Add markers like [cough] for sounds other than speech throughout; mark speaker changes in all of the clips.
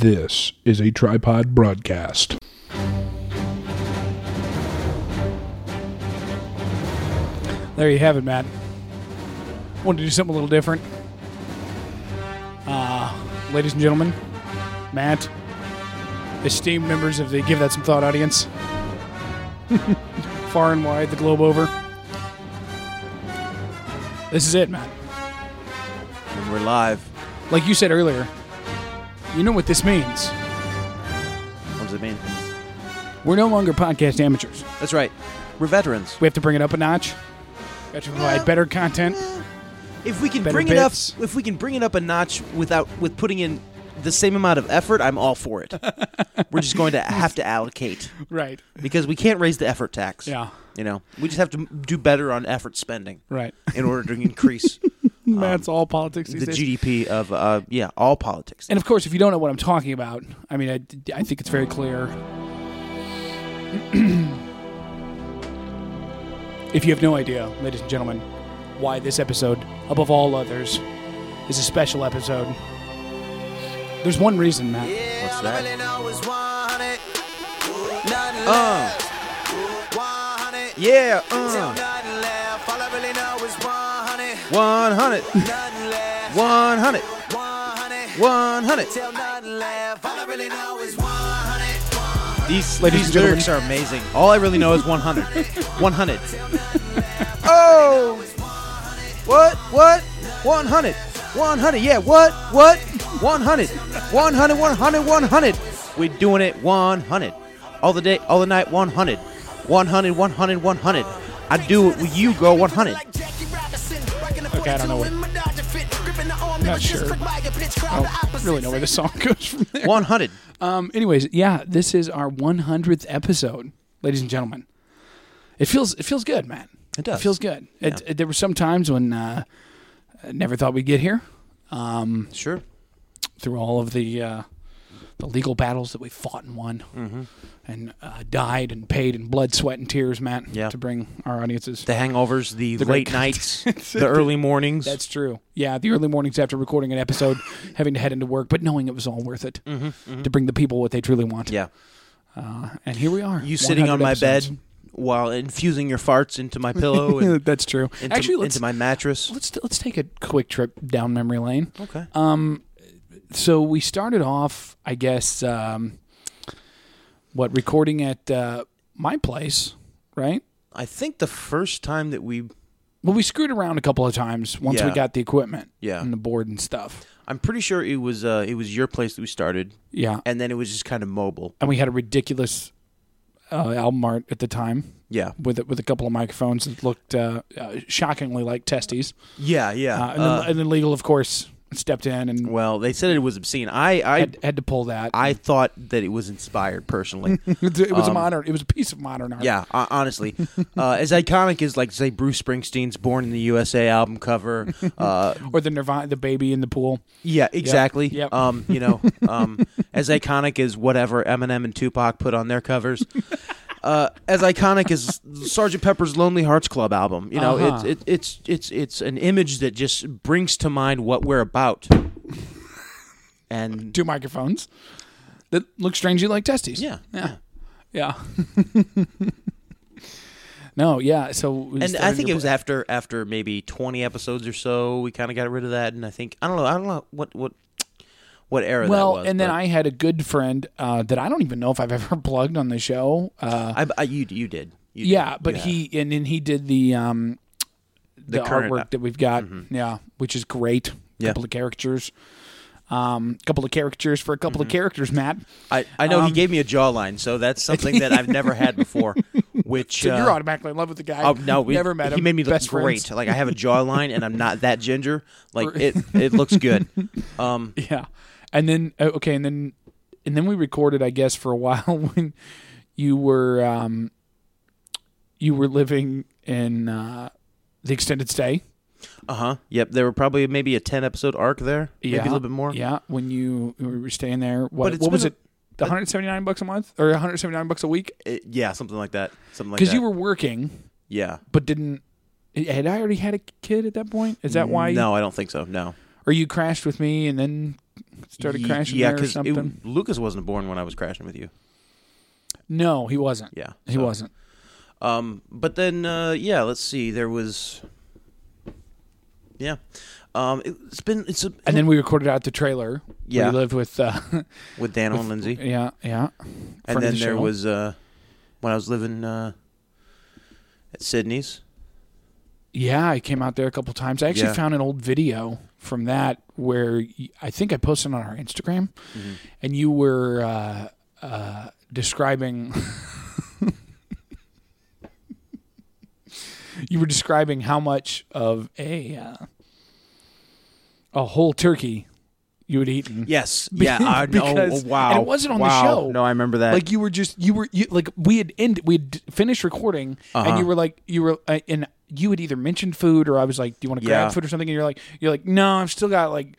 Speaker 1: This is a tripod broadcast.
Speaker 2: There you have it, Matt. Wanted to do something a little different. Uh, ladies and gentlemen, Matt, esteemed members of the Give That Some Thought audience, [laughs] far and wide, the globe over. This is it, Matt.
Speaker 3: And we're live.
Speaker 2: Like you said earlier, you know what this means.
Speaker 3: What does it mean?
Speaker 2: We're no longer podcast amateurs.
Speaker 3: That's right. We're veterans.
Speaker 2: We have to bring it up a notch. We have to provide better content.
Speaker 3: If we can
Speaker 2: Better
Speaker 3: bring
Speaker 2: bits.
Speaker 3: it up, if we can bring it up a notch without with putting in the same amount of effort, I'm all
Speaker 2: [laughs]
Speaker 3: for it. We're just going to have to allocate
Speaker 2: Right.
Speaker 3: because we can't raise the effort tax.
Speaker 2: Yeah.
Speaker 3: You know, we just have to m- do better on effort spending
Speaker 2: Right. Um,
Speaker 3: in order to increase
Speaker 2: [laughs] Matt's all politics these
Speaker 3: the
Speaker 2: days.
Speaker 3: GDP of uh, yeah, all politics.
Speaker 2: And of course, if you don't know what I'm talking about, I mean, I, I think it's very clear. [clears throat] if you have no idea, ladies and gentlemen, why this episode, above all others, is a special episode, there's one reason, Matt.
Speaker 3: What's that?
Speaker 4: Uh.
Speaker 3: Yeah, uh, 100, 100, 100. These,
Speaker 2: Ladies and
Speaker 3: these lyrics are amazing. All I really know
Speaker 2: [laughs]
Speaker 3: is 100. 100. oh! What? What? 100. 100. Yeah, what? What? 100. 100, 100, 100. We're doing it 100. All the day, all the night, 100. 100, 100, 100. I do it with you, girl, 100.
Speaker 4: Okay, I don't know what.
Speaker 2: Not sure. I don't really know where this song [laughs] goes from there.
Speaker 3: 100.
Speaker 2: Um, anyways, yeah, this is our 100th episode, ladies and gentlemen. It feels it feels good, man.
Speaker 3: It does.
Speaker 2: It feels good. It, it- there were some times when uh, I never thought we'd get here. Um,
Speaker 3: Sure.
Speaker 2: through all of the uh, the legal battles that we fought and won,
Speaker 3: Mm-hmm.
Speaker 2: and uh, died and paid in blood, sweat, and tears, Matt,
Speaker 3: Yeah.
Speaker 2: to bring our audiences.
Speaker 3: The hangovers, the,
Speaker 2: great [laughs]
Speaker 3: late nights, the early mornings.
Speaker 2: That's true. Yeah, the early mornings after recording an
Speaker 3: [laughs]
Speaker 2: episode, having to head into work, but knowing it was all worth it to bring the people what they truly want.
Speaker 3: Mm-hmm, yeah.
Speaker 2: and here we are.
Speaker 3: You sitting on
Speaker 2: 100
Speaker 3: my
Speaker 2: episodes.
Speaker 3: bed while infusing your farts into my
Speaker 2: [laughs]
Speaker 3: pillow and
Speaker 2: That's true.
Speaker 3: into,
Speaker 2: Actually, let's
Speaker 3: into my mattress.
Speaker 2: let's let's take a quick trip down memory lane.
Speaker 3: Okay.
Speaker 2: Um, So we started off, I guess, um, what recording at uh, my place, right?
Speaker 3: I think the first time that we,
Speaker 2: Well, we screwed around a couple of times once we
Speaker 3: Yeah.
Speaker 2: got the equipment,
Speaker 3: Yeah.
Speaker 2: and the board and stuff.
Speaker 3: I'm pretty sure it was uh, it was your place that we started,
Speaker 2: Yeah, and,
Speaker 3: and then it was just kind of mobile.
Speaker 2: we had a ridiculous uh, album art at the time
Speaker 3: Yeah.
Speaker 2: with it with a couple of microphones that looked uh, uh, shockingly like testes,
Speaker 3: Yeah. Yeah.
Speaker 2: uh, and, then,
Speaker 3: Uh,
Speaker 2: and then legal, of course, stepped in and
Speaker 3: well, they said it was obscene. I I
Speaker 2: had, had to pull that.
Speaker 3: I thought that it was
Speaker 2: [laughs]
Speaker 3: inspired personally.
Speaker 2: it was a modern. It was a piece of modern art.
Speaker 3: Yeah, uh, honestly, uh, as iconic as like say Bruce Springsteen's "Born in the USA" album cover,
Speaker 2: [laughs]
Speaker 3: uh,
Speaker 2: or the Nirvana, the baby in the pool.
Speaker 3: Yeah, exactly.
Speaker 2: yep.
Speaker 3: Um, you
Speaker 2: [laughs]
Speaker 3: know, um, as iconic as whatever Eminem and Tupac put on their covers, uh, as iconic as Sgt. Pepper's Lonely Hearts Club album. You know,
Speaker 2: Uh-huh.
Speaker 3: it's it, it's it's it's an image that just brings to mind what we're about. And
Speaker 2: two microphones that look strangely like testes.
Speaker 3: yeah,
Speaker 2: Yeah. Yeah. [laughs] no, yeah. So we
Speaker 3: and
Speaker 2: started
Speaker 3: I think
Speaker 2: to
Speaker 3: it was
Speaker 2: play-
Speaker 3: after after maybe twenty episodes or so, we kind of got rid of that. And I think I don't know, I don't know what what what era.
Speaker 2: well,
Speaker 3: that was,
Speaker 2: and then
Speaker 3: but
Speaker 2: I had a good friend uh, that I don't even know if I've [laughs] ever plugged on the show. Uh,
Speaker 3: I, I you you did You
Speaker 2: yeah,
Speaker 3: did.
Speaker 2: but he and then he did the um, the,
Speaker 3: current- Mm-hmm.
Speaker 2: artwork that we've got. Yeah, which is great.
Speaker 3: Yeah.
Speaker 2: couple of caricatures, um, couple of caricatures for a couple
Speaker 3: Mm-hmm.
Speaker 2: of characters, Matt.
Speaker 3: I, I know
Speaker 2: Um,
Speaker 3: he gave me a jawline, so that's something that I've never had before. Which
Speaker 2: [laughs] So
Speaker 3: uh,
Speaker 2: you're automatically in love with the guy.
Speaker 3: oh no, we,
Speaker 2: never met him.
Speaker 3: He made me look
Speaker 2: Best
Speaker 3: great.
Speaker 2: friends.
Speaker 3: Like I have a jawline, and I'm not that ginger. Like it it
Speaker 2: [laughs]
Speaker 3: looks good. Um,
Speaker 2: Yeah, and then oh, okay, and then and then we recorded, I guess, for a [laughs] while when you were um, you were living in uh, the extended stay.
Speaker 3: uh huh. Yep. There were probably maybe a ten episode arc there. Maybe a little bit more.
Speaker 2: Yeah, when you, when we were staying there, what,
Speaker 3: it's
Speaker 2: what
Speaker 3: been
Speaker 2: was
Speaker 3: a-
Speaker 2: it? One hundred seventy nine bucks a month or one hundred seventy nine bucks a week?
Speaker 3: It- yeah, something like that. Something like that.
Speaker 2: Because you were working,
Speaker 3: yeah.
Speaker 2: but didn't. Had I already had a kid at that point? Is that why?
Speaker 3: No, I don't think so. No.
Speaker 2: or you crashed with me and then started
Speaker 3: Ye-
Speaker 2: crashing
Speaker 3: yeah,
Speaker 2: there or
Speaker 3: 'cause it-
Speaker 2: something.
Speaker 3: Lucas wasn't born when I was crashing with you.
Speaker 2: no, he wasn't.
Speaker 3: Yeah,
Speaker 2: he
Speaker 3: so-
Speaker 2: wasn't.
Speaker 3: Um, but then, uh, yeah, let's see. There was, yeah, um, it, it's been it's a,
Speaker 2: And then we recorded out the trailer.
Speaker 3: Yeah.
Speaker 2: we lived with. Uh, [laughs]
Speaker 3: with Dan and Lindsay,
Speaker 2: yeah, yeah. friend
Speaker 3: and
Speaker 2: of
Speaker 3: then
Speaker 2: the
Speaker 3: there
Speaker 2: show.
Speaker 3: was uh, when I was living uh, at Sydney's.
Speaker 2: Yeah, I came out there a couple times. I actually
Speaker 3: Yeah.
Speaker 2: found an old video from that where y- I think I posted on our Instagram,
Speaker 3: Mm-hmm.
Speaker 2: and you were uh, uh, describing. [laughs] you were describing how much of a uh, a whole turkey you had eaten.
Speaker 3: Yes, yeah,
Speaker 2: [laughs]
Speaker 3: I know.
Speaker 2: Because-
Speaker 3: Oh, wow,
Speaker 2: and it wasn't on the
Speaker 3: Wow.
Speaker 2: show.
Speaker 3: No, I remember that.
Speaker 2: Like you were just you were you, like we had end we had finished recording and
Speaker 3: Uh-huh.
Speaker 2: you were like you were uh, and you had either mentioned food or I was like do you want to
Speaker 3: Yeah.
Speaker 2: grab food or something and you're like you're like no I've still got like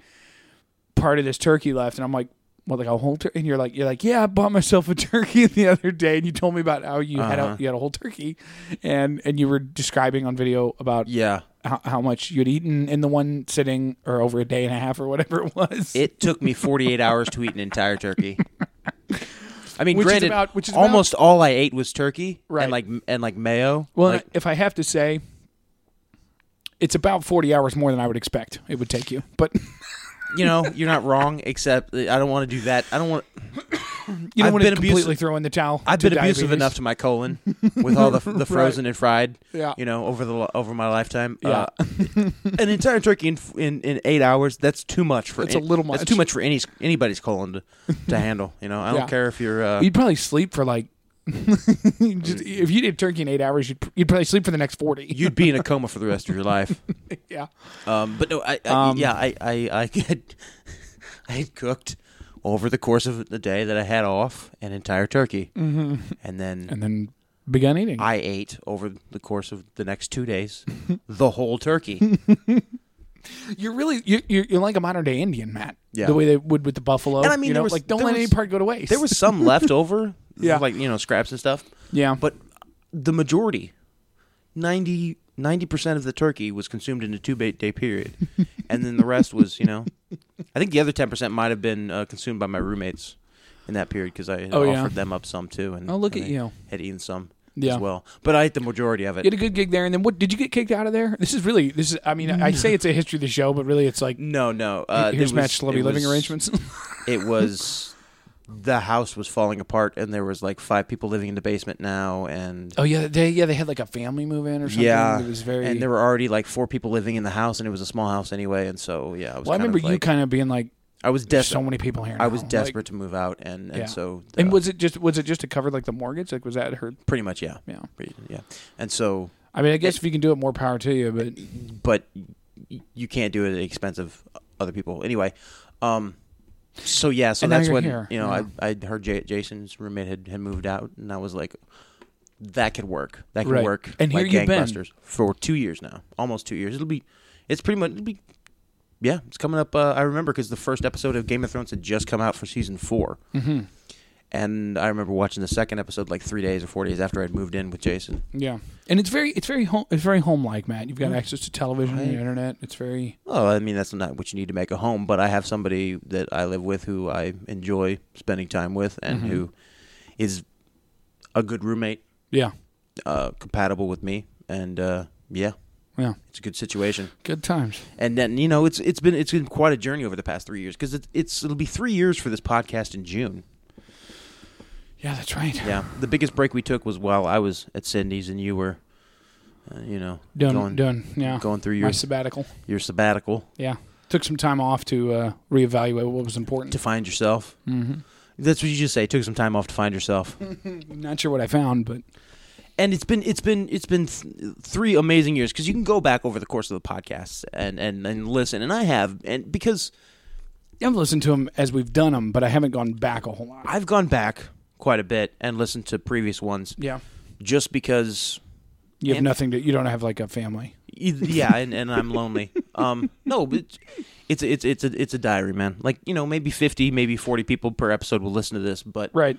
Speaker 2: part of this turkey left and I'm like well like a whole turkey and you're like you're like yeah I bought myself a [laughs] turkey the other day and you told me about how you had
Speaker 3: Uh-huh.
Speaker 2: a, you had a whole turkey and and you were describing on video about
Speaker 3: yeah,
Speaker 2: how, how much you'd eaten in the one sitting or over a day and a half or whatever it was
Speaker 3: it took me 48 hours to eat an entire turkey. I mean,
Speaker 2: Which is
Speaker 3: granted,
Speaker 2: about- which is about-
Speaker 3: almost all I ate was turkey,
Speaker 2: Right.
Speaker 3: And like and like mayo.
Speaker 2: Well,
Speaker 3: like,
Speaker 2: if I have to say, it's about 40 hours more than I would expect it would take you. But [laughs]
Speaker 3: you know, you're not wrong. Except uh, I don't want to do that. I don't want.
Speaker 2: you
Speaker 3: I've
Speaker 2: don't want
Speaker 3: been
Speaker 2: to completely
Speaker 3: abusive-
Speaker 2: throw in the towel.
Speaker 3: I've
Speaker 2: to
Speaker 3: been abusive
Speaker 2: diabetes.
Speaker 3: enough to
Speaker 2: [laughs]
Speaker 3: my colon with all the the frozen and fried.
Speaker 2: Yeah.
Speaker 3: You know, over the over my lifetime.
Speaker 2: Yeah.
Speaker 3: Uh,
Speaker 2: [laughs]
Speaker 3: an entire turkey in, in in eight hours. That's too much for.
Speaker 2: That's a little
Speaker 3: That's
Speaker 2: much.
Speaker 3: too much for any anybody's colon to,
Speaker 2: [laughs]
Speaker 3: to handle. You know, Mm. I don't
Speaker 2: Yeah.
Speaker 3: care if you're. Uh,
Speaker 2: [laughs] You'd probably sleep for like. just, if you did turkey in eight hours, you'd, you'd probably sleep for the next 40.
Speaker 3: you'd be in a coma for the rest of your life.
Speaker 2: [laughs] yeah.
Speaker 3: Um, but no, I, I
Speaker 2: Um,
Speaker 3: yeah, I I I had, [laughs] I had cooked over the course of the day that I had off an entire turkey, mm-hmm. and then
Speaker 2: And then begun eating.
Speaker 3: I ate over the course of the next two
Speaker 2: [laughs]
Speaker 3: days the whole turkey.
Speaker 2: you're really, you're, you're, you're like a modern day Indian, Matt.
Speaker 3: Yeah.
Speaker 2: The way they would with the buffalo.
Speaker 3: And I mean,
Speaker 2: you
Speaker 3: there
Speaker 2: know,
Speaker 3: was-
Speaker 2: like don't
Speaker 3: there
Speaker 2: let
Speaker 3: was-
Speaker 2: any part go to waste.
Speaker 3: There was some left over,
Speaker 2: [laughs] Yeah.
Speaker 3: like you know scraps and stuff,
Speaker 2: yeah.
Speaker 3: but the majority, 90 percent of the turkey was consumed in a two ba-
Speaker 2: [laughs]
Speaker 3: day period, and then the rest was you know, I think the other ten percent might have been uh, consumed by my roommates in that period because I had
Speaker 2: Oh,
Speaker 3: offered
Speaker 2: yeah.
Speaker 3: them up some too, and
Speaker 2: Oh, look
Speaker 3: and
Speaker 2: at
Speaker 3: they
Speaker 2: you.
Speaker 3: had eaten some
Speaker 2: Yeah.
Speaker 3: as well, but I ate the majority of it.
Speaker 2: You had a good gig there, and then what? Did you get kicked out of there? This is really this is. I mean,
Speaker 3: Mm.
Speaker 2: I say it's a history of the show, but really, it's like
Speaker 3: no, no. Uh,
Speaker 2: here's
Speaker 3: it was-
Speaker 2: Matt Schleppe
Speaker 3: it
Speaker 2: living
Speaker 3: was-
Speaker 2: arrangements.
Speaker 3: it was the house was falling apart and there was like five people living in the basement now and
Speaker 2: [laughs] Oh yeah, they yeah they had like a family move in or something.
Speaker 3: yeah
Speaker 2: it was very.
Speaker 3: and there were already like four people living in the house and it was a small house anyway and so yeah I was
Speaker 2: well, I
Speaker 3: kind
Speaker 2: remember
Speaker 3: of,
Speaker 2: you
Speaker 3: like-
Speaker 2: kind of being like,
Speaker 3: I was
Speaker 2: "There's
Speaker 3: desperate
Speaker 2: so many people here."
Speaker 3: I was
Speaker 2: now." Like,
Speaker 3: desperate to move out and and
Speaker 2: yeah.
Speaker 3: so uh,
Speaker 2: and was it just was it just to cover like the mortgage? Like was that her?
Speaker 3: pretty much yeah
Speaker 2: Yeah.
Speaker 3: Pretty- yeah and so
Speaker 2: I mean, I guess if you can do it, more power to you. But
Speaker 3: but y- you can't do it at the expense of other people anyway um so yeah so
Speaker 2: And now
Speaker 3: that's
Speaker 2: you're
Speaker 3: when
Speaker 2: here.
Speaker 3: you know
Speaker 2: Yeah.
Speaker 3: I I heard J- Jason's roommate had, had moved out and I was like that could work that could
Speaker 2: Right.
Speaker 3: work
Speaker 2: And here
Speaker 3: like
Speaker 2: you've been.
Speaker 3: gangbusters for two years now almost two years it'll be it's pretty much it'll be yeah it's coming up uh, I remember because the first episode of Game of Thrones had just come out for season 4 mm-hmm. and I remember watching the second episode like three days or four days after I'd moved in with Jason
Speaker 2: yeah, and it's very it's very home it's very home like Matt. You've got access to television and the
Speaker 3: Right.
Speaker 2: internet. It's very
Speaker 3: Well, I mean that's not what you need to make a home, but I have somebody that I live with who I enjoy spending time with and
Speaker 2: Mm-hmm.
Speaker 3: who is a good roommate,
Speaker 2: yeah
Speaker 3: uh, compatible with me, and uh, yeah,
Speaker 2: yeah
Speaker 3: it's a good situation.
Speaker 2: good times.
Speaker 3: And then you know it's it's been it's been quite a journey over the past three years because it's, it's it'll be three years for this podcast in June.
Speaker 2: Yeah, that's right.
Speaker 3: Yeah, the biggest break we took was while I was at Cindy's and you were, uh, you know,
Speaker 2: done
Speaker 3: going
Speaker 2: done. Yeah,
Speaker 3: going through
Speaker 2: my
Speaker 3: your
Speaker 2: sabbatical.
Speaker 3: your sabbatical
Speaker 2: Yeah, took some time off to uh, reevaluate what was important.
Speaker 3: to find yourself. Mm-hmm. That's what you just say. Took some time off to find yourself.
Speaker 2: Not sure what I found, but
Speaker 3: and it's been it's been it's been th- three amazing years because you can go back over the course of the podcast and and and listen and I have and because
Speaker 2: I've listened to them as we've done them, but I haven't gone back a whole lot.
Speaker 3: I've gone back quite a bit and listened to previous ones
Speaker 2: Yeah.
Speaker 3: just because
Speaker 2: You have
Speaker 3: And-
Speaker 2: nothing to. You don't have like a family.
Speaker 3: y- yeah and, and
Speaker 2: [laughs]
Speaker 3: I'm lonely um no but it's it's it's a it's a diary man like you know maybe 50 maybe 40 people per episode will listen to this but
Speaker 2: Right.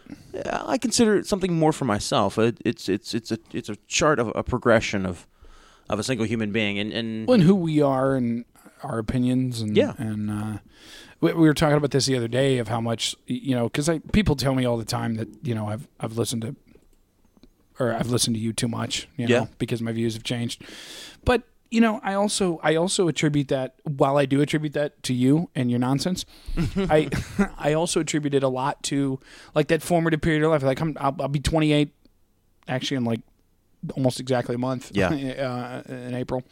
Speaker 3: I consider it something more for myself it, it's it's it's a it's a chart of a progression of of a single human being and and
Speaker 2: Well, and who we are and our opinions and
Speaker 3: Yeah.
Speaker 2: and uh, we, we were talking about this the other day of how much y- you know because people tell me all the time that you know I've I've listened to or I've listened to you too much you know
Speaker 3: Yeah.
Speaker 2: because my views have changed but you know I also I also attribute that while I do attribute that to you and your nonsense I [laughs] I also attribute it a lot to like that formative period of life like I'm I'll, I'll be 28 actually in like almost exactly a month
Speaker 3: Yeah.
Speaker 2: [laughs] uh, in April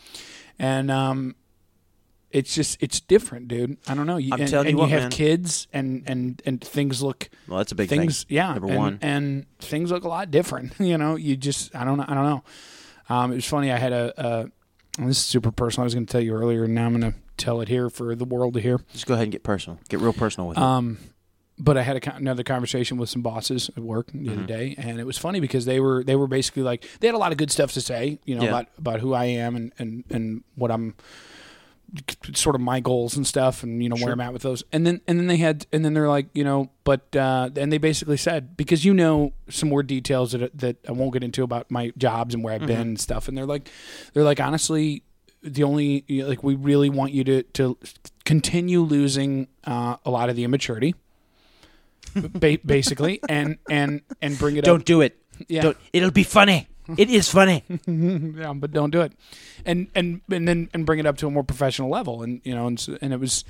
Speaker 2: and um it's just it's different, dude. I don't know. You,
Speaker 3: I'm
Speaker 2: and,
Speaker 3: telling
Speaker 2: and
Speaker 3: you what,
Speaker 2: have
Speaker 3: man.
Speaker 2: kids, and and and things look
Speaker 3: Well, that's a big
Speaker 2: things,
Speaker 3: thing.
Speaker 2: yeah.
Speaker 3: Number
Speaker 2: and,
Speaker 3: one.
Speaker 2: and things look a lot different. [laughs] You know, you just I don't know. I don't know. Um, it was funny. I had a, a and this is super personal. I was going to tell you earlier, and now I'm going to tell it here for the world to hear.
Speaker 3: Just go ahead and get personal. Get real personal with it.
Speaker 2: Um, but I had a, con- another conversation with some bosses at work the other day, and it was funny because they were they were basically like they had a lot of good stuff to say, you know,
Speaker 3: Yeah.
Speaker 2: about about who I am and and and what I'm sort of my goals and stuff and you know where I'm at with those. And then and then they had and then they're like, you know, but uh and they basically said because you know some more details that that I won't get into about my jobs and where I've been and stuff and they're like they're like honestly the only you know, like we really want you to to continue losing uh a lot of the immaturity ba- basically and and and bring it
Speaker 3: Don't
Speaker 2: up
Speaker 3: do it.
Speaker 2: Yeah.
Speaker 3: Don't. It'll be [laughs] funny. It is funny.
Speaker 2: yeah, but don't do it, and and and then and bring it up to a more professional level, and you know, and so, and it was,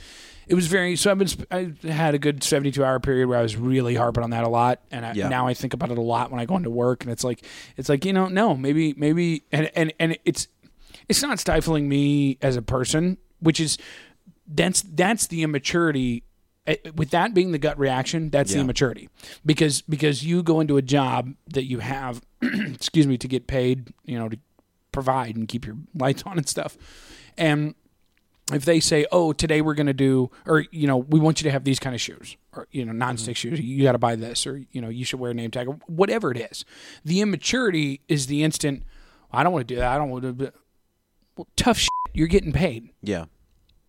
Speaker 2: it was very. So I've been sp- I had a good seventy two hour period where I was really harping on that a lot, and I,
Speaker 3: Yeah.
Speaker 2: now I think about it a lot when I go into work, and it's like it's like you know no maybe maybe and and and it's it's not stifling me as a person, which is that's that's the immaturity. Eh, With that being the gut reaction, that's the
Speaker 3: Yeah.
Speaker 2: immaturity, because because you go into a job that you have, [clears throat] excuse me, to get paid, you know, to provide and keep your lights on and stuff, and if they say, "Oh, today we're going to do," or you know, we want you to have these kind of shoes, or you know, non-stick
Speaker 3: Mm-hmm.
Speaker 2: shoes, you got to buy this, or you know, you should wear a name tag, or whatever it is. The immaturity is the instant. I don't want to do that. I don't want to. do-" Well, tough shit. You're getting paid.
Speaker 3: Yeah.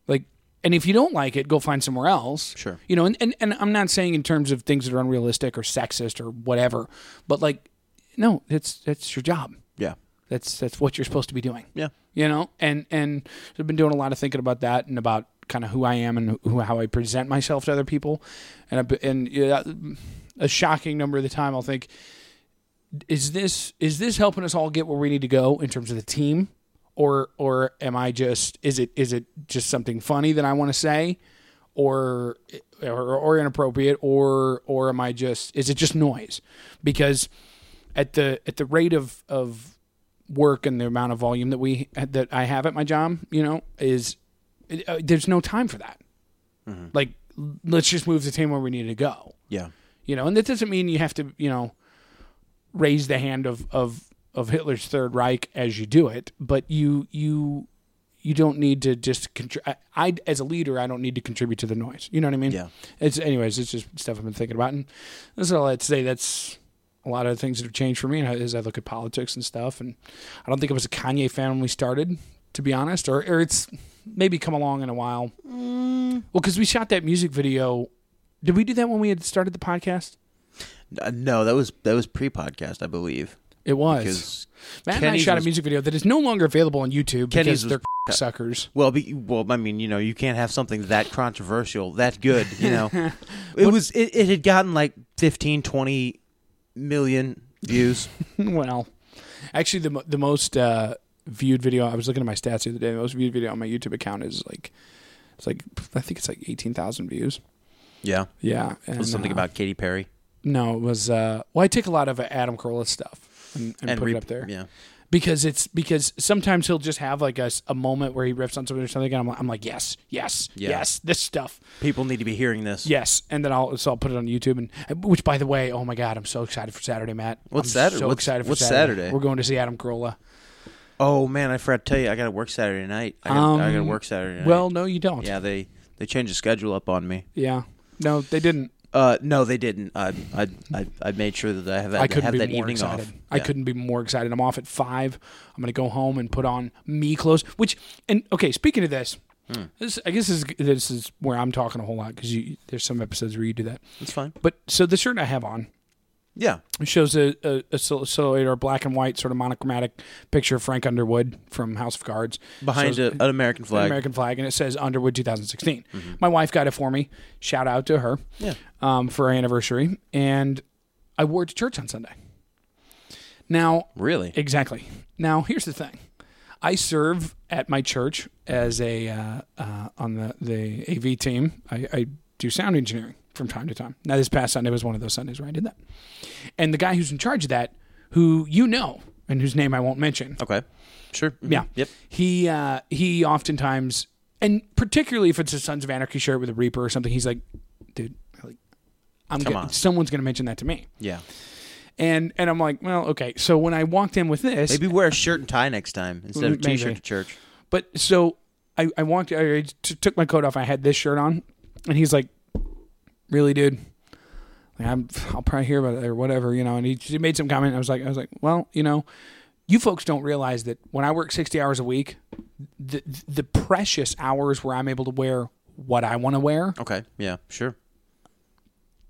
Speaker 2: Like, and if you don't like it, go find somewhere else.
Speaker 3: Sure.
Speaker 2: You know, and, and, and I'm not saying in terms of things that are unrealistic or sexist or whatever, but like, no, that's that's your job.
Speaker 3: Yeah.
Speaker 2: That's that's what you're supposed to be doing
Speaker 3: Yeah.
Speaker 2: you know and and i've been doing a lot of thinking about that and about kind of who i am and who how i present myself to other people and I've been, and yeah, a shocking number of the time i'll think is this is this helping us all get where we need to go in terms of the team or or am i just is it is it just something funny that i want to say or or, or inappropriate or or am i just is it just noise because at the at the rate of of work and the amount of volume that we that I have at my job, you know, is uh, there's no time for that. Like, l- let's just move the team where we need to go.
Speaker 3: Yeah.
Speaker 2: You know, and that doesn't mean you have to, you know, raise the hand of of of Hitler's Third Reich as you do it, but you you you don't need to just contri- I, I as a leader I don't need to contribute to the noise. You know what I mean?
Speaker 3: Yeah.
Speaker 2: It's anyways, it's just stuff I've been thinking about, and that's all I'd say. That's a lot of things that have changed for me and as I look at politics and stuff. And I don't think I was a Kanye fan when we started, to be honest, or or it's maybe come along in a while. Well, because we shot that music video. Did we do that when we had started the podcast?
Speaker 3: Uh, No, that was that was pre-podcast, I believe.
Speaker 2: It was.
Speaker 3: Because
Speaker 2: Matt and I
Speaker 3: Kenny's
Speaker 2: shot a
Speaker 3: was-
Speaker 2: music video that is no longer available on YouTube because
Speaker 3: Kenny's was
Speaker 2: they're
Speaker 3: [laughs]
Speaker 2: suckers.
Speaker 3: Well, be, well, I mean, you know, you can't have something that controversial, that good, you know. [laughs] it was it, it had gotten like 15, 20 million views.
Speaker 2: [laughs] well, actually, the mo- the most uh, viewed video I was looking at my stats the other day. The most viewed video on my YouTube account is like it's like I think it's like eighteen thousand views.
Speaker 3: [laughs] yeah.
Speaker 2: Yeah, and,
Speaker 3: Was something
Speaker 2: uh,
Speaker 3: about Katy Perry
Speaker 2: no, it was uh, well, I take a lot of uh, Adam Carolla stuff and, and, put
Speaker 3: re-
Speaker 2: it up there
Speaker 3: Yeah.
Speaker 2: because it's because sometimes he'll just have like a, s- a moment where he rips on something or something, and I'm like, I'm like yes, yes,
Speaker 3: Yeah.
Speaker 2: yes, this stuff.
Speaker 3: People need to be hearing this.
Speaker 2: Yes, and then I'll so I'll put it on YouTube and which by the way, oh my god, I'm so excited for Saturday, Matt.
Speaker 3: What's
Speaker 2: I'm
Speaker 3: Saturday?
Speaker 2: So
Speaker 3: What's-
Speaker 2: excited for
Speaker 3: what's Saturday?
Speaker 2: We're going to see Adam Carolla.
Speaker 3: Oh man, I forgot to tell you, I got to work Saturday night. I got I got to
Speaker 2: Um,
Speaker 3: work Saturday night.
Speaker 2: Well, no, you don't.
Speaker 3: yeah, they they changed the schedule up on me.
Speaker 2: Yeah. No, they didn't.
Speaker 3: Uh, no, they didn't. I I I, I made sure that I have that,
Speaker 2: I couldn't
Speaker 3: have
Speaker 2: be
Speaker 3: that
Speaker 2: more
Speaker 3: evening
Speaker 2: excited.
Speaker 3: off.
Speaker 2: I
Speaker 3: Yeah.
Speaker 2: couldn't be more excited. I'm off at five. I'm gonna go home and put on me clothes. Which and okay, speaking of this,
Speaker 3: Hmm.
Speaker 2: this I guess this is this is where I'm talking a whole lot because there's some episodes where you do that.
Speaker 3: It's fine.
Speaker 2: But so the shirt I have on
Speaker 3: Yeah.
Speaker 2: It shows a, a, a sil- silhouette or black and white sort of monochromatic picture of Frank Underwood from House of Cards
Speaker 3: Behind
Speaker 2: Shows
Speaker 3: a, an American
Speaker 2: an
Speaker 3: flag.
Speaker 2: American flag, and it says Underwood 2016. My wife got it for me. Shout out to her
Speaker 3: Yeah.
Speaker 2: um, for our anniversary, and I wore it to church on Sunday. Now,
Speaker 3: Really?
Speaker 2: Exactly. Now, here's the thing. I serve at my church as a uh, uh, on the the AV team. I, I do sound engineering from time to time. Now, this past Sunday was one of those Sundays where I did that. And the guy who's in charge of that, who you know, and whose name I won't mention,
Speaker 3: okay. Sure. Mhm.
Speaker 2: yeah.
Speaker 3: Yep.
Speaker 2: He uh, he oftentimes, and particularly if it's a Sons of Anarchy shirt with a Reaper or something, he's like, dude, like, I'm
Speaker 3: Come
Speaker 2: gonna,
Speaker 3: on.
Speaker 2: someone's going to mention that to me,
Speaker 3: Yeah.
Speaker 2: and and I'm like, well, okay. So when I walked in with this,
Speaker 3: Maybe wear a shirt and tie next time instead of a
Speaker 2: Maybe.
Speaker 3: t-shirt to church.
Speaker 2: But so I, I walked, I t- took my coat off. I had this shirt on, and he's like, "Really, dude? Like, I'm, I'll probably hear about it or whatever, you know." And he, he made some comment. I was like, I was like, "Well, you know, you folks don't realize that when I work sixty hours a week, the the precious hours where I'm able to wear what I want to wear,
Speaker 3: Okay. Yeah. Sure.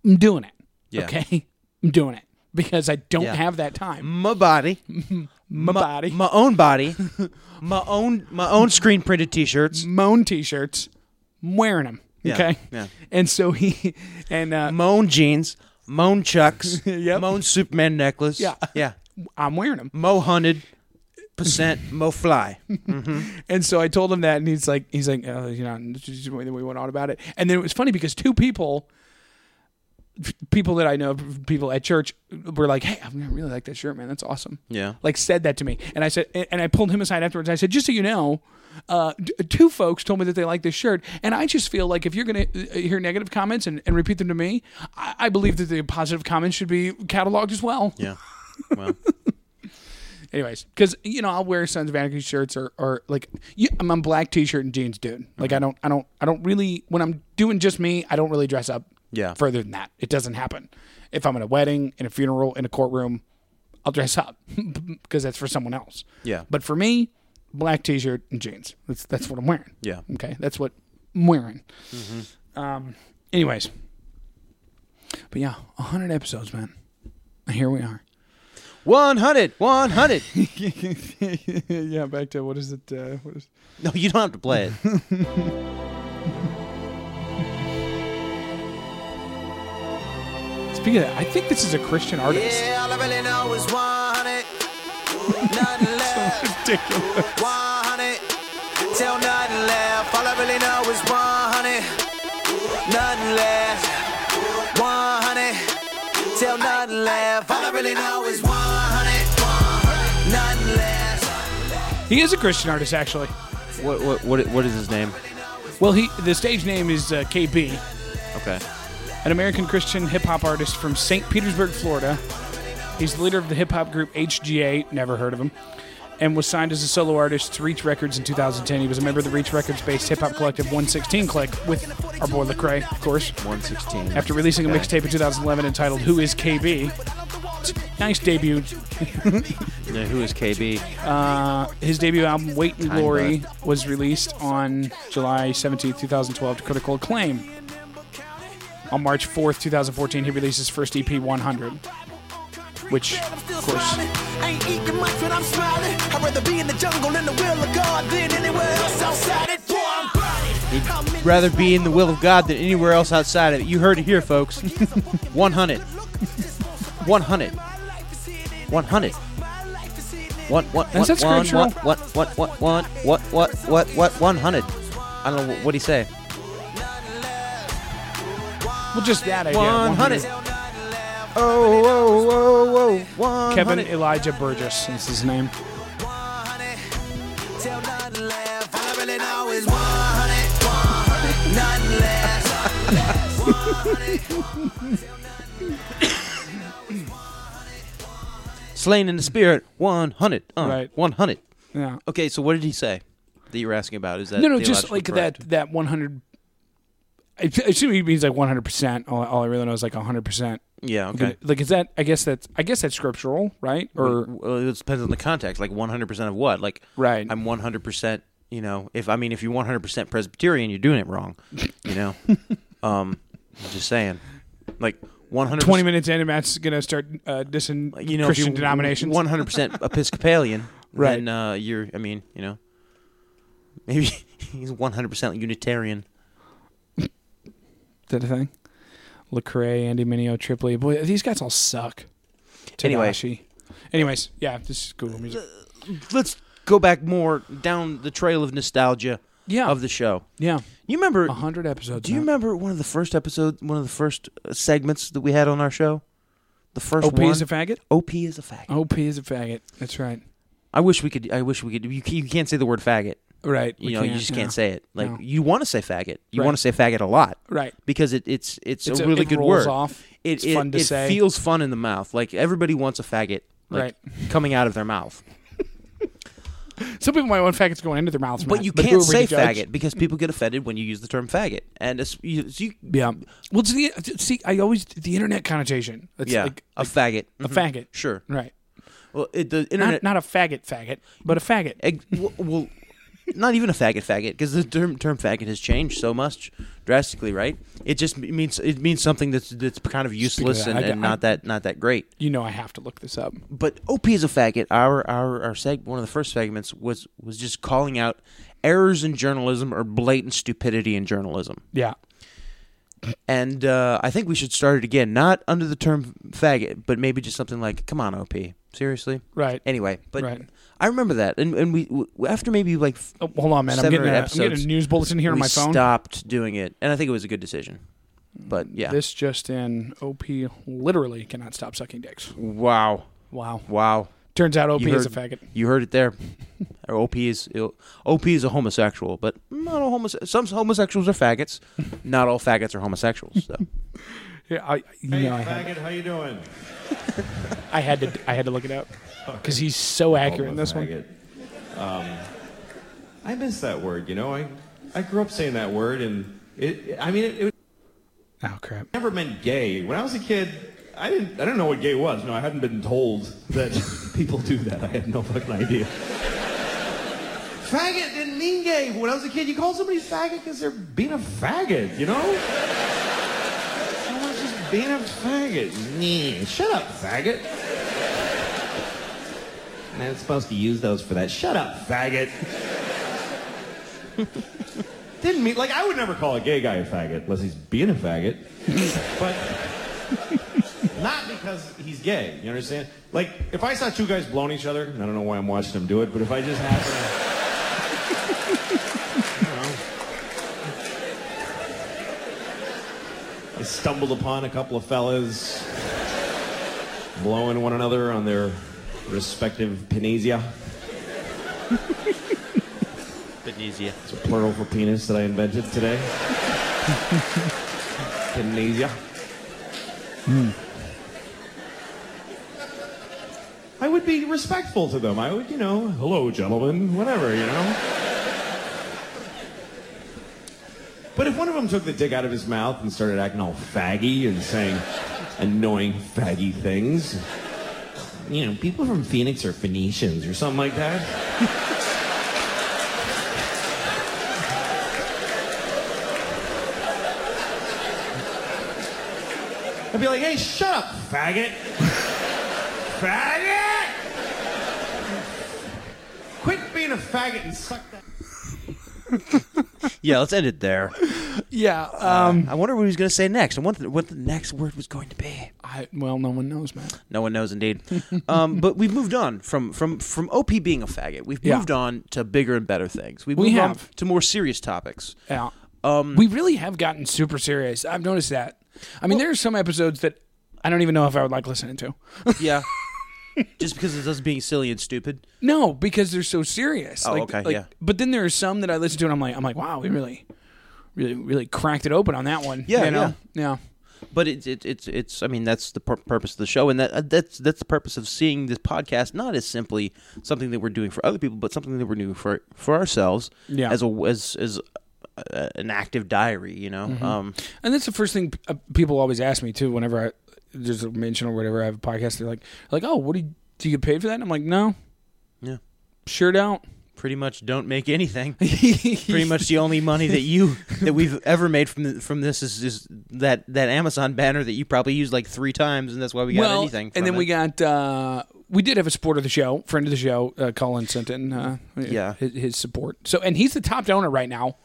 Speaker 2: I'm doing it.
Speaker 3: Yeah.
Speaker 2: Okay, I'm doing it because I don't
Speaker 3: Yeah.
Speaker 2: have that time.
Speaker 3: My body.
Speaker 2: [laughs] My body,
Speaker 3: My
Speaker 2: [laughs]
Speaker 3: own body. my own my own screen printed t-shirts.
Speaker 2: moan t-shirts, I'm wearing them.
Speaker 3: Yeah,
Speaker 2: Okay,
Speaker 3: yeah.
Speaker 2: And so he, and uh,
Speaker 3: My own jeans. My own chucks.
Speaker 2: [laughs] Yep.
Speaker 3: My own Superman necklace.
Speaker 2: Yeah.
Speaker 3: Yeah.
Speaker 2: I'm wearing them.
Speaker 3: Mo hunted percent mo fly.
Speaker 2: And so I told him that, and he's like, he's like, oh, you know, and just the way that we went on about it. And then it was funny because two people, f- people that I know, people at church, were like, hey, I really like that shirt, man. That's awesome.
Speaker 3: [laughs] Yeah.
Speaker 2: Like said that to me, and I said, and I pulled him aside afterwards. I said, just so you know. Uh, d- two folks told me that they like this shirt, and I just feel like if you're gonna uh, hear negative comments and, and repeat them to me, I, I believe that the positive comments should be cataloged as well.
Speaker 3: Yeah. Well.
Speaker 2: Anyways, because you know I'll wear Sons of Anarchy shirts or, or like you, I'm on black t-shirt and jeans, dude. Like I don't I don't I don't really when I'm doing just me, I don't really dress up.
Speaker 3: Yeah.
Speaker 2: Further than that, it doesn't happen. If I'm at a wedding, in a funeral, in a courtroom, I'll dress up [laughs] because that's for someone else.
Speaker 3: Yeah.
Speaker 2: But for me, black t-shirt and jeans. That's that's what I'm wearing.
Speaker 3: Yeah. Mm-hmm.
Speaker 2: Okay, that's what I'm wearing. Um. Anyways, but yeah, hundred episodes, man. Here we are.
Speaker 3: 100. 100.
Speaker 2: [laughs] yeah, back to what is it? Uh, what is
Speaker 3: [laughs] No, you don't have to play
Speaker 2: [laughs]
Speaker 3: it.
Speaker 2: Speaking of that, I think this is a Christian artist.
Speaker 4: Yeah, all I really know is 100.
Speaker 3: [laughs]
Speaker 4: Nothing left.
Speaker 2: Ridiculous.
Speaker 4: 100. Till nothing left. All I really know is 100. Nothing left. 100. Till nothing left. All I really know is 100. Nothing left.
Speaker 2: He is a Christian artist, actually.
Speaker 3: what, what what what is his name?
Speaker 2: Well, he the stage name is uh, KB,
Speaker 3: Okay.
Speaker 2: an American Christian hip hop artist from St. Petersburg, Florida. He's the leader of the hip hop group HGA. Never heard of him. And was signed as a solo artist to Reach Records in 2010. He was a member of the Reach Records-based hip hop collective 116 Click with our boy Lecrae, of course.
Speaker 3: 116.
Speaker 2: After releasing a
Speaker 3: Okay.
Speaker 2: mixtape in 2011 entitled "Who Is KB," nice debut
Speaker 3: Yeah, who is KB?
Speaker 2: His debut album, Wait and
Speaker 3: Time
Speaker 2: Glory, was released on July 17, 2012, to critical acclaim. On March 4th, 2014, he released his first E EP, 100, which,
Speaker 4: Said I'm
Speaker 2: of
Speaker 4: still
Speaker 2: course,
Speaker 4: smiling. Ain't eating much when I'm smiling. I'd rather be in the jungle in the will of God than anywhere else outside it. Boy, I'm riding. I'm in this
Speaker 3: Rather be in the will of God than anywhere else outside of it. You heard it
Speaker 2: [laughs]
Speaker 3: here, folks. 100. 100. 100. What, what, what,
Speaker 2: Is that
Speaker 3: one,
Speaker 2: scriptural?
Speaker 3: What, what, what, what, what, what, what, what, 100. I don't know, what do you say?
Speaker 2: well, just that idea.
Speaker 3: 100. Oh, oh, oh, oh, 100.
Speaker 2: Kevin Elijah Burgess is his name.
Speaker 4: Till nothing left. All I really know is 100, 100, nothing left.
Speaker 3: Slain in the spirit, 100. Uh,
Speaker 2: uh, Right.
Speaker 3: 100.
Speaker 2: Yeah.
Speaker 3: Okay, so what did he say that you were asking about? Is that
Speaker 2: No, no, just
Speaker 3: theologically
Speaker 2: like
Speaker 3: correct?
Speaker 2: that, that 100. I I assume he means like 100%. All, all I really know is like 100%.
Speaker 3: Yeah, okay.
Speaker 2: Like, is that, I guess that's, I guess that's scriptural, right? Or,
Speaker 3: well, it depends on the context. Like 100% of what? Like
Speaker 2: Right.
Speaker 3: I'm 100%, you know, if I mean if you're
Speaker 2: [laughs]
Speaker 3: 100% Presbyterian, you're doing it wrong, you know. um I'm just saying. Like One hundred.
Speaker 2: Twenty minutes in, and Matt's gonna start uh, dissing
Speaker 3: You know,
Speaker 2: Christian denominations.
Speaker 3: One hundred percent Episcopalian.
Speaker 2: [laughs] Right.
Speaker 3: Then uh, you're. I mean, you know. Maybe [laughs] he's one hundred percent Unitarian.
Speaker 2: that thing. Lecrae, Andy Mineo, Tripoli. Boy, these guys all suck.
Speaker 3: Anyway.
Speaker 2: Tanahashi. Anyways, yeah, this is Google Music.
Speaker 3: Let's go back more down the trail of nostalgia
Speaker 2: Yeah, Uh-huh.
Speaker 3: of the show.
Speaker 2: yeah,
Speaker 3: You remember?
Speaker 2: hundred episodes.
Speaker 3: Do you
Speaker 2: Matt.
Speaker 3: remember one of the first episodes? One of the first uh, segments that we had on our show. The first
Speaker 2: OP
Speaker 3: one.
Speaker 2: is a Oh. faggot.
Speaker 3: OP is a faggot.
Speaker 2: OP is a faggot. That's right.
Speaker 3: I wish we could. I wish we could. You, ca- you can't say the word faggot.
Speaker 2: Right.
Speaker 3: You
Speaker 2: we
Speaker 3: know, you just
Speaker 2: yeah.
Speaker 3: can't say it. Like
Speaker 2: No.
Speaker 3: you want to say faggot. You
Speaker 2: Right.
Speaker 3: want to say faggot a lot
Speaker 2: Right.
Speaker 3: because it, it's it's,
Speaker 2: It's
Speaker 3: a really
Speaker 2: it
Speaker 3: good
Speaker 2: rolls
Speaker 3: word.
Speaker 2: Off.
Speaker 3: It,
Speaker 2: it's
Speaker 3: it,
Speaker 2: fun to
Speaker 3: it
Speaker 2: say.
Speaker 3: feels fun in the mouth. Like everybody wants a faggot. Like, Coming out of their mouth,
Speaker 2: right. Some people might want faggots going into their mouths,
Speaker 3: but
Speaker 2: Matt,
Speaker 3: you
Speaker 2: who
Speaker 3: can't
Speaker 2: are we
Speaker 3: say
Speaker 2: to judge?
Speaker 3: faggot because people get offended when you use the term faggot, and it's, you, so you-
Speaker 2: Yeah. Well, it's the, see, I always the internet connotation. It's
Speaker 3: yeah,
Speaker 2: like
Speaker 3: a faggot, Mm-hmm.
Speaker 2: a faggot.
Speaker 3: sure.
Speaker 2: Right.
Speaker 3: Well, it, the
Speaker 2: Not,
Speaker 3: internet,
Speaker 2: not a faggot faggot, but a faggot.
Speaker 3: Ex- well, well, not even a faggot faggot because the term term faggot has changed so much drastically, right? It just m- means it means something that's that's kind of useless
Speaker 2: that,
Speaker 3: and,
Speaker 2: I d-
Speaker 3: and not
Speaker 2: I-
Speaker 3: that not that great.
Speaker 2: You know, I have to look this up.
Speaker 3: But OP is a faggot. Our our our seg- one of the first segments was was just calling out errors in journalism or blatant stupidity in journalism.
Speaker 2: Yeah.
Speaker 3: And uh, I think we should start it again, not under the term faggot, but maybe just something like, "Come on, OP, seriously."
Speaker 2: Right.
Speaker 3: Anyway, but
Speaker 2: Right.
Speaker 3: I remember that, and and we w- after maybe like f-
Speaker 2: Oh, hold on, man. I'm
Speaker 3: Seven
Speaker 2: getting,
Speaker 3: or eight
Speaker 2: a, I'm getting a
Speaker 3: episodes.
Speaker 2: news bulletin here on
Speaker 3: we
Speaker 2: my phone.
Speaker 3: stopped doing it, and I think it was a good decision. But yeah,
Speaker 2: This just in. OP literally cannot stop sucking dicks.
Speaker 3: wow,
Speaker 2: Wow.
Speaker 3: wow,
Speaker 2: Turns out OP
Speaker 3: You
Speaker 2: is a
Speaker 3: heard-
Speaker 2: faggot.
Speaker 3: you heard it there. [laughs] or OP is OP is a homosexual, but not all homose- some homosexuals are faggots. not all faggots are homosexuals, though.
Speaker 2: Yeah, I, you know, I, had,
Speaker 5: how you doing?
Speaker 2: [laughs] I had to I had to look it up because he's so accurate in this one.
Speaker 5: Um, I miss that word, you know. I, I grew up saying that word, and it. I mean, it, it
Speaker 2: Oh crap!
Speaker 5: never meant gay. When I was a kid, I didn't. I didn't know what gay was. No, I hadn't been told that [laughs] people do that. I had no fucking idea. faggot didn't mean gay. When I was a kid, you called somebody faggot because they're being a faggot, you know. Someone's just being a faggot. Nyeh. Shut up, faggot. And I'm supposed to use those for that. Shut up, faggot. [laughs] Didn't mean like I would never call a gay guy a faggot unless he's being a faggot. but [laughs] not because he's gay. You understand? Like if I saw two guys blowing each other, and I don't know why I'm watching them do it, but if I just happen to I don't know. I stumbled upon a couple of fellas blowing one another on their respective penesia.
Speaker 3: Benicia.
Speaker 5: It's a plural for penis that I invented today. Kinesia. I would be respectful to them. I would, you know, hello, gentlemen, whatever, you know. But if one of them took the dick out of his mouth and started acting all faggy and saying annoying faggy things, you know, people from Phoenix are Phoenicians or something like that. I'd be like, hey, shut up, faggot. faggot! Quit being a faggot and suck that.
Speaker 3: [laughs] Yeah, let's end it there.
Speaker 2: Yeah. Um.
Speaker 3: I wonder what he was going to say next. I wonder what the next word was going to be.
Speaker 2: I, well, no one knows, man.
Speaker 3: No one knows, [laughs] indeed. um, but we've moved on from from from OP being a faggot. We've
Speaker 2: Yeah.
Speaker 3: moved on to bigger and better things. We've
Speaker 2: We
Speaker 3: moved on
Speaker 2: have.
Speaker 3: to more serious [laughs] topics.
Speaker 2: Yeah.
Speaker 3: Um,
Speaker 2: we really have gotten super serious. I've noticed that. I mean, there are some episodes that I don't even know if I would like listening to.
Speaker 3: yeah, just because it's us being silly and stupid.
Speaker 2: No, because they're so serious.
Speaker 3: Oh,
Speaker 2: like,
Speaker 3: okay,
Speaker 2: like-
Speaker 3: yeah.
Speaker 2: But then there are some that I listen to and I'm like, I'm like, wow, we really, really, really cracked it open on that one.
Speaker 3: Yeah,
Speaker 2: you know? yeah,
Speaker 3: But it's it's it's it's. I mean, that's the pur- purpose of the show, and that uh, that's that's the purpose of seeing this podcast not as simply something that we're doing for other people, but something that we're doing for for ourselves.
Speaker 2: Yeah.
Speaker 3: as a as as uh, an active diary, you know.
Speaker 2: Mm-hmm.
Speaker 3: Um,
Speaker 2: And that's the first thing uh, people always ask me too. Whenever I there's a mention or whatever, I have a podcast. They're like, like, oh, what do you, do you get paid for that? And I'm like, no,
Speaker 3: yeah,
Speaker 2: sure don't.
Speaker 3: pretty much don't make
Speaker 2: [laughs]
Speaker 3: anything. pretty much the only money that you that we've ever made from the, from this is, is that that Amazon banner that you probably used like three times, and that's why we got
Speaker 2: well,
Speaker 3: anything. from
Speaker 2: and then
Speaker 3: it.
Speaker 2: we got uh, we did have a support of the show, friend of the show, uh, Colin sent in uh,
Speaker 3: Yeah.
Speaker 2: his, his support. So and he's the top donor right now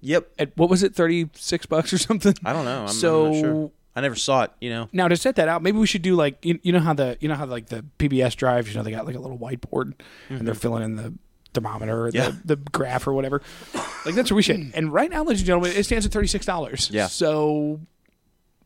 Speaker 3: yep.
Speaker 2: at what was it thirty six bucks or something.
Speaker 3: I don't know. I'm,
Speaker 2: so
Speaker 3: I'm not sure. I never saw it. You know.
Speaker 2: now to set that out, maybe we should do like you, you know how the you know how like the PBS drives, you know they got like a little whiteboard and they're filling in the thermometer, or
Speaker 3: Mm-hmm. Yeah. Mm.
Speaker 2: the, the graph or whatever. Like that's what we should. And right now, ladies and gentlemen, it stands at thirty six dollars.
Speaker 3: Yeah.
Speaker 2: So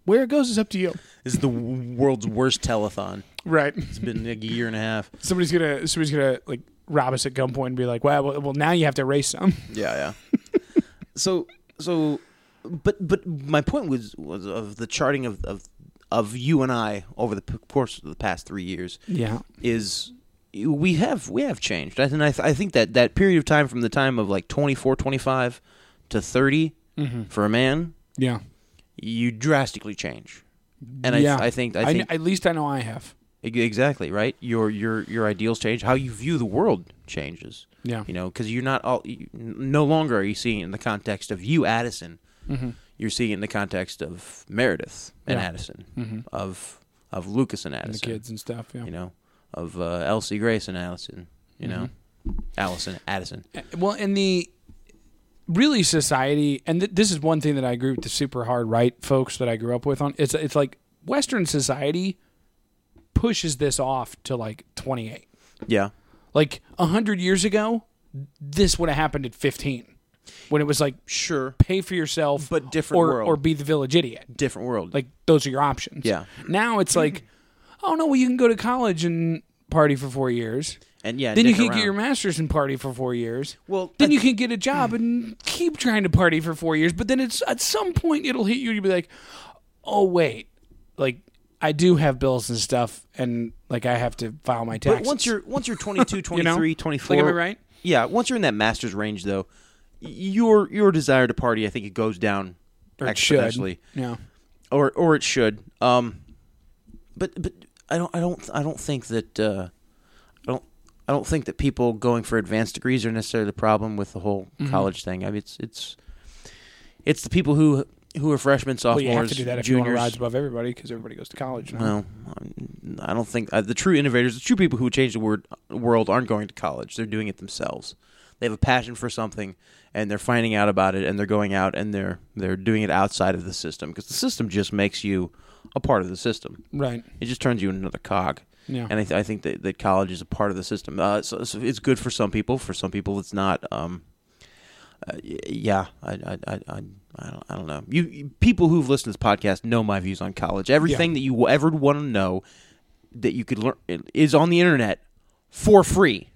Speaker 2: where it goes is up to you.
Speaker 3: This is the w- world's worst telethon.
Speaker 2: Right.
Speaker 3: It's been like a year and a half.
Speaker 2: Somebody's gonna somebody's gonna like rob us at gunpoint and be like, well, well, well now you have to erase some.
Speaker 3: Yeah, yeah. [laughs] so, so, but, but my point was was of the charting of of of you and I over the p- course of the past three years.
Speaker 2: Yeah.
Speaker 3: is we have we have changed. I think I, th- I think that that period of time from the time of like 24, 25 to 30 for a man,
Speaker 2: Yeah.
Speaker 3: you drastically change. And I,
Speaker 2: yeah.
Speaker 3: I think I think
Speaker 2: at least I know I have.
Speaker 3: Ex- Exactly right. Your your your ideals change. How you view the world changes.
Speaker 2: Yeah.
Speaker 3: You know, because you're not all. You, no longer are you seeing it in the context of you, Addison. You're seeing it in the context of Meredith and
Speaker 2: Mm-hmm. Yeah.
Speaker 3: Addison, of of Lucas and
Speaker 2: The
Speaker 3: Addison,
Speaker 2: kids and stuff. Yeah.
Speaker 3: You know, of uh, Elsie Grace and Allison. You know,
Speaker 2: Mm-hmm.
Speaker 3: Allison Addison.
Speaker 2: well in the really society and th- this is one thing that i agree with the super hard right folks that i grew up with on it's it's like western society pushes this off to like 28
Speaker 3: Yeah.
Speaker 2: like 100 years ago this would have happened at 15 when it was like
Speaker 3: Sure.
Speaker 2: pay for yourself
Speaker 3: But different
Speaker 2: or,
Speaker 3: world.
Speaker 2: or be the village idiot
Speaker 3: Different world.
Speaker 2: like those are your options
Speaker 3: Yeah.
Speaker 2: now it's
Speaker 3: [clears throat]
Speaker 2: like oh no well you can go to college and party for four years
Speaker 3: and yeah.
Speaker 2: then you
Speaker 3: dick
Speaker 2: can
Speaker 3: around.
Speaker 2: get your master's and party for four years.
Speaker 3: Well,
Speaker 2: then
Speaker 3: I-
Speaker 2: you can get a job and keep trying to party for four years. But then it's at some point it'll hit you. and You'll be like, oh wait, like I do have bills and stuff, and like I have to file my taxes.
Speaker 3: But once you're
Speaker 2: [laughs]
Speaker 3: once you're 22,
Speaker 2: You know?
Speaker 3: 23, 24.
Speaker 2: Like, am I right?
Speaker 3: Yeah, once you're in that master's range though, y- your your desire to party I think it goes down
Speaker 2: Or it should.
Speaker 3: exponentially.
Speaker 2: Yeah.
Speaker 3: Or or it should. Um but but I don't I don't I don't think that uh I don't I don't think that people going for advanced degrees are necessarily the problem with the whole
Speaker 2: Mm-hmm.
Speaker 3: college thing. I mean it's it's it's the people who who are freshmen,
Speaker 2: Well,
Speaker 3: sophomores,
Speaker 2: you have to do that if you
Speaker 3: juniors.
Speaker 2: want to rise above everybody because everybody goes to college. Now.
Speaker 3: Well, I'm- I don't think uh, the true innovators, the true people who change the word, world, aren't going to college. They're doing it themselves. They have a passion for something, and they're finding out about it, and they're going out and they're they're doing it outside of the system because the system just makes you a part of the system.
Speaker 2: Right.
Speaker 3: It just turns you into another cog.
Speaker 2: Yeah.
Speaker 3: And I, th- I think that, that college is a part of the system. Uh, so, so it's good for some people. For some people, it's not. Um, uh, y- yeah, I, I, I, I, I, don't, I don't know. You, you- people who've listened to this podcast know my views on college. Everything that you ever want to know that you could learn is on the internet
Speaker 2: [laughs]
Speaker 3: for free.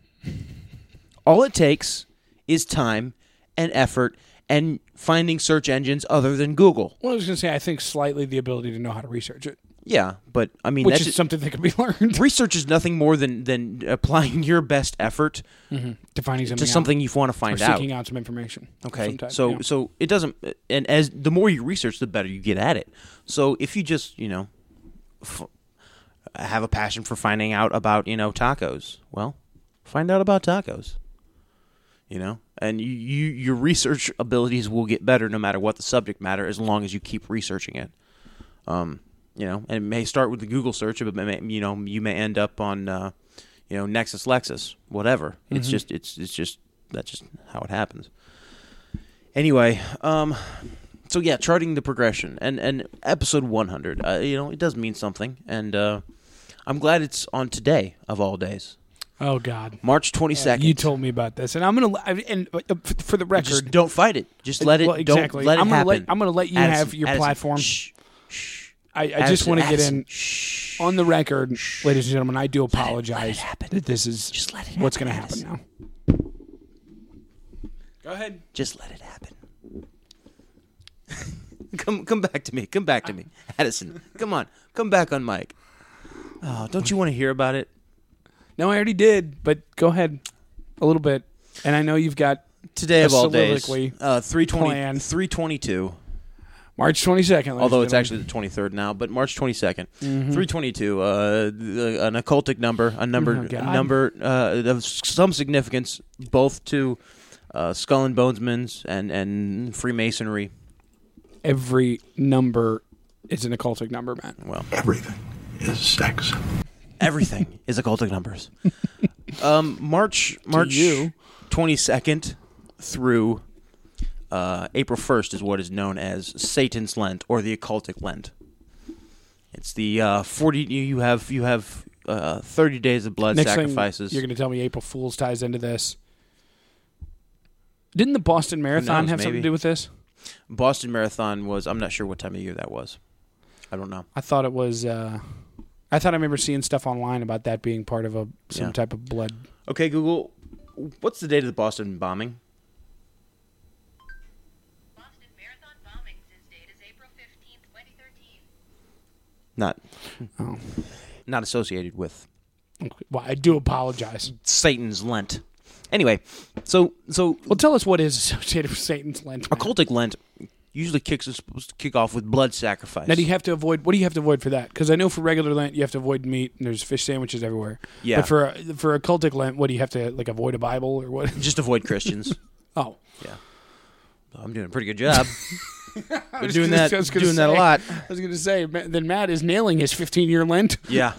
Speaker 3: All it takes is time and effort and finding search engines other than Google.
Speaker 2: Well, I was gonna say I think slightly the ability to know how to research it,
Speaker 3: Yeah, but I mean
Speaker 2: which
Speaker 3: that's
Speaker 2: is
Speaker 3: just-
Speaker 2: something that can be [laughs] learned.
Speaker 3: research is nothing more than than applying [laughs] your best effort
Speaker 2: to finding something
Speaker 3: to Mm-hmm. something
Speaker 2: out,
Speaker 3: you want
Speaker 2: or
Speaker 3: to find out.
Speaker 2: seeking out some information. of
Speaker 3: Okay,
Speaker 2: some type,
Speaker 3: so
Speaker 2: yeah.
Speaker 3: so it doesn't, and as the more you research, the better you get at it. So if you just you know f- have a passion for finding out about you know tacos, well, find out about tacos. You know, and you, you your research abilities will get better no matter what the subject matter, as long as you keep researching it. Um, you know, and it may start with the Google search, but may, you know you may end up on uh, you know Nexus Lexus, whatever. It's just it's it's just that's just how it happens anyway um so yeah charting the progression and and episode 100 uh, you know it does mean something and uh i'm glad it's on today of all days
Speaker 2: oh god.
Speaker 3: march 22nd
Speaker 2: You told me about this, and I'm gonna I- and uh, f- for the record,
Speaker 3: just don't fight it just let it
Speaker 2: Well, exactly.
Speaker 3: don't let it
Speaker 2: I'm gonna
Speaker 3: happen
Speaker 2: let- I'm gonna let you have your
Speaker 3: Addison,
Speaker 2: platform.
Speaker 3: shh, shh.
Speaker 2: I, I just
Speaker 3: Addison,
Speaker 2: want to get
Speaker 3: Addison,
Speaker 2: in
Speaker 3: shh.
Speaker 2: on the record, ladies and gentlemen. I do apologize
Speaker 3: happen.
Speaker 2: that this is
Speaker 3: Just let it
Speaker 2: what's
Speaker 3: happen,
Speaker 2: gonna happen now. Go ahead.
Speaker 3: just let it happen [laughs] come come back to me come back to me addison come on come back on mike oh don't you want to hear about it
Speaker 2: No, I already did, but go ahead a little bit, and I know you've got
Speaker 3: today of all days
Speaker 2: soliloquy
Speaker 3: uh 320
Speaker 2: plan.
Speaker 3: 322
Speaker 2: March 22nd. ladies and
Speaker 3: Although it's
Speaker 2: gentlemen.
Speaker 3: actually the 23rd now, but March 22nd,
Speaker 2: Mm-hmm.
Speaker 3: 322, uh, th- an occultic number, a number,
Speaker 2: Oh,
Speaker 3: a
Speaker 2: God.
Speaker 3: number uh, of s- some significance, both to uh, Skull and Bonesmen's and and Freemasonry.
Speaker 2: every number is an occultic number, man.
Speaker 3: Well,
Speaker 6: Everything is sex. [laughs]
Speaker 3: everything is occultic numbers. um, March March
Speaker 2: you.
Speaker 3: 22nd through uh, April 1st is what is known as Satan's Lent or the occultic Lent. It's the uh, 40 you you have you have uh, 30 days of blood
Speaker 2: Next
Speaker 3: sacrifices.
Speaker 2: thing you're going to tell me April Fool's ties into this. Didn't the Boston Marathon
Speaker 3: knows,
Speaker 2: have something
Speaker 3: maybe.
Speaker 2: to do with this?
Speaker 3: Boston Marathon was I'm not sure what time of year that was. I don't know.
Speaker 2: I thought it was. Uh, I thought I remember seeing stuff online about that being part of a some
Speaker 3: Yeah.
Speaker 2: type of blood.
Speaker 3: Okay, Google, what's the date of the Boston bombing?
Speaker 7: Boston Marathon bombings is date is April 15th, 2013.
Speaker 3: Not
Speaker 2: Oh,
Speaker 3: not associated with
Speaker 2: Okay. well, I do apologize.
Speaker 3: Satan's Lent. Anyway, so so
Speaker 2: Well, tell us what is associated with Satan's Lent. man.
Speaker 3: occultic Lent usually kicks is supposed to kick off with blood sacrifice.
Speaker 2: Now, do you have to avoid? What do you have to avoid for that? Because I know for regular Lent you have to avoid meat, and there's fish sandwiches everywhere.
Speaker 3: Yeah.
Speaker 2: But for for occultic Lent, what do you have to like avoid a Bible or what? [laughs]
Speaker 3: Just avoid Christians.
Speaker 2: Oh,
Speaker 3: yeah, I'm doing a pretty good
Speaker 2: [laughs]
Speaker 3: job. Been doing
Speaker 2: gonna-
Speaker 3: that,
Speaker 2: I was gonna
Speaker 3: doing that a
Speaker 2: say.
Speaker 3: lot.
Speaker 2: I was going to say Ma- then Matt is nailing his 15 year Lent,
Speaker 3: Yeah,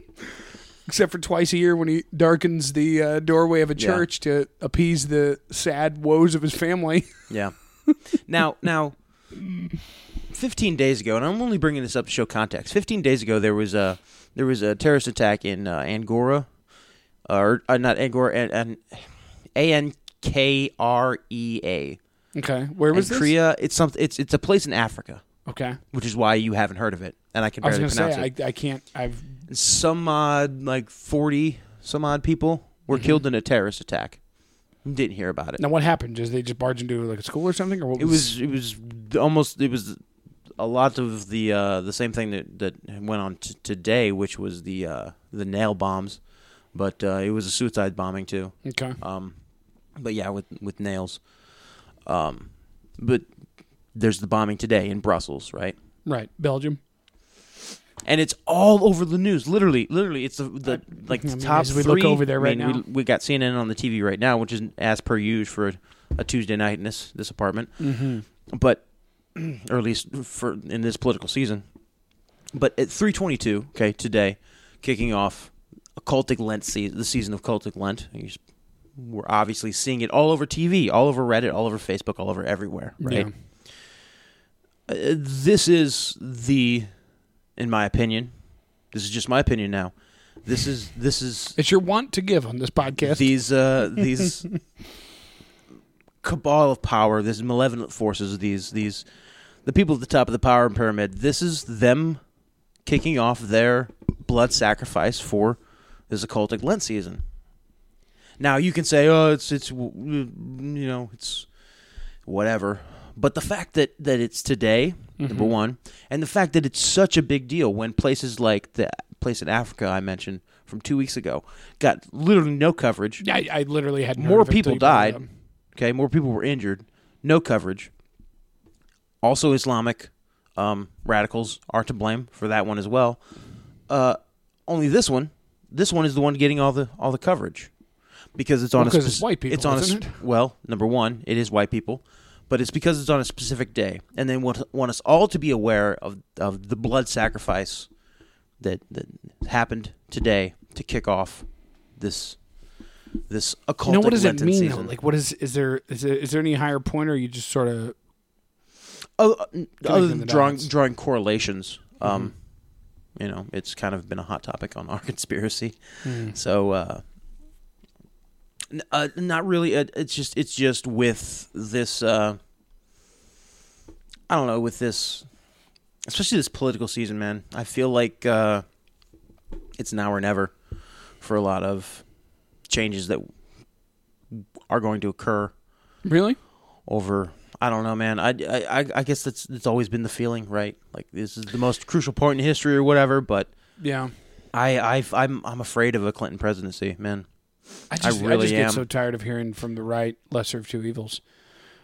Speaker 2: [laughs] except for twice a year when he darkens the uh, doorway of a
Speaker 3: Yeah.
Speaker 2: church to appease the sad woes of his family. [laughs]
Speaker 3: yeah. Now, now, 15 days ago, and I'm only bringing this up to show context. 15 days ago, there was a there was a terrorist attack in uh, Angora, or uh, not Angora, and and A N K R E A.
Speaker 2: Okay, where was this?
Speaker 3: Korea. It's something. It's it's a place in Africa.
Speaker 2: Okay,
Speaker 3: which is why you haven't heard of it, and I can
Speaker 2: I was
Speaker 3: barely
Speaker 2: going to
Speaker 3: pronounce
Speaker 2: say
Speaker 3: it.
Speaker 2: I, I can't. I've
Speaker 3: Some odd, like forty, some odd people were
Speaker 2: Mm-hmm.
Speaker 3: killed in a terrorist attack. Didn't hear about it.
Speaker 2: now what happened? Did they just barge into like a school or something, or what?
Speaker 3: It was it was almost it was a lot of the uh, the same thing that that went on t- today, which was the uh, the nail bombs, but uh, it was a suicide bombing too.
Speaker 2: okay?
Speaker 3: Um, but yeah, with with nails. Um, but there's the bombing today in Brussels, right?
Speaker 2: right, Belgium.
Speaker 3: and it's all over the news. Literally, literally, it's the, the like
Speaker 2: I
Speaker 3: the
Speaker 2: mean,
Speaker 3: top
Speaker 2: as we
Speaker 3: three.
Speaker 2: look over there
Speaker 3: I
Speaker 2: right
Speaker 3: mean,
Speaker 2: now.
Speaker 3: we, we got CNN on the TV right now, which is as per usual for a, Tuesday night in this this apartment,
Speaker 2: Mm-hmm.
Speaker 3: but [clears throat] or at least for in this political season. But at three twenty two, okay, today, kicking off occultic Lent season, the season of cultic Lent. You just- We're obviously seeing it all over TV, all over Reddit, all over Facebook, all over everywhere,
Speaker 2: Yeah.
Speaker 3: right? Uh, this is the in my opinion this is just my opinion now this is this is
Speaker 2: It's your want to give on this podcast.
Speaker 3: these uh these cabal of power these malevolent forces these these the people at the top of the power pyramid this is them kicking off their blood sacrifice for this occultic lent season now you can say oh it's it's w- w- you know it's whatever but the fact that that it's today number one and the fact that it's such a big deal when places like the place in africa i mentioned from two weeks ago got literally no coverage
Speaker 2: I, I literally had
Speaker 3: more people died. Okay, more people were injured. No coverage. Also, Islamic um, radicals are to blame for that one as well. Uh, only this one, this one is the one getting all the all the coverage because it's on
Speaker 2: Well,
Speaker 3: a
Speaker 2: 'cause it's white people,
Speaker 3: It's on
Speaker 2: isn't
Speaker 3: a,
Speaker 2: it? [laughs]
Speaker 3: sp- Well, number one, it is white people, but it's because it's on a specific day, and they want want us all to be aware of of the blood sacrifice that that happened today to kick off this this occultic
Speaker 2: You know what does it
Speaker 3: Lenten
Speaker 2: mean? Though?
Speaker 3: season.
Speaker 2: Like, what is is there is there, is there any higher point, or you just sort of
Speaker 3: Oh, uh, n- other
Speaker 2: them
Speaker 3: than
Speaker 2: the
Speaker 3: drawing
Speaker 2: dots.
Speaker 3: drawing correlations,
Speaker 2: Mm-hmm.
Speaker 3: um, you know, it's kind of been a hot topic on our [laughs] conspiracy.
Speaker 2: Hmm.
Speaker 3: So, uh, n- uh, not really. It, it's just it's just with this. Uh, I don't know with this, especially this political season, man. I feel like uh, it's now or never for a lot of changes that are going to occur
Speaker 2: really?
Speaker 3: over I don't know, man. I, I, I- I guess that's that's always been the feeling, right? Like this is the most crucial point in history or whatever. But
Speaker 2: Yeah,
Speaker 3: I I I'm I'm afraid of a Clinton presidency, man.
Speaker 2: I just I,
Speaker 3: really
Speaker 2: just
Speaker 3: am.
Speaker 2: get so tired of hearing from the right lesser of two evils.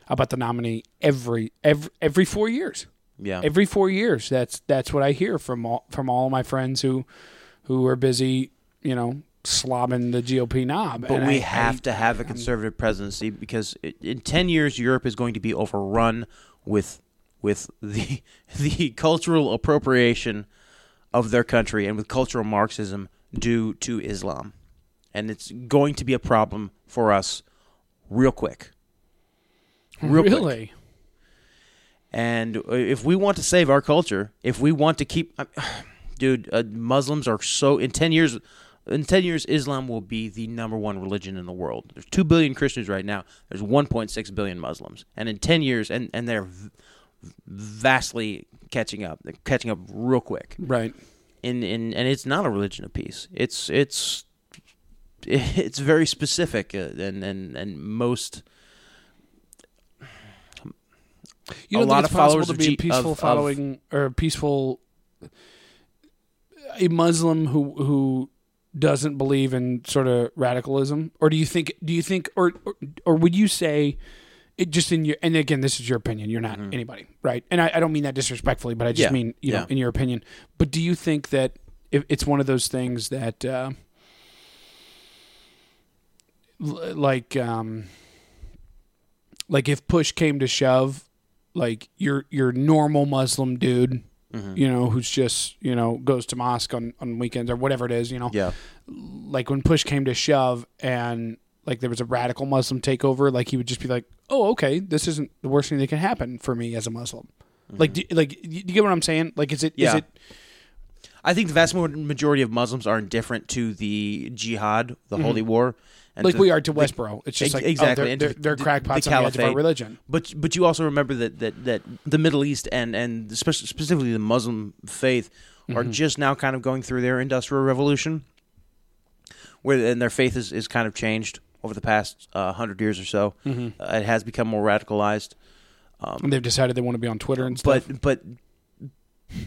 Speaker 2: I about to nominate every every every four years.
Speaker 3: Yeah.
Speaker 2: Every four years, that's that's what I hear from all from all my friends who who are busy, you know, slobbing the GOP knob.
Speaker 3: but
Speaker 2: And I-
Speaker 3: we have to have a conservative presidency because i- in 10 years Europe is going to be overrun with with the [laughs] the cultural appropriation of their country and with cultural marxism due to Islam. And it's going to be a problem for us real quick. Real quick.
Speaker 2: really.
Speaker 3: And if we want to save our culture, if we want to keep, I- [sighs] dude, uh, Muslims are so in ten years. In ten years, Islam will be the number one religion in the world. There's two billion Christians right now. There's 1.6 billion Muslims, and in ten years, and and they're v- vastly catching up. They're catching up real quick.
Speaker 2: Right.
Speaker 3: In in and it's not a religion of peace. It's it's [laughs] it's very specific, uh, and and and most
Speaker 2: You
Speaker 3: A
Speaker 2: don't
Speaker 3: lot
Speaker 2: think it's
Speaker 3: of
Speaker 2: possible
Speaker 3: followers
Speaker 2: to
Speaker 3: of
Speaker 2: be
Speaker 3: G-
Speaker 2: a peaceful
Speaker 3: of- of-
Speaker 2: following or a peaceful a Muslim who who doesn't believe in sort of radicalism, or do you think? Do you think, or or, or would you say? It just in your and again this is your opinion you're not anybody right and I, I don't mean that disrespectfully but I just
Speaker 3: Mm-hmm. Yeah,
Speaker 2: mean you know
Speaker 3: yeah.
Speaker 2: in your opinion but do you think that if it's one of those things that uh, l- like um, like if push came to shove, like your your normal Muslim dude,
Speaker 3: Mm-hmm.
Speaker 2: you know, who's just you know goes to mosque on on weekends or whatever it is, you know, Like when push came to shove, and like there was a radical Muslim takeover, like he would just be like, "Oh, okay, this isn't the worst thing that can happen for me as a Muslim." Like, do, like you you get what I'm saying? Like, is it is
Speaker 3: Mm-hmm. Yeah.
Speaker 2: it
Speaker 3: I think the vast mo- majority of Muslims are indifferent to the jihad, the holy war, and
Speaker 2: Mm-hmm. like
Speaker 3: to-
Speaker 2: we are to Westboro? It's just
Speaker 3: Ex-
Speaker 2: like oh,
Speaker 3: exactly
Speaker 2: they're,
Speaker 3: and to
Speaker 2: they're, they're
Speaker 3: the-
Speaker 2: crackpots
Speaker 3: the
Speaker 2: on the edge of our
Speaker 3: caliphate.
Speaker 2: religion.
Speaker 3: But but you also remember that that, that the Middle East and and especially specifically the Muslim faith
Speaker 2: Mm-hmm.
Speaker 3: are just now kind of going through their industrial revolution, where and their faith is, is kind of changed over the past uh, hundred years or so.
Speaker 2: Mm-hmm.
Speaker 3: Uh, it has become more radicalized.
Speaker 2: And they've decided they want to be on Twitter and stuff.
Speaker 3: but but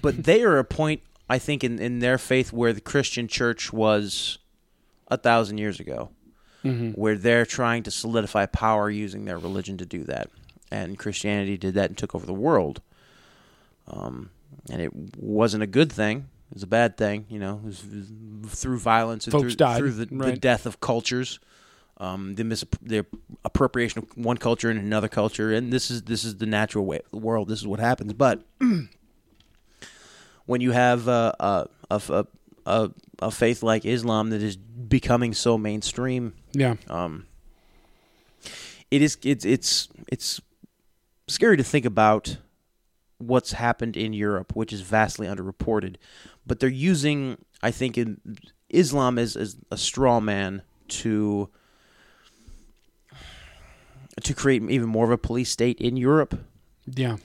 Speaker 3: but they are a point I think in, in their faith where the Christian church was a thousand years ago,
Speaker 2: Mm.
Speaker 3: where they're trying to solidify power using their religion to do that, and Christianity did that and took over the world. Um, and it wasn't a good thing; it was a bad thing, you know, it was, it was through violence and
Speaker 2: Folks
Speaker 3: through,
Speaker 2: died,
Speaker 3: through the, the
Speaker 2: right.
Speaker 3: death of cultures. Um, the, mis- the appropriation of one culture and another culture, and this is this is the natural way of the world. This is what happens. But [clears throat] when you have uh, a, a, a, a, a faith like Islam that is becoming so mainstream,
Speaker 2: yeah,
Speaker 3: um, it is it's it's it's scary to think about what's happened in Europe, which is vastly underreported. But they're using, I think, in Islam as, as a straw man to to create even more of a police state in Europe,
Speaker 2: yeah.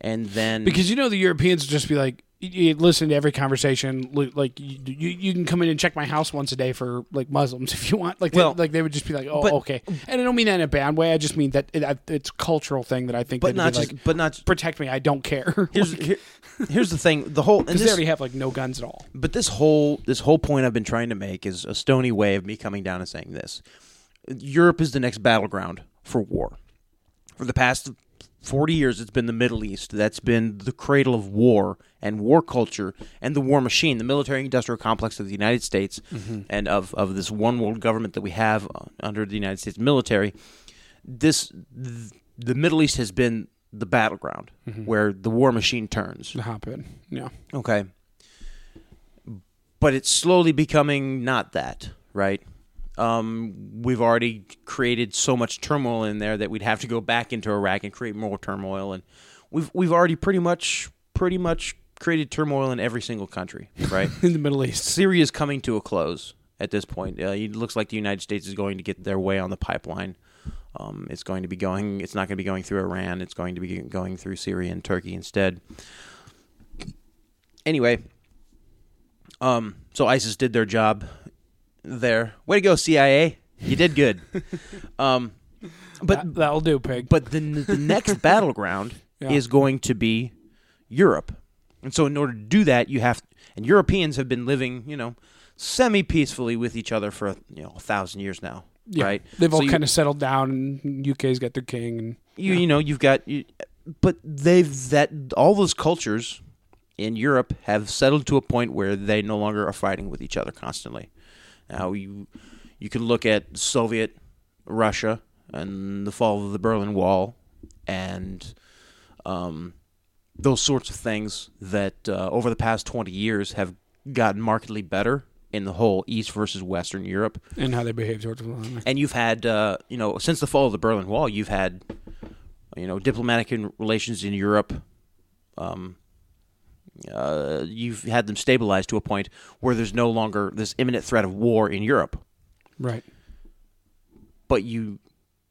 Speaker 3: and then
Speaker 2: because you know the Europeans just be like, you, you listen to every conversation. li- Like you, you, you can come in and check my house once a day for like Muslims [laughs] if you want. Like,
Speaker 3: Well,
Speaker 2: they, like they would just be like, oh,
Speaker 3: but-
Speaker 2: okay. And I don't mean that in a bad way. I just mean that it, I- it's a cultural thing that I think.
Speaker 3: but
Speaker 2: that
Speaker 3: not just,
Speaker 2: like,
Speaker 3: but not
Speaker 2: protect me. I don't care. [laughs]
Speaker 3: here's here, here's the thing the whole and
Speaker 2: because they
Speaker 3: this,
Speaker 2: already have like no guns at all.
Speaker 3: but this whole this whole point I've been trying to make is a stony way of me coming down and saying this Europe is the next battleground for war for the past 40 years it's been the middle east that's been the cradle of war and war culture and the war machine the military industrial complex of the united states and of, of this one world government that we have uh, under the united states military this th- the middle east has been the battleground where the war machine turns
Speaker 2: To hop in. Yeah.
Speaker 3: Okay. But it's slowly becoming not that, right? Um, we've already created so much turmoil in there that we'd have to go back into Iraq and create more turmoil, and we've we've already pretty much pretty much created turmoil in every single country, right?
Speaker 2: In the Middle East.
Speaker 3: Syria is coming to a close at this point. Uh, it looks like the United States is going to get their way on the pipeline. Um, it's going to be going. It's not going to be going through Iran. It's going to be going through Syria and Turkey instead. Anyway, um, so ISIS did their job there. Way to go, CIA! You did good. um, but
Speaker 2: That, will do, pig.
Speaker 3: but the, the
Speaker 2: [laughs]
Speaker 3: next battleground
Speaker 2: Yeah.
Speaker 3: is going to be Europe. And so, in order to do that, you have, and Europeans have been living, you know, semi peacefully with each other for, you know, a thousand years now. right?
Speaker 2: They've
Speaker 3: So
Speaker 2: all
Speaker 3: you-
Speaker 2: kind of settled down, and UK's got their king, and
Speaker 3: you you know you've got you, but they've that all those cultures in Europe have settled to a point where they no longer are fighting with each other constantly. Now you you can look at Soviet Russia and the fall of the Berlin Wall and um, those sorts of things that uh, over the past 20 years have gotten markedly better in the whole East versus Western Europe
Speaker 2: and how they behave towards one another.
Speaker 3: and you've had uh, you know since the fall of the Berlin Wall, you've had you know diplomatic in, relations in Europe. Um, uh, you've had them stabilized to a point where there's no longer this imminent threat of war in Europe,
Speaker 2: Right.
Speaker 3: but you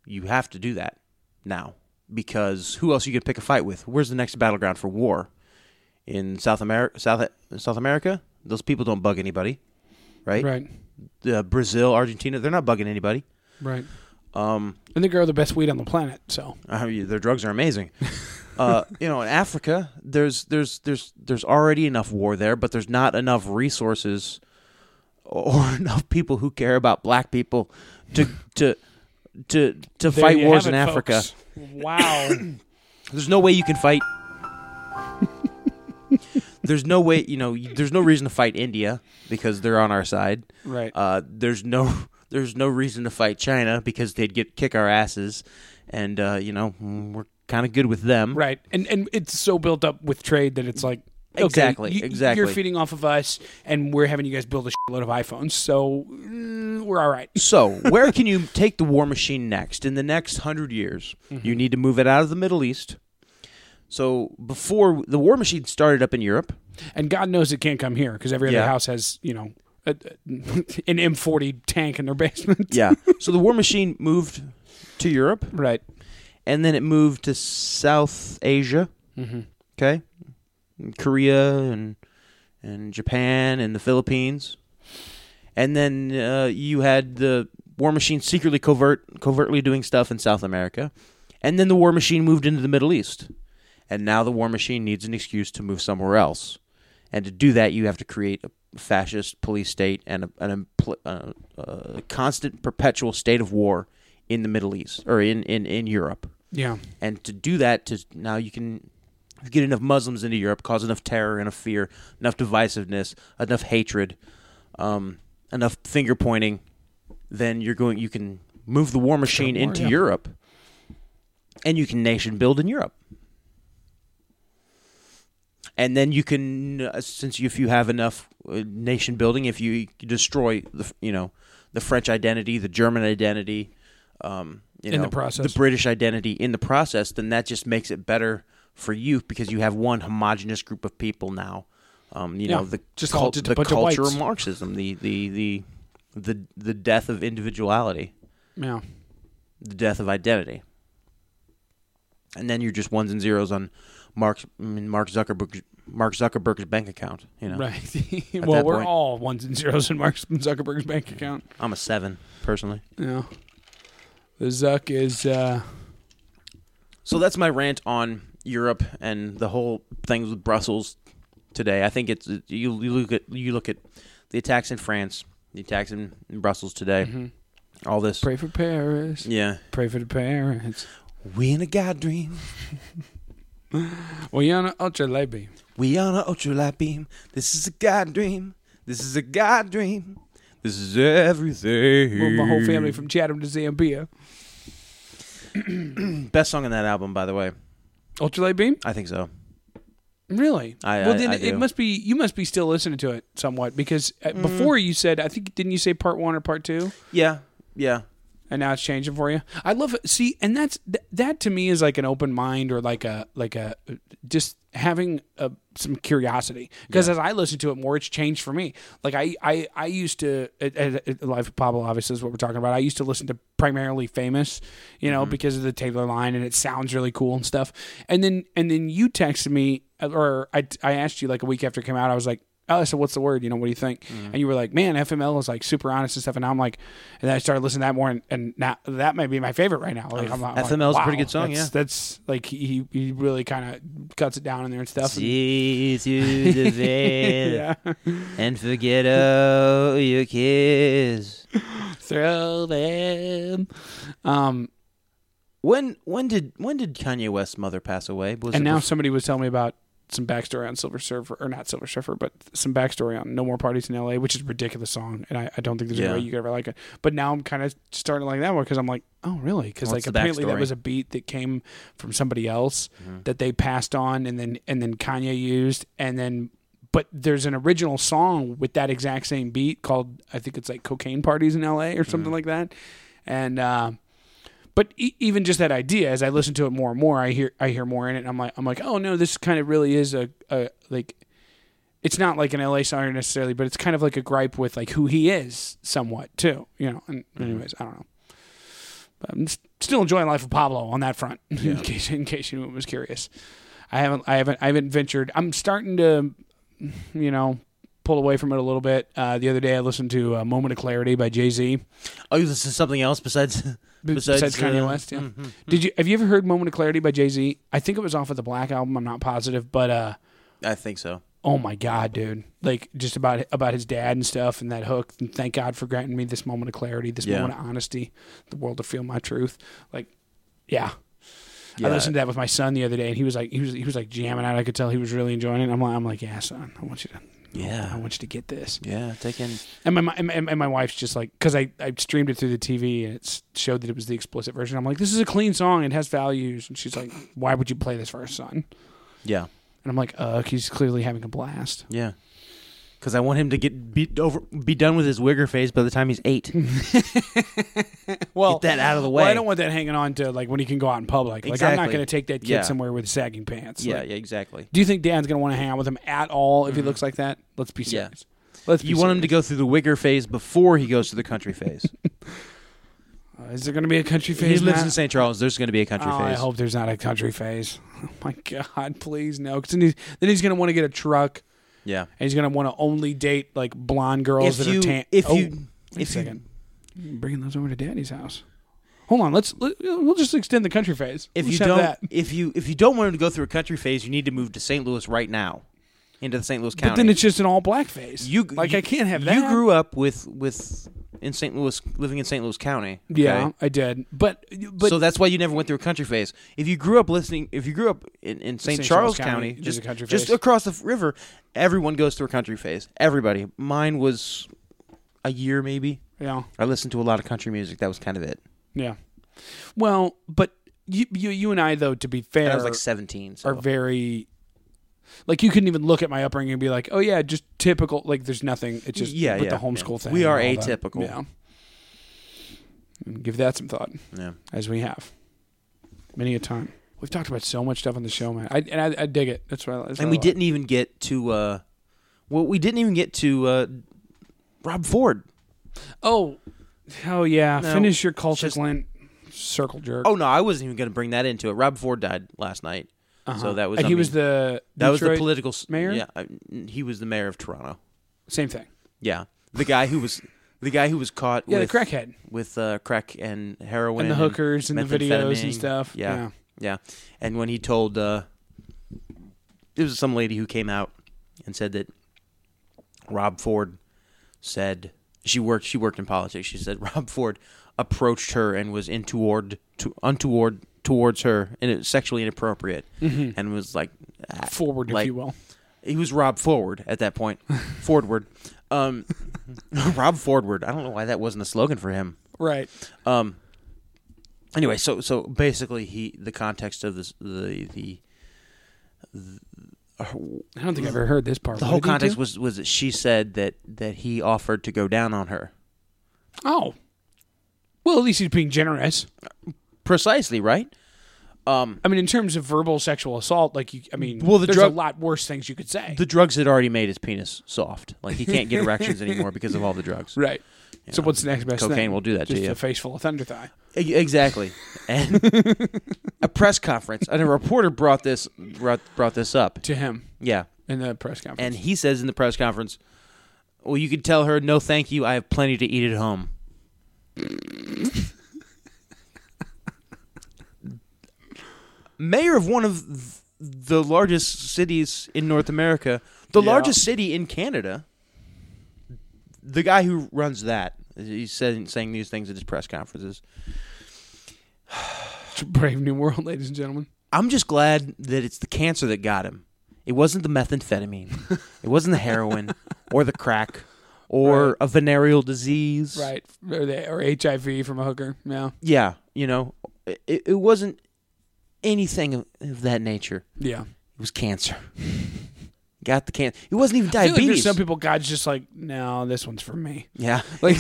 Speaker 3: you have to do that now because who else you could pick a fight with? Where's the next battleground for war in South America? South South America? Those people don't bug anybody, right?
Speaker 2: Right.
Speaker 3: Uh, Brazil, Argentina, they're not bugging anybody.
Speaker 2: Right.
Speaker 3: Um,
Speaker 2: And they grow the best weed on the planet. So
Speaker 3: I mean, their drugs are amazing.
Speaker 2: [laughs]
Speaker 3: uh, you know, in Africa, there's there's there's there's already enough war there, but there's not enough resources or [laughs] enough people who care about black people to to to
Speaker 2: There
Speaker 3: to fight
Speaker 2: you
Speaker 3: wars
Speaker 2: have
Speaker 3: in
Speaker 2: it,
Speaker 3: Africa.
Speaker 2: folks. Wow.
Speaker 3: There's no way you can
Speaker 2: [laughs]
Speaker 3: fight. there's no way you know. you- There's no reason to fight India because they're on our side.
Speaker 2: right.
Speaker 3: Uh, there's no there's no reason to fight China because they'd get kick our asses, and uh, you know mm, we're kind of good with them.
Speaker 2: [laughs] Right. And and it's so built up with trade that it's like okay,
Speaker 3: Exactly,
Speaker 2: you-
Speaker 3: exactly.
Speaker 2: You're feeding off of us, and we're having you guys build a shitload of iPhones, so mm, we're all right.
Speaker 3: So where can you take the war machine next? In the next hundred years,
Speaker 2: Mm-hmm.
Speaker 3: you need to move it out of the Middle East. So before the war machine started up
Speaker 2: [laughs]
Speaker 3: in Europe,
Speaker 2: And God knows it can't come here because every other
Speaker 3: Yeah.
Speaker 2: house has you know a, a- an M40 tank in their [laughs] basement.
Speaker 3: yeah. so the war machine moved to Europe,
Speaker 2: Right.
Speaker 3: and then it moved to South Asia. Okay, Korea and and Japan and the Philippines, and then uh, you had the war machine secretly covert covertly doing stuff in South America, and then the war machine moved into the Middle East, and now the war machine needs an excuse to move somewhere else, and to do that you have to create a fascist police state and a, an impl- uh, uh, constant perpetual state of war in the Middle East or in, in, in Europe
Speaker 2: Yeah.
Speaker 3: and to do that to now you can you get enough Muslims into Europe, cause enough terror, enough fear, enough divisiveness, enough hatred, um, enough finger pointing, then you're going you can move the war machine
Speaker 2: war,
Speaker 3: into
Speaker 2: yeah.
Speaker 3: Europe, and you can nation build in Europe. And then you can, uh, since you- if you have enough uh, nation building, if you destroy the, f- you know, the French identity, the German identity, um, you
Speaker 2: In the
Speaker 3: know,
Speaker 2: process.
Speaker 3: the British identity in the process, then that just makes it better for you because you have one homogenous group of people now. Um, you know,
Speaker 2: Yeah,
Speaker 3: the
Speaker 2: just all
Speaker 3: cult,
Speaker 2: just a
Speaker 3: the
Speaker 2: bunch of
Speaker 3: culture
Speaker 2: whites.
Speaker 3: of Marxism, the the the the the death of individuality,
Speaker 2: Yeah.
Speaker 3: the death of identity, and then you're just ones and zeros on Mark I mean, Mark Zuckerberg Mark Zuckerberg's bank account. You know,
Speaker 2: Right. [laughs] well,
Speaker 3: that
Speaker 2: we're
Speaker 3: point.
Speaker 2: all ones and zeros in Mark Zuckerberg's bank account.
Speaker 3: I'm a seven personally.
Speaker 2: Yeah. The Zuck is uh,
Speaker 3: So that's my rant on Europe and the whole thing with Brussels today. I think it's you, you look at you look at the attacks in France, the attacks in, in Brussels today,
Speaker 2: Mm-hmm.
Speaker 3: all this.
Speaker 2: pray for Paris.
Speaker 3: Yeah,
Speaker 2: Pray for the parents.
Speaker 3: we in a God dream.
Speaker 2: Well, you're on an ultra light beam.
Speaker 3: We on a ultralight beam. This is a God dream. This is a God dream. This is everything.
Speaker 2: Moved my whole family from Chatham to Zambia.
Speaker 3: Best song in that album, by the way.
Speaker 2: Ultralight beam?
Speaker 3: I think so.
Speaker 2: Really?
Speaker 3: I-
Speaker 2: well,
Speaker 3: I-
Speaker 2: then
Speaker 3: I
Speaker 2: it
Speaker 3: do.
Speaker 2: must be you must be still listening to it somewhat because uh before you said I think didn't you say part one or part two?
Speaker 3: Yeah, yeah.
Speaker 2: And now it's changing for you. I love it. See, and that's th- that to me is like an open mind or like a like a just having a, some curiosity because as I listen to it more, it's changed for me. Like I I I used to at, at, at Life of Pablo obviously is what we're talking about. I used to listen to primarily famous, you know, because of the Taylor line and it sounds really cool and stuff. And then and then you texted me or I I asked you like a week after it came out. I was like. Oh, so what's the word? You know, what do you think?
Speaker 3: Mm-hmm.
Speaker 2: And you were like, man, FML is like super honest and stuff. And now I'm like, and then I started listening to that more, and, and now that might be my favorite right now.
Speaker 3: Oh,
Speaker 2: Like, I'm, I'm like,
Speaker 3: FML is a pretty
Speaker 2: wow,
Speaker 3: good song,
Speaker 2: that's-
Speaker 3: yeah.
Speaker 2: that's like he he really kind of cuts it down in there and stuff. And-
Speaker 3: See through the veil
Speaker 2: yeah,
Speaker 3: and forget all your cares.
Speaker 2: Throw them. Um,
Speaker 3: When when did when did Kanye West's mother pass away? Was
Speaker 2: and
Speaker 3: it
Speaker 2: now
Speaker 3: bef-
Speaker 2: somebody was telling me about some backstory on Silver Surfer, or not Silver Surfer, but some backstory on No More Parties in L.A., which is a ridiculous song, and I, I don't think there's
Speaker 3: Yeah.
Speaker 2: a way you could ever like it. But now I'm kind of starting to like that one because I'm like, oh really? Because
Speaker 3: What's
Speaker 2: like
Speaker 3: the
Speaker 2: apparently that
Speaker 3: backstory? Mm-hmm.
Speaker 2: was a beat that came from somebody else that they passed on, and then and then Kanye used, and then but there's an original song with that exact same beat called I think it's like Cocaine Parties in L.A. or
Speaker 3: Mm-hmm.
Speaker 2: something like that, and. Uh, but e- even just that idea as i listen to it more and more i hear i hear more in it and i'm like i'm like oh no this kind of really is a, a like it's not like an la song necessarily but it's kind of like a gripe with like who he is somewhat too you know and
Speaker 3: Mm-hmm.
Speaker 2: anyways i don't know but i'm s- still enjoying life of pablo on that front [laughs] in case in case you was curious i haven't i haven't i haven't ventured i'm starting to you know pull away from it a little bit uh, the other day i listened to uh, moment of clarity by jay-z
Speaker 3: Oh, you listen to something else besides besides,
Speaker 2: besides, Kanye
Speaker 3: uh,
Speaker 2: West. Yeah. Did you have you ever heard "Moment of Clarity" by Jay Z? I think it was off of the Black album. I'm not positive, but uh,
Speaker 3: I think so.
Speaker 2: oh my god, dude! Like just about about his dad and stuff, and that hook. And thank God for granting me this moment of clarity, this
Speaker 3: Yeah.
Speaker 2: moment of honesty, the world to feel my truth. Like, yeah.
Speaker 3: Yeah.
Speaker 2: I listened to that with my son the other day, and he was like, he was he was like jamming out. I could tell he was really enjoying it. I'm like, I'm like, yeah, son, I want you to, I
Speaker 3: Yeah.
Speaker 2: want you to get this.
Speaker 3: Yeah, taking
Speaker 2: And my and, and and my wife's just like because I, I streamed it through the TV and it s- showed that it was the explicit version. I'm like, this is a clean song. It has values. And she's like, why would you play this for our son? And
Speaker 3: yeah.
Speaker 2: I'm like, uh, he's clearly having a blast.
Speaker 3: Yeah. Cuz I want him to get be over be done with his wigger phase by the time he's
Speaker 2: [laughs]
Speaker 3: 8.
Speaker 2: Well,
Speaker 3: that out of the
Speaker 2: Well,
Speaker 3: way.
Speaker 2: I don't want that hanging on to like when he can go out in public. Like I'm not
Speaker 3: Exactly.
Speaker 2: going to take that kid
Speaker 3: Yeah.
Speaker 2: somewhere with sagging pants.
Speaker 3: yeah,
Speaker 2: Like,
Speaker 3: yeah, exactly.
Speaker 2: do you think Dad's going to want to hang out with him at all if he looks like that? Let's be
Speaker 3: Yeah.
Speaker 2: serious. Let's. Be
Speaker 3: You want him to
Speaker 2: serious.
Speaker 3: go through the wigger phase before he goes to the country phase.
Speaker 2: Uh, is there going to be a country [laughs]
Speaker 3: he
Speaker 2: phase?
Speaker 3: lives
Speaker 2: now?
Speaker 3: in St. Charles. There's going to be a country
Speaker 2: Oh, I
Speaker 3: phase.
Speaker 2: hope there's not a country phase. [laughs] Oh my God, please no. Because then he's, then he's going to want to get a truck
Speaker 3: Yeah.
Speaker 2: and he's going to want to only date like blonde girls
Speaker 3: If
Speaker 2: that
Speaker 3: you
Speaker 2: are tan.
Speaker 3: if
Speaker 2: Oh,
Speaker 3: you
Speaker 2: wait a
Speaker 3: if you
Speaker 2: second. bringing those over to Daddy's house. Hold on, let's let, we'll just extend the country phase.
Speaker 3: if
Speaker 2: Let's
Speaker 3: you
Speaker 2: have
Speaker 3: don't
Speaker 2: that.
Speaker 3: if you if you don't want him to go through a country phase, you need to move to St. Louis right now, into the St. Louis County.
Speaker 2: but then it's just an all black phase.
Speaker 3: you
Speaker 2: like
Speaker 3: you-
Speaker 2: I can't have that.
Speaker 3: You grew up with with in St. Louis, living in St. Louis County. okay?
Speaker 2: yeah, I did. But but
Speaker 3: so that's why you never went through a country phase. If you grew up listening, if you grew up in, in St.
Speaker 2: St.
Speaker 3: Charles,
Speaker 2: Charles
Speaker 3: County,
Speaker 2: County, there's
Speaker 3: just
Speaker 2: a country
Speaker 3: just
Speaker 2: phase.
Speaker 3: across the river, everyone goes through a country phase. Everybody. Mine was a year maybe.
Speaker 2: yeah,
Speaker 3: I listened to a lot of country music. That was kind of it.
Speaker 2: yeah. Well, but you you you and I though, to be fair,
Speaker 3: And I was like 17. So.
Speaker 2: are very like you couldn't even look at my upbringing and be like, oh yeah, just typical. Like there's nothing. It's just
Speaker 3: Yeah,
Speaker 2: yeah, with
Speaker 3: yeah,
Speaker 2: the homeschool
Speaker 3: yeah.
Speaker 2: thing.
Speaker 3: We
Speaker 2: and
Speaker 3: are
Speaker 2: all that.
Speaker 3: atypical.
Speaker 2: Yeah. And Give that some thought,
Speaker 3: yeah.
Speaker 2: as we have many a time. We've talked about so much stuff on the show, man. I, and I, I dig it. That's why. That's what
Speaker 3: And
Speaker 2: I
Speaker 3: we
Speaker 2: like.
Speaker 3: didn't even get to uh well, we didn't even get to uh Rob Ford.
Speaker 2: Oh, oh yeah.
Speaker 3: No,
Speaker 2: Finish your culture,
Speaker 3: just-
Speaker 2: Glenn. Circle jerk.
Speaker 3: Oh no, I wasn't even going to bring that into it. Rob Ford died last night. So that
Speaker 2: Uh-huh.
Speaker 3: was
Speaker 2: and
Speaker 3: I
Speaker 2: he was
Speaker 3: mean,
Speaker 2: the
Speaker 3: that was the
Speaker 2: Detroit-
Speaker 3: political s-
Speaker 2: mayor?
Speaker 3: Yeah, I, he was the mayor of Toronto.
Speaker 2: Same thing.
Speaker 3: Yeah, the guy who was the guy who was caught.
Speaker 2: Yeah, the
Speaker 3: with,
Speaker 2: crackhead.
Speaker 3: with uh, crack and heroin
Speaker 2: And the hookers and the videos and
Speaker 3: methamphetamine.
Speaker 2: stuff.
Speaker 3: Yeah, yeah,
Speaker 2: Yeah.
Speaker 3: And when he told, uh, it was some lady who came out and said that Rob Ford said she worked. She worked in politics. She said [laughs] Rob Ford approached her and was intoward, to, untoward towards her and it was sexually inappropriate
Speaker 2: Mm-hmm.
Speaker 3: and was like ah,
Speaker 2: Forward, if
Speaker 3: like,
Speaker 2: you will.
Speaker 3: he was Rob Forward at that [laughs] point. Forward. Um, [laughs] Rob Forward. I don't know why that wasn't a slogan for him.
Speaker 2: Right.
Speaker 3: Um, anyway, so so basically, he the context of this the the
Speaker 2: I don't think I've ever heard this part.
Speaker 3: the whole context was was that she said that that he offered to go down on her.
Speaker 2: Oh. Well, at least he's being generous.
Speaker 3: Precisely right.
Speaker 2: I mean, in terms of verbal sexual assault, like you, I mean,
Speaker 3: Well, the
Speaker 2: there's
Speaker 3: drug-
Speaker 2: a lot worse things you could say.
Speaker 3: The drugs had already made his penis soft. Like he can't [laughs] get erections anymore because of all the [laughs] drugs.
Speaker 2: right. So what's the next best thing?
Speaker 3: Cocaine will do that to
Speaker 2: Just
Speaker 3: you.
Speaker 2: a face full of thunder thigh.
Speaker 3: E- Exactly. [laughs] And a press conference, and a reporter brought this brought brought this up.
Speaker 2: To him
Speaker 3: Yeah.
Speaker 2: in the press conference.
Speaker 3: And he says in the press conference, "Well, you could tell her no, thank you. I have plenty to eat at home." Mayor of one of th- the largest cities in North America, the
Speaker 2: Yeah.
Speaker 3: largest city in Canada. The guy who runs that He's saying, saying these things at his press conferences.
Speaker 2: It's a [laughs] brave new world, ladies and gentlemen.
Speaker 3: I'm just glad that it's the cancer that got him. It wasn't the methamphetamine.
Speaker 2: [laughs]
Speaker 3: it wasn't the heroin or the crack or a venereal disease.
Speaker 2: Right. Or, they, or HIV from a hooker. Yeah.
Speaker 3: Yeah, you know, it, it wasn't anything of, of that nature.
Speaker 2: Yeah.
Speaker 3: It was cancer. [laughs] Got the cancer. It wasn't even
Speaker 2: I feel like there's
Speaker 3: diabetes.
Speaker 2: some people God's just like, no, this one's for me.
Speaker 3: yeah.
Speaker 2: Like,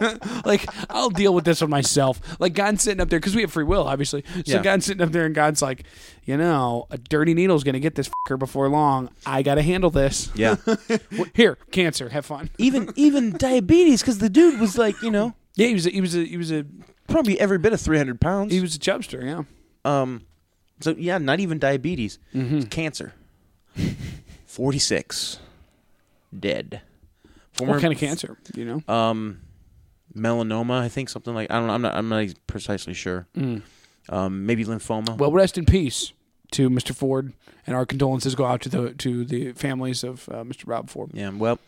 Speaker 2: [laughs] like I'll deal with this one myself. Like God's sitting up there because we have free will, obviously. So
Speaker 3: Yeah.
Speaker 2: God's sitting up there, and God's like, you know, a dirty needle's gonna get this fucker before long. I gotta handle this. [laughs]
Speaker 3: Yeah.
Speaker 2: Here, cancer, have fun.
Speaker 3: even
Speaker 2: [laughs]
Speaker 3: even diabetes because the dude was like, you know,
Speaker 2: Yeah, he was a, he was a he was a
Speaker 3: probably every bit of 300 pounds.
Speaker 2: he was a chubster. Yeah,
Speaker 3: Um, so yeah, not even diabetes,
Speaker 2: Mm-hmm.
Speaker 3: It's
Speaker 2: [laughs]
Speaker 3: cancer. Forty six, dead. Former
Speaker 2: what kind of cancer? You know,
Speaker 3: Um, melanoma, I think something like I don't. know. I'm not. I'm not precisely sure. Um, maybe lymphoma.
Speaker 2: Mm. Well, rest in peace to Mr. Ford, and our condolences go out to the to the families of uh, Mr. Rob Ford.
Speaker 3: yeah. Well,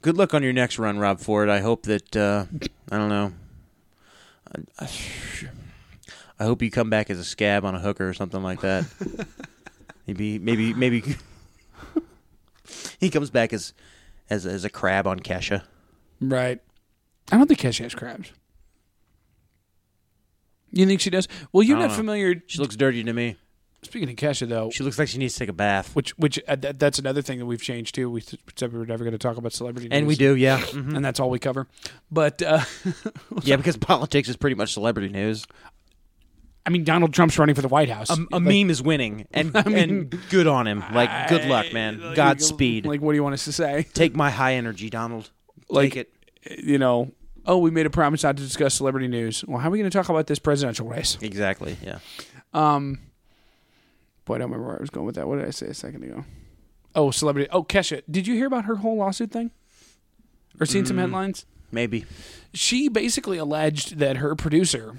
Speaker 3: good luck on your next run, Rob Ford. I hope that uh, I don't know. I, I, I hope you come back as a scab on a hooker or something like that. maybe, maybe, maybe he comes back as as as a crab on Kesha.
Speaker 2: Right. I don't think Kesha has crabs. You think she does? Well, you're
Speaker 3: I don't
Speaker 2: not
Speaker 3: know.
Speaker 2: familiar.
Speaker 3: She looks dirty to me.
Speaker 2: Speaking of Kesha, though,
Speaker 3: She looks like she needs to take a bath.
Speaker 2: which which uh, that, that's another thing that we've changed too. We th- said we were never going to talk about celebrity,
Speaker 3: And we
Speaker 2: news,
Speaker 3: do, [laughs] yeah. Mm-hmm.
Speaker 2: and that's all we cover. But uh, [laughs]
Speaker 3: yeah, because politics is pretty much celebrity news.
Speaker 2: I mean, Donald Trump's running for the White House.
Speaker 3: A, a meme is winning, [laughs] and and good on him. Like, good luck, man. Godspeed.
Speaker 2: Like, what do you want us to say?
Speaker 3: take my high energy, Donald.
Speaker 2: [laughs] Like-
Speaker 3: take it.
Speaker 2: You know, oh, we made a promise not to discuss celebrity news. Well, how are we going to talk about this presidential race?
Speaker 3: Exactly. Yeah.
Speaker 2: Um, boy, I don't remember where I was going with that. What did I say a second ago? Oh, celebrity. Oh, Kesha. Did you hear about her whole lawsuit thing? Or seen some headlines?
Speaker 3: Maybe.
Speaker 2: She basically alleged that her producer.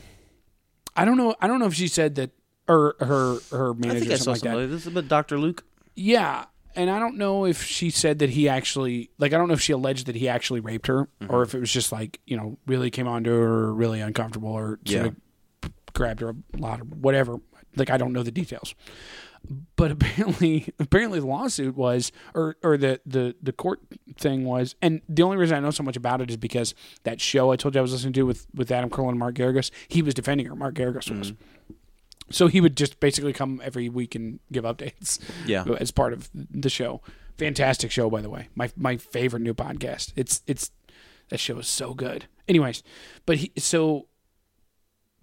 Speaker 2: I don't know. I don't know if she said that or her her manager
Speaker 3: I think
Speaker 2: or something
Speaker 3: I saw
Speaker 2: like that.
Speaker 3: something. Like this is about Doctor Luke.
Speaker 2: Yeah, and I don't know if she said that he actually like I don't know if she alleged that he actually raped her
Speaker 3: Mm-hmm.
Speaker 2: or if it was just like you know really came onto her really uncomfortable or sort
Speaker 3: Yeah.
Speaker 2: of grabbed her a lot or whatever. Like I don't know the details, but [laughs] apparently apparently the lawsuit was or or the the the court thing was, and the only reason I know so much about it is because that show I told you I was listening to with with Adam Carolla and Mark Gergis, he was defending her. Mark Gergis was. So he would just basically come every week and give updates
Speaker 3: Yeah.
Speaker 2: [laughs] as part of the show. Fantastic show, by the way. My my favorite new podcast. It's it's that show is so good. Anyways, but he so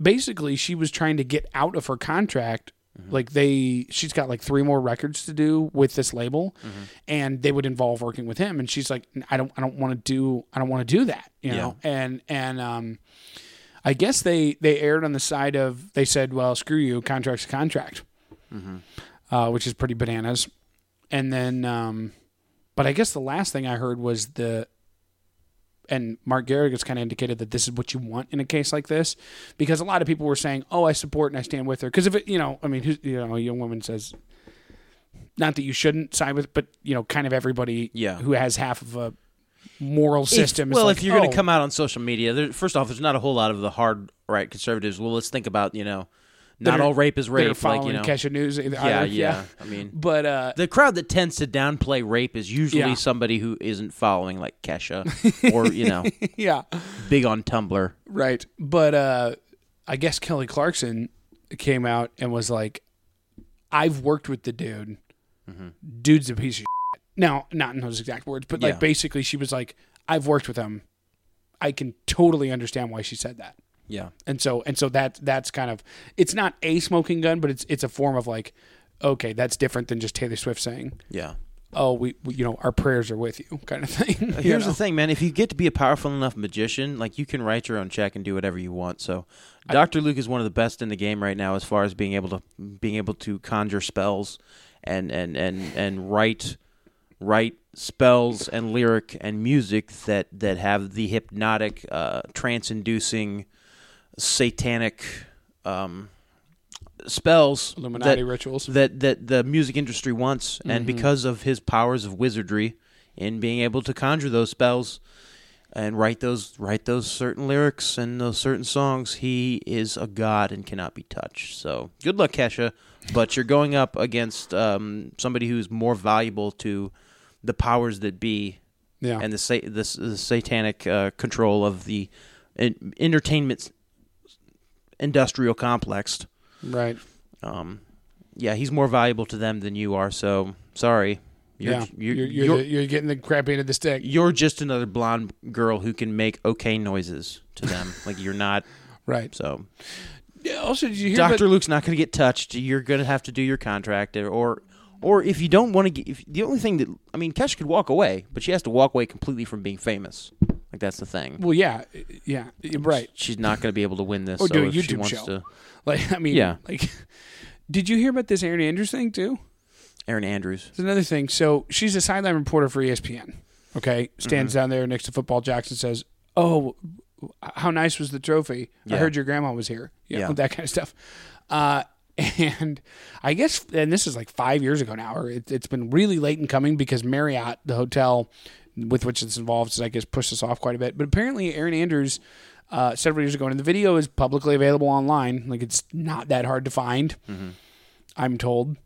Speaker 2: basically she was trying to get out of her contract. Like they she's got like three more records to do with this label and they would involve working with him and she's like I don't I don't want to do I don't want to do that, you
Speaker 3: Yeah.
Speaker 2: know. And and um I guess they they aired on the side of they said, "Well, screw you, contract's a contract,"
Speaker 3: Mm-hmm.
Speaker 2: uh, which is pretty bananas. And then, um, but I guess the last thing I heard was the, and Mark Garrigus kind of indicated that this is what you want in a case like this, because a lot of people were saying, "Oh, I support and I stand with her," because if it, you know, I mean, who's, you know, a young woman says. Not that you shouldn't side with, but you know, kind of everybody
Speaker 3: Yeah.
Speaker 2: who has half of a moral system.
Speaker 3: If,
Speaker 2: is
Speaker 3: well,
Speaker 2: like,
Speaker 3: if you're going
Speaker 2: "Oh,
Speaker 3: to come out on social media, there, first off, there's not a whole lot of the hard right conservatives. Well, let's think about you know,
Speaker 2: that
Speaker 3: not
Speaker 2: are-
Speaker 3: all rape is
Speaker 2: that are
Speaker 3: rape. Like
Speaker 2: following
Speaker 3: you know,
Speaker 2: Kesha News. either-
Speaker 3: yeah, yeah,
Speaker 2: either-
Speaker 3: I mean,
Speaker 2: [laughs] But uh,
Speaker 3: the crowd that tends to downplay rape is usually
Speaker 2: Yeah.
Speaker 3: somebody who isn't following like
Speaker 2: [laughs]
Speaker 3: Kesha or you know
Speaker 2: yeah,
Speaker 3: big on Tumblr.
Speaker 2: right. But uh, I guess Kelly Clarkson came out and was like, "I've worked with the dude.
Speaker 3: Mm-hmm.
Speaker 2: Dude's a piece of shit." Now, not in those exact words, but
Speaker 3: Yeah.
Speaker 2: like basically, she was like, "I've worked with him. I can totally understand why she said that."
Speaker 3: Yeah,
Speaker 2: And so and so that that's kind of it's not a smoking gun, but it's it's a form of like, okay, that's different than just Taylor Swift saying,
Speaker 3: yeah.
Speaker 2: "Oh, we, we you know our prayers are with you," kind of thing. [laughs] you
Speaker 3: Here's
Speaker 2: know?
Speaker 3: the thing, man. If you get to be a powerful enough magician, like you can write your own check and do whatever you want. So, Doctor Luke is one of the best in the game right now, as far as being able to being able to conjure spells and and and and write write spells and lyric and music that that have the hypnotic, uh, trance inducing, satanic. Um, spells
Speaker 2: Illuminati
Speaker 3: that-
Speaker 2: rituals. Mm-hmm.
Speaker 3: that that the music industry wants, and because of his powers of wizardry in being able to conjure those spells, and write those write those certain lyrics and those certain songs. He is a god and cannot be touched. So good luck, Kesha. But you're going up against um, somebody who's more valuable to the powers that be
Speaker 2: Yeah.
Speaker 3: and the, sa- the, s- the satanic uh, control of the en- entertainment s- industrial complex.
Speaker 2: right.
Speaker 3: Um, yeah, he's more valuable to them than you are. So sorry, you're
Speaker 2: yeah.
Speaker 3: you're,
Speaker 2: you're, you're,
Speaker 3: you're-
Speaker 2: the- you're getting the crap end of the stick.
Speaker 3: you're just another blonde girl who can make okay noises
Speaker 2: [laughs]
Speaker 3: to them. like you're not.
Speaker 2: right.
Speaker 3: So
Speaker 2: Yeah, also, did you hear
Speaker 3: Doctor
Speaker 2: about-
Speaker 3: Luke's not going to get touched. You're going to have to do your contract, or or if you don't want to get, if the only thing that I mean, Kesha could walk away, but she has to walk away completely from being famous. Like that's the thing.
Speaker 2: Well, yeah. Yeah. Right. [laughs]
Speaker 3: She's not going to be able to win this.
Speaker 2: Or
Speaker 3: so
Speaker 2: do a
Speaker 3: if she
Speaker 2: YouTube
Speaker 3: wants
Speaker 2: show.
Speaker 3: to
Speaker 2: Like, I mean,
Speaker 3: Yeah.
Speaker 2: Like, [laughs] did you hear about this Aaron Andrews thing, too?
Speaker 3: Aaron Andrews.
Speaker 2: It's another thing. So she's a sideline reporter for E ESPN. Okay, stands
Speaker 3: Mm-hmm.
Speaker 2: down there next to football. Jackson says, "Oh, how nice was the trophy? I
Speaker 3: Yeah.
Speaker 2: heard your grandma was here. You know,
Speaker 3: Yeah.
Speaker 2: that kind of stuff." Uh, and I guess, and this is like five years ago now, or it, it's been really late in coming because Marriott, the hotel with which it's involved, has I guess pushed this off quite a bit. But apparently, Aaron Andrews. Uh, several years ago, and the video is publicly available online. Like it's not that hard to find,
Speaker 3: Mm-hmm.
Speaker 2: I'm told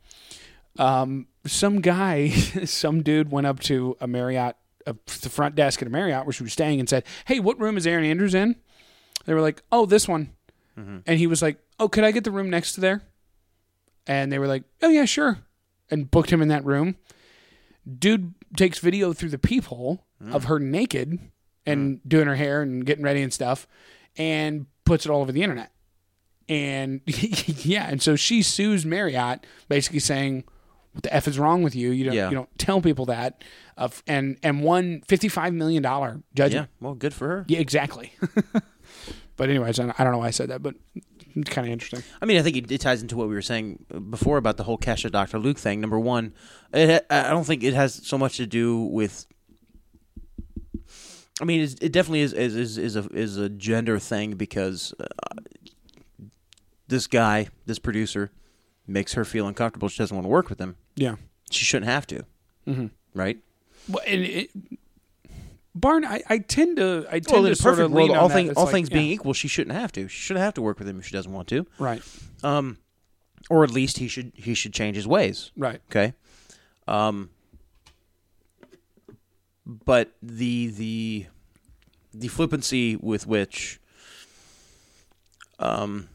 Speaker 2: some guy, [laughs] some dude went up to a Marriott, uh, the front desk at a Marriott where she was staying, and said, "Hey, what room is Aaron Andrews in?" They were like, "Oh, this one,"
Speaker 3: Mm-hmm.
Speaker 2: and he was like, "Oh, could I get the room next to there?" And they were like, "Oh yeah, sure," and booked him in that room. Dude takes video through the peephole
Speaker 3: Mm.
Speaker 2: of her naked and doing her hair and getting ready and stuff, and puts it all over the internet. And [laughs] yeah, and so she sues Marriott, basically saying, "What the f is wrong with you? You don't
Speaker 3: Yeah.
Speaker 2: you don't tell people that." Of and and won fifty five million dollar judgment.
Speaker 3: Yeah, well, good for her.
Speaker 2: Yeah, exactly. [laughs] but anyways, I I don't know why I said that, but it's kind of interesting.
Speaker 3: I mean, I think it, it ties into what we were saying before about the whole Kesha Dr. Luke thing. Number one, it, I I don't think it has so much to do with. I mean, it's, it definitely is is is, is a is a gender thing because uh, this guy, this producer, makes her feel uncomfortable. She doesn't want to work with him.
Speaker 2: Yeah.
Speaker 3: She shouldn't have to, mm-hmm. right?
Speaker 2: Well, and it, Barn, I, I tend to I tend
Speaker 3: Well, in
Speaker 2: to
Speaker 3: a
Speaker 2: sort
Speaker 3: perfect
Speaker 2: of
Speaker 3: world,
Speaker 2: lean on
Speaker 3: all,
Speaker 2: that.
Speaker 3: thing,
Speaker 2: It's
Speaker 3: all
Speaker 2: like,
Speaker 3: things
Speaker 2: yeah,
Speaker 3: being equal, she shouldn't have to. She shouldn't have to work with him if she doesn't want to.
Speaker 2: right,
Speaker 3: um, or at least he should he should change his ways.
Speaker 2: right,
Speaker 3: Okay, um, but the the the flippancy with which um,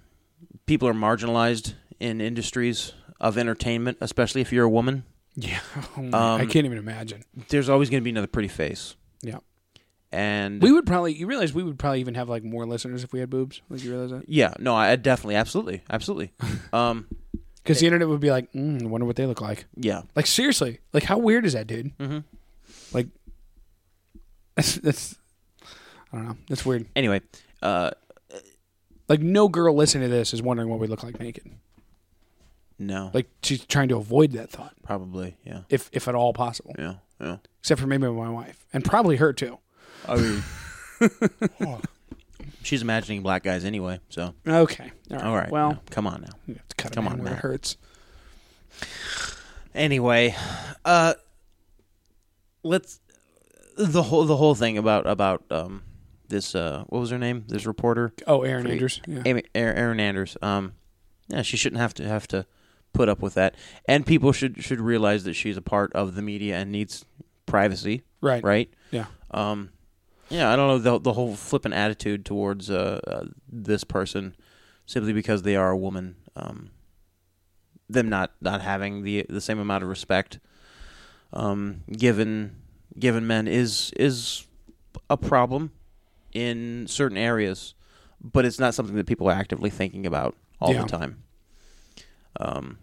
Speaker 3: people are marginalized in industries of entertainment, especially if you're a woman,
Speaker 2: yeah. [laughs] Oh my-
Speaker 3: Um,
Speaker 2: I can't even imagine.
Speaker 3: there's always going to be another pretty face,
Speaker 2: Yeah,
Speaker 3: and
Speaker 2: we would probably. You realize we would probably even have like more listeners if we had boobs. Like you realize that
Speaker 3: yeah, no, I I definitely, absolutely,
Speaker 2: [laughs]
Speaker 3: absolutely, um,
Speaker 2: because the internet would be like, mm, I wonder what they look like.
Speaker 3: yeah.
Speaker 2: Like seriously, like how weird is that, dude? Mm-hmm. Like [laughs] that's, that's I don't know. That's weird.
Speaker 3: Anyway, uh,
Speaker 2: Like no girl listening to this is wondering what we look like naked.
Speaker 3: no,
Speaker 2: Like she's trying to avoid that thought,
Speaker 3: probably, yeah,
Speaker 2: if if at all possible.
Speaker 3: yeah,
Speaker 2: [laughs]
Speaker 3: yeah.
Speaker 2: Except for maybe my wife and probably her too.
Speaker 3: I mean, she's imagining black guys anyway. So
Speaker 2: Okay. All right.
Speaker 3: all right,
Speaker 2: Well,
Speaker 3: now, come on now.
Speaker 2: you have to cut
Speaker 3: Come
Speaker 2: it
Speaker 3: on,
Speaker 2: on where it
Speaker 3: Matt.
Speaker 2: hurts.
Speaker 3: Anyway, uh, let's the whole the whole thing about about um this uh what was her name this reporter
Speaker 2: Oh, Aaron Andrews. Yeah.
Speaker 3: Amy, Aaron Aaron Anders. Um, yeah, she shouldn't have to have to put up with that, and people should should realize that she's a part of the media and needs privacy.
Speaker 2: Right.
Speaker 3: Right.
Speaker 2: Yeah.
Speaker 3: Um, yeah, I don't know the the whole flippant attitude towards uh, uh, this person simply because they are a woman. Um, them not not having the the same amount of respect um, given given men is is a problem in certain areas, but it's not something that people are actively thinking about all
Speaker 2: Yeah.
Speaker 3: the time. Um,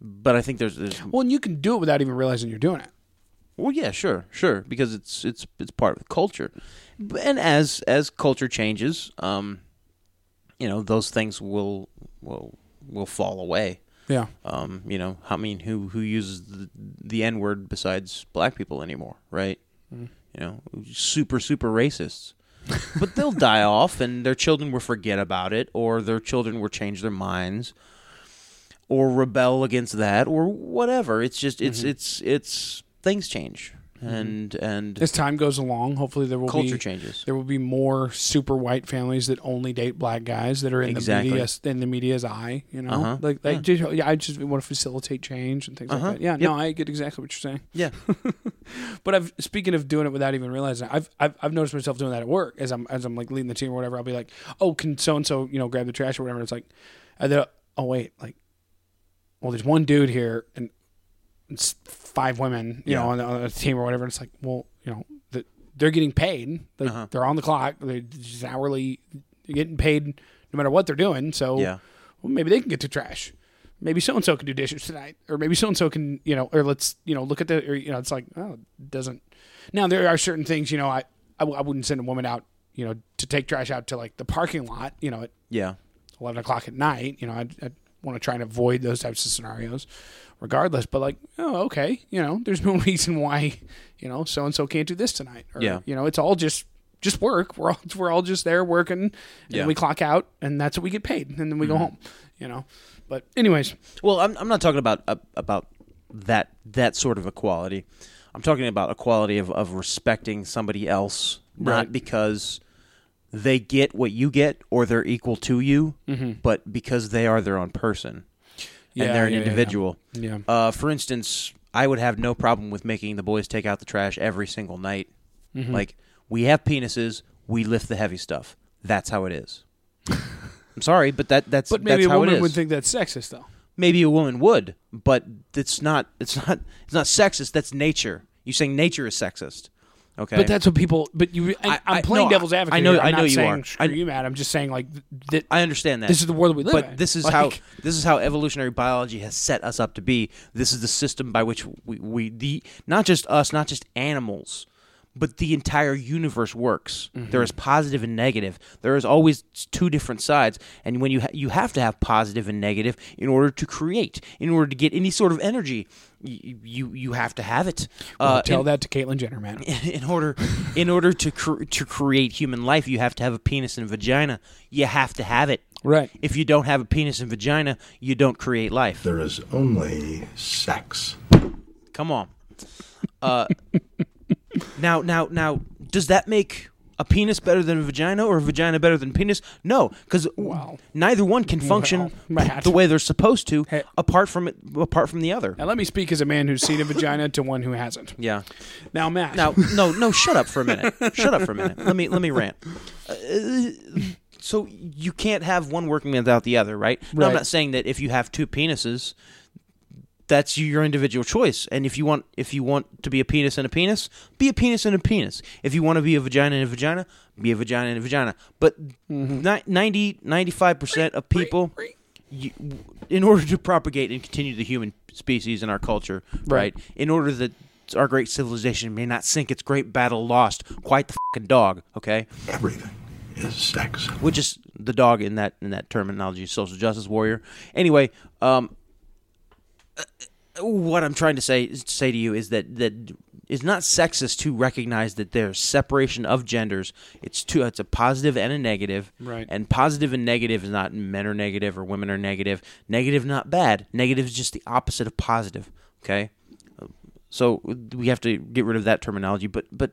Speaker 3: but I think there's, there's
Speaker 2: Well, and you can do it without even realizing you're doing it.
Speaker 3: well, yeah, sure, sure, because it's it's it's part of the culture, B- and as as culture changes, um, you know, those things will will will fall away.
Speaker 2: Yeah.
Speaker 3: Um, you know, I mean, who who uses the, the N word besides black people anymore, right?
Speaker 2: Mm-hmm.
Speaker 3: You know, super super racists,
Speaker 2: [laughs]
Speaker 3: but they'll die off, and their children will forget about it, or their children will change their minds,
Speaker 2: Mm-hmm.
Speaker 3: or rebel against that, or whatever. It's just it's it's it's things change, and and
Speaker 2: As time goes along, hopefully there Mm-hmm. will
Speaker 3: Culture
Speaker 2: be
Speaker 3: changes.
Speaker 2: There will be more super white families that only date black guys that are in
Speaker 3: Exactly.
Speaker 2: the media in the media's eye. You know,
Speaker 3: Uh-huh.
Speaker 2: like I just yeah, I just want to facilitate change and things
Speaker 3: Uh-huh.
Speaker 2: like that. Yeah,
Speaker 3: Yep.
Speaker 2: no, I get exactly what you're saying.
Speaker 3: yeah,
Speaker 2: But I've speaking of doing it without even realizing, I've I've, I've noticed myself doing that at work as I'm as I'm like leading the team or whatever. I'll be like, oh, can so and so you know grab the trash or whatever. it's like, and then oh wait, like, well, there's one dude here and it's five women, you
Speaker 3: Yeah.
Speaker 2: know, on the, on the team or whatever. And it's like, well, you know, the, they're getting paid. Like,
Speaker 3: Uh-huh.
Speaker 2: They're on the clock. They're just hourly they're getting paid no matter what they're doing. So
Speaker 3: Yeah.
Speaker 2: well, maybe they can get to trash. Maybe so and so can do dishes tonight, or maybe so and so can, you know, or let's, you know, look at the, or you know, it's like, oh, it doesn't. Now there are certain things, you know, I, I, w- I wouldn't send a woman out, you know, to take trash out to like the parking lot, you know, at
Speaker 3: yeah.
Speaker 2: 11 o'clock at night. You know, I, I want to try and avoid those types of scenarios regardless. But, like, oh, okay. You know, there's no [laughs] reason why, you know, so and so can't do this tonight. Or,
Speaker 3: Yeah.
Speaker 2: you know, it's all just. Just work. We're all we're all just there working, and
Speaker 3: Yeah. Mm-hmm.
Speaker 2: we clock out, and that's what we get paid, and then we go home, you know. But anyways,
Speaker 3: Well, I'm, I'm not talking about uh, about that that sort of equality. I'm talking about equality of, of respecting somebody else, not
Speaker 2: Right.
Speaker 3: because they get what you get or they're equal to you,
Speaker 2: Mm-hmm.
Speaker 3: but because they are their own person and they're an individual.
Speaker 2: Yeah.
Speaker 3: Uh, for instance, I would have no problem with making the boys take out the trash every single night.
Speaker 2: Mm-hmm.
Speaker 3: Like we have penises, we lift the heavy stuff. That's how it is. [laughs] I'm sorry, but that that's
Speaker 2: But maybe
Speaker 3: that's
Speaker 2: a
Speaker 3: how it
Speaker 2: woman
Speaker 3: is
Speaker 2: would think that's sexist, though.
Speaker 3: maybe a woman would, but it's not it's not it's not sexist. That's nature. You're saying nature is sexist. Okay.
Speaker 2: But that's what people. But you, I,
Speaker 3: I-
Speaker 2: I,
Speaker 3: I-
Speaker 2: am playing
Speaker 3: no,
Speaker 2: devil's
Speaker 3: I- I
Speaker 2: advocate.
Speaker 3: know-
Speaker 2: here. I'm
Speaker 3: I
Speaker 2: not
Speaker 3: know you
Speaker 2: saying,
Speaker 3: are.
Speaker 2: Screw
Speaker 3: I-
Speaker 2: you, mad. I'm just saying, like, th- th-
Speaker 3: I understand that.
Speaker 2: This is the world we live
Speaker 3: but
Speaker 2: in.
Speaker 3: this is
Speaker 2: Like-
Speaker 3: how this is how evolutionary biology has set us up to be. This is the system by which we, we the not just us, not just animals, but the entire universe works.
Speaker 2: Mm-hmm.
Speaker 3: There is positive and negative. There is always two different sides, and when you ha- you have to have positive and negative in order to create, in order to get any sort of energy, you you, you have to have it. uh,
Speaker 2: tell
Speaker 3: in-
Speaker 2: that to Caitlyn Jenner, man.
Speaker 3: [laughs] in order in order to cr- to create human life, you have to have a penis and vagina. You have to have it.
Speaker 2: Right.
Speaker 3: If you don't have a penis and vagina, you don't create life.
Speaker 6: There is only sex.
Speaker 3: Come on. Uh, now, now, now, does that make a penis better than a vagina or a vagina better than penis? No, because
Speaker 2: Wow.
Speaker 3: neither one can
Speaker 2: [laughs]
Speaker 3: function
Speaker 2: Well, Matt.
Speaker 3: the way they're supposed to,
Speaker 2: Hey. Uh,
Speaker 3: apart from it, apart from the other.
Speaker 2: Now let me speak as a man who's seen a vagina to one who hasn't.
Speaker 3: Yeah.
Speaker 2: Now, Matt.
Speaker 3: [laughs] Now, no, no, shut up for a minute. Shut up for a minute. Let me let me rant. Uh, so you can't have one working without the other, right? Now, I'm
Speaker 2: Right.
Speaker 3: not saying that if you have two penises, that's your individual choice. And if you want if you want to be a penis and a penis, be a penis and a penis. If you want to be a vagina and a vagina, be a vagina and a vagina. But ni- 90 95% of people you, in order to propagate and continue the human species and our culture,
Speaker 2: Right.
Speaker 3: right? In order that our great civilization may not sink its great battle lost quite the fucking dog, okay?
Speaker 6: Everything is sex.
Speaker 3: Which is the dog in that in that terminology, social justice warrior. Anyway, um, uh, what I'm trying to say say to you is that that it's not sexist to recognize that there's separation of genders. It's two. It's a positive and a negative.
Speaker 2: Right.
Speaker 3: And positive and negative is not men are negative or women are negative. Negative not bad. Negative is just the opposite of positive. Okay. So we have to get rid of that terminology. But but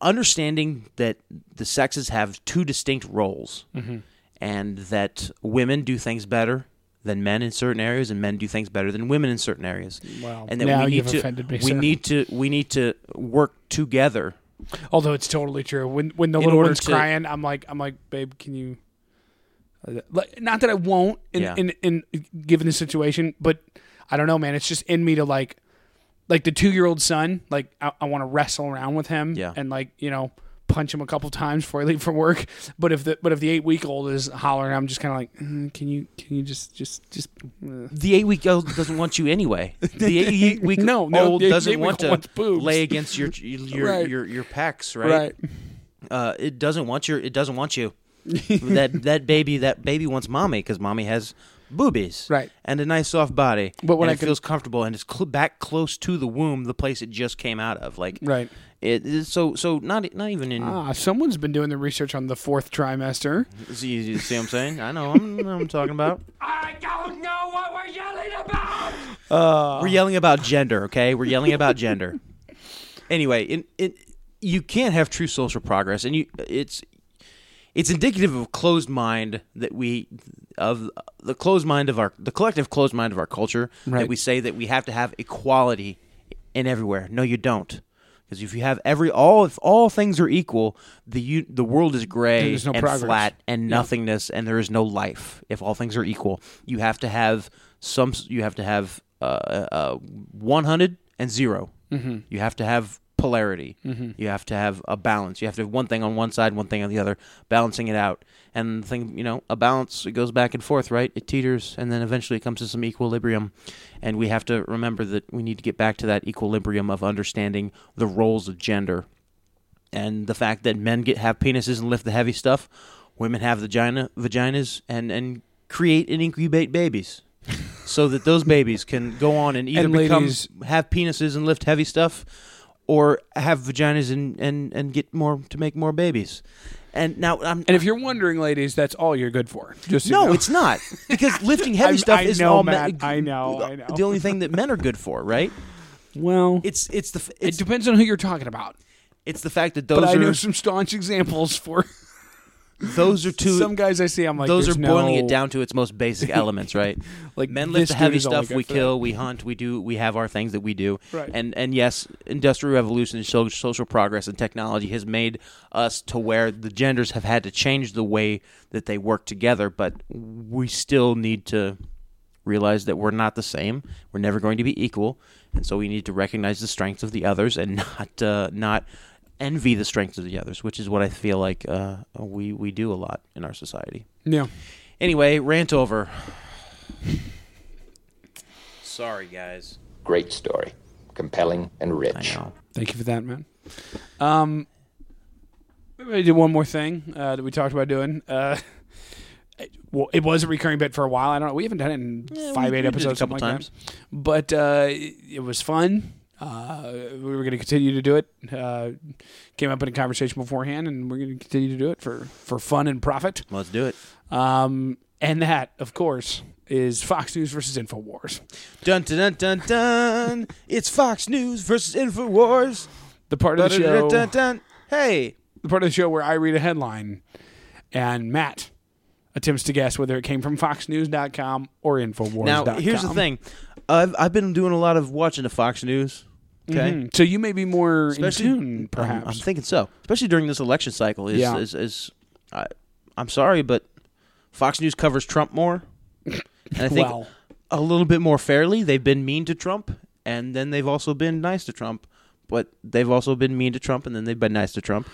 Speaker 3: understanding that the sexes have two distinct roles,
Speaker 2: Mm-hmm.
Speaker 3: and that women do things better than men in certain areas, and men do things better than women in certain areas.
Speaker 2: Wow.
Speaker 3: And that
Speaker 2: Now
Speaker 3: we need
Speaker 2: you've
Speaker 3: to
Speaker 2: offended me,
Speaker 3: we
Speaker 2: sir.
Speaker 3: need to we need to work together.
Speaker 2: Although it's totally true. When when the
Speaker 3: In
Speaker 2: little
Speaker 3: order
Speaker 2: one's
Speaker 3: to-
Speaker 2: crying, I'm like I'm like, babe, can you? Like, Not that I won't in,
Speaker 3: Uh, Yeah.
Speaker 2: in in given the situation, but I don't know, man. It's just in me to like, like the two year old son. Like I, I want to wrestle around with him,
Speaker 3: Yeah.
Speaker 2: and like you know punch him a couple times before I leave from work. But if the but if the eight week old is hollering, I'm just kind of like, "Mm, can you can you just just just. uh."
Speaker 3: The eight week old doesn't want you
Speaker 2: [laughs]
Speaker 3: anyway. The eight week
Speaker 2: No, no,
Speaker 3: old
Speaker 2: the eight-
Speaker 3: doesn't
Speaker 2: eight-week
Speaker 3: want
Speaker 2: old wants
Speaker 3: to
Speaker 2: boobs.
Speaker 3: lay against your
Speaker 2: [laughs]
Speaker 3: your
Speaker 2: Right.
Speaker 3: your, your pecs, uh, it doesn't want your it doesn't
Speaker 2: [laughs]
Speaker 3: want you. that that baby that baby wants mommy because mommy has boobies,
Speaker 2: Right.
Speaker 3: and a nice soft body.
Speaker 2: But when
Speaker 3: and
Speaker 2: I
Speaker 3: it
Speaker 2: can-
Speaker 3: feels comfortable and it's cl- back close to the womb, the place it just came out of, like
Speaker 2: Right.
Speaker 3: It is so so not not even in.
Speaker 2: Ah, someone's been doing the research on the fourth trimester.
Speaker 3: See, you see what I'm saying? I know I'm, I know what I'm talking about.
Speaker 8: I don't know what we're yelling about!
Speaker 3: We're yelling about gender, okay? We're yelling about gender. [laughs] Anyway, in, in, you can't have true social progress, and you it's it's indicative of closed mind that we of the closed mind of our the collective closed mind of our culture
Speaker 2: Right.
Speaker 3: that we say that we have to have equality in everywhere. No, you don't. Because if you have every all if all things are equal, the you, the world is gray
Speaker 2: there's no
Speaker 3: and
Speaker 2: progress.
Speaker 3: flat and nothingness and there is no life if all things are equal you have to have some you have to have uh, uh, 100 and 0 mm-hmm. you have to have polarity you have to have a balance you have to have one thing on one side one thing on the other balancing it out and the thing you know a balance it goes back and forth right it teeters and then eventually it comes to some equilibrium and we have to remember that we need to get back to that equilibrium of understanding the roles of gender and the fact that men get have penises and lift the heavy stuff, women have vagina vaginas and and create and
Speaker 2: [laughs]
Speaker 3: incubate babies, so that those babies can go on and either
Speaker 2: And
Speaker 3: become
Speaker 2: ladies-
Speaker 3: have penises and lift heavy stuff, or have vaginas and and and get more to make more babies. And now I'm.
Speaker 2: And if you're wondering, ladies, that's all you're good for. Just so you [laughs]
Speaker 3: no,
Speaker 2: know.
Speaker 3: it's not because
Speaker 2: [laughs]
Speaker 3: lifting heavy
Speaker 2: I'm-
Speaker 3: stuff
Speaker 2: I
Speaker 3: is
Speaker 2: know,
Speaker 3: all
Speaker 2: Matt. I know, I know.
Speaker 3: The only thing that men are good for, right?
Speaker 2: well.
Speaker 3: It's it's the f-
Speaker 2: it
Speaker 3: it's,
Speaker 2: depends on who you're talking about.
Speaker 3: it's the fact that
Speaker 2: But I
Speaker 3: those
Speaker 2: know
Speaker 3: are
Speaker 2: some staunch examples for
Speaker 3: those are two
Speaker 2: some guys I see. I'm like,
Speaker 3: those
Speaker 2: there's
Speaker 3: are boiling
Speaker 2: no-
Speaker 3: it down to its most
Speaker 2: [laughs]
Speaker 3: basic elements, right?
Speaker 2: Like,
Speaker 3: men lift
Speaker 2: this
Speaker 3: the heavy
Speaker 2: dude is only
Speaker 3: stuff,
Speaker 2: good
Speaker 3: we
Speaker 2: for that.
Speaker 3: kill, we hunt, we do, we have our things that we do,
Speaker 2: Right.
Speaker 3: and and yes, industrial revolution, so, social progress, and technology has made us to where the genders have had to change the way that they work together, but we still need to realize that we're not the same. We're never going to be equal, and so we need to recognize the strengths of the others and [laughs] not uh, not envy the strengths of the others, which is what I feel like uh, we we do a lot in our society.
Speaker 2: Yeah.
Speaker 3: Anyway, rant over. Sorry, guys.
Speaker 8: Great story. Compelling and
Speaker 3: I
Speaker 8: rich.
Speaker 3: know.
Speaker 2: Thank you for that, man. Um, maybe I did one more thing uh, that we talked about doing. Uh, [laughs] it, well, it was a recurring bit for a while. I don't know. We haven't done it in five,
Speaker 3: we-
Speaker 2: eight
Speaker 3: we did it a
Speaker 2: episodes, something
Speaker 3: couple
Speaker 2: like
Speaker 3: times.
Speaker 2: that. But uh, it, it was fun. Uh, we were going to continue to do it. Uh, came up in a conversation beforehand, and we're going to continue to do it for, for fun and profit.
Speaker 3: Let's do it.
Speaker 2: Um, and that, of course, is Fox News versus Infowars.
Speaker 3: Dun dun dun dun dun. it's Fox News versus Infowars.
Speaker 2: The part of
Speaker 3: Dun,
Speaker 2: the
Speaker 3: dun,
Speaker 2: show.
Speaker 3: dun, dun. Hey,
Speaker 2: the part of the show where I read a headline and Matt attempts to guess whether it came from FoxNews.com or Infowars.com.
Speaker 3: now here's the thing. I've I've been doing a lot of watching the Fox News. Okay.
Speaker 2: Mhm. So you may be more in tune,
Speaker 3: um, I'm-
Speaker 2: perhaps.
Speaker 3: I'm, thinking so. Especially during this election cycle, is
Speaker 2: Yeah.
Speaker 3: is, is I, I'm sorry, but Fox News covers
Speaker 2: [laughs]
Speaker 3: Trump more, and I think
Speaker 2: Well.
Speaker 3: a little bit more fairly. They've been mean to Trump, and then they've also been nice to Trump, but they've also been mean to Trump, and then they've been nice to Trump.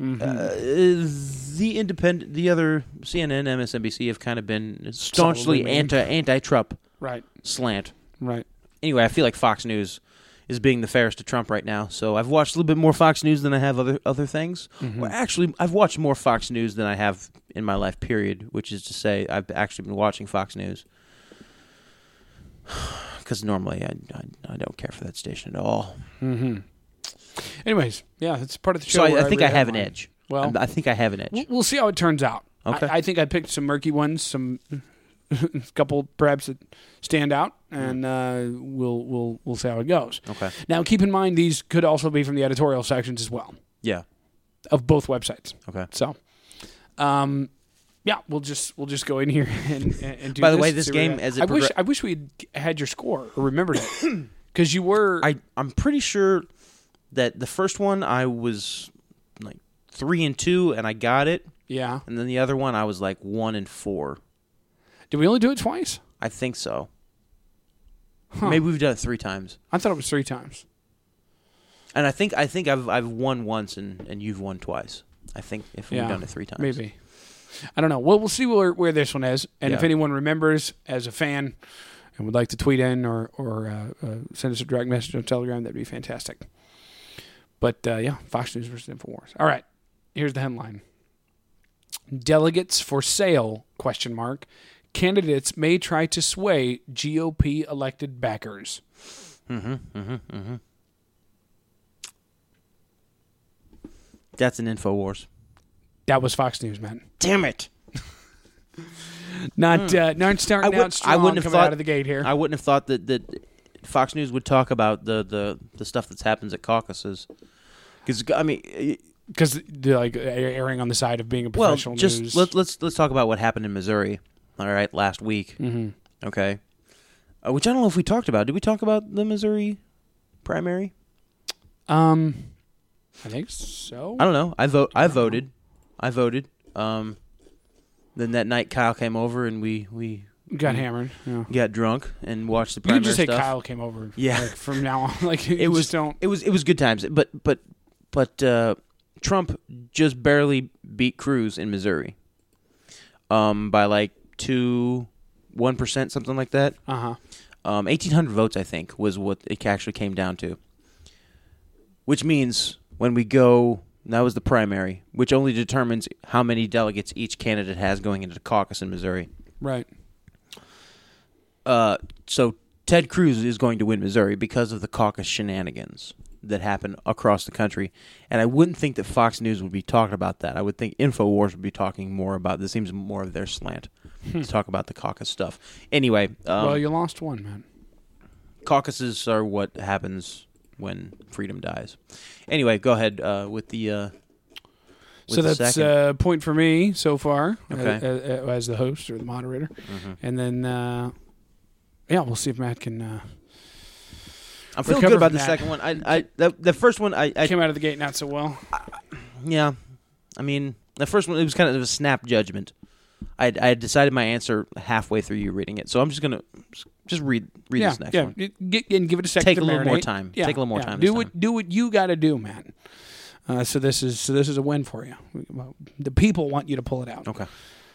Speaker 2: Mm-hmm.
Speaker 3: Uh, the independent, the other CNN, MSNBC have kind of been staunchly
Speaker 2: mean.
Speaker 3: anti anti Trump
Speaker 2: right,
Speaker 3: slant
Speaker 2: right.
Speaker 3: anyway, I feel like Fox News is being the fairest to Trump right now. So I've watched a little bit more Fox News than I have other other things. Well, actually, I've watched more Fox News than I have in my life. Period. Which is to say, I've actually been watching Fox News [sighs] because normally I, I I don't care for that station at all.
Speaker 2: Anyways, yeah, it's part of the show.
Speaker 3: So
Speaker 2: where
Speaker 3: I, I think
Speaker 2: read
Speaker 3: I
Speaker 2: a
Speaker 3: have an
Speaker 2: headline.
Speaker 3: edge.
Speaker 2: Well-
Speaker 3: I'm- I think I have an edge.
Speaker 2: We'll- We'll see how it turns out.
Speaker 3: Okay.
Speaker 2: I, I think I picked some murky ones, some [laughs] a couple perhaps that stand out, and uh, we'll we'll we'll see how it goes.
Speaker 3: Hmm. Okay.
Speaker 2: Now, keep in mind these could also be from the editorial sections as well
Speaker 3: Yeah.
Speaker 2: of both websites.
Speaker 3: Okay.
Speaker 2: So, um, yeah, we'll just we'll just go in here [laughs] and, and, and do.
Speaker 3: By the way,
Speaker 2: and
Speaker 3: this
Speaker 2: see where
Speaker 3: game,
Speaker 2: we're at.
Speaker 3: as it
Speaker 2: I wish
Speaker 3: progre-
Speaker 2: I wish we had had your score or remembered
Speaker 3: [coughs]
Speaker 2: it because you were
Speaker 3: I I'm pretty sure that the first one I was like three and two, and I got it.
Speaker 2: yeah.
Speaker 3: And then the other one, I was like one and four.
Speaker 2: Did we only do it twice?
Speaker 3: I think so. Maybe we've done it three times.
Speaker 2: I thought it was three times.
Speaker 3: And I think I think I've I've won once and, and you've won twice. I think if
Speaker 2: Yeah,
Speaker 3: we've done it three times.
Speaker 2: Maybe. I don't know. Well, we'll see where, where this one is, and if
Speaker 3: Yeah.
Speaker 2: anyone remembers as a fan and would like to tweet in or or uh, uh, send us a direct message on Telegram, that'd be fantastic. But uh, yeah, Fox News versus Infowars. All right, here's the headline: Delegates for sale? Question mark. Candidates may try to sway GOP elected backers.
Speaker 3: That's an InfoWars.
Speaker 2: That was Fox News, man.
Speaker 3: Damn it.
Speaker 2: Not uh, not starting
Speaker 3: Hmm. would-
Speaker 2: out strong.
Speaker 3: wouldn't have
Speaker 2: coming
Speaker 3: thought
Speaker 2: out of the gate here.
Speaker 3: I wouldn't have thought that, that Fox News would talk about the, the, the stuff that happens at caucuses. Because I mean, eh,
Speaker 2: because they're like erring on the side of being a
Speaker 3: well,
Speaker 2: professional
Speaker 3: just
Speaker 2: news.
Speaker 3: let, let's let's talk about what happened in Missouri. All right, last week. Mm-hmm. Okay, uh, which I don't know if we talked about. Did we talk about the Missouri primary?
Speaker 2: um, I think so.
Speaker 3: I don't know. I vote. I voted. I voted. Um, then that night, Kyle came over and we we
Speaker 2: Got hammered. Yeah.
Speaker 3: got drunk and watched the
Speaker 2: You
Speaker 3: primary
Speaker 2: can just say
Speaker 3: stuff.
Speaker 2: Kyle came over.
Speaker 3: Yeah.
Speaker 2: Like, from now on, [laughs] like
Speaker 3: It was
Speaker 2: don't.
Speaker 3: It was it was good times. But but but uh, Trump just barely beat Cruz in Missouri. Um, by like two, one percent, something like that.
Speaker 2: Uh huh.
Speaker 3: Um, eighteen hundred votes, I think, was what it actually came down to. Which means when we go, that was the primary, which only determines how many delegates each candidate has going into the caucus in Missouri.
Speaker 2: Right.
Speaker 3: Uh, so Ted Cruz is going to win Missouri because of the caucus shenanigans that happen across the country, and I wouldn't think that Fox News would be talking about that. I would think Infowars would be talking more about this. Seems more of their slant to talk about the caucus stuff. Anyway, um,
Speaker 2: well, you lost one, man.
Speaker 3: caucuses are what happens when freedom dies. Anyway, go ahead uh, with the. Uh, with
Speaker 2: So
Speaker 3: the
Speaker 2: that's uh,
Speaker 3: second.
Speaker 2: a point for me so far
Speaker 3: Okay.
Speaker 2: as, as, as the host or the moderator,
Speaker 3: Mm-hmm.
Speaker 2: and then uh, yeah, we'll see if Matt can uh,
Speaker 3: I'm feeling
Speaker 2: recover
Speaker 3: good about
Speaker 2: from
Speaker 3: the
Speaker 2: that.
Speaker 3: second one. I, I the, the first one, I, I
Speaker 2: came out of the gate not so well.
Speaker 3: yeah, I mean the first one it was kind of a snap judgment. I I had decided my answer halfway through you reading it, so I'm just gonna just read read
Speaker 2: yeah,
Speaker 3: this next
Speaker 2: yeah.
Speaker 3: one.
Speaker 2: Y- Get, and give it a second.
Speaker 3: Take
Speaker 2: to
Speaker 3: a little more
Speaker 2: marinate.
Speaker 3: time.
Speaker 2: Yeah,
Speaker 3: Take a little more
Speaker 2: yeah.
Speaker 3: time
Speaker 2: Do
Speaker 3: this
Speaker 2: what
Speaker 3: time.
Speaker 2: do what you got to do, man. Uh, so this is so this is a win for you. We- well, The people want you to pull it out.
Speaker 3: Okay.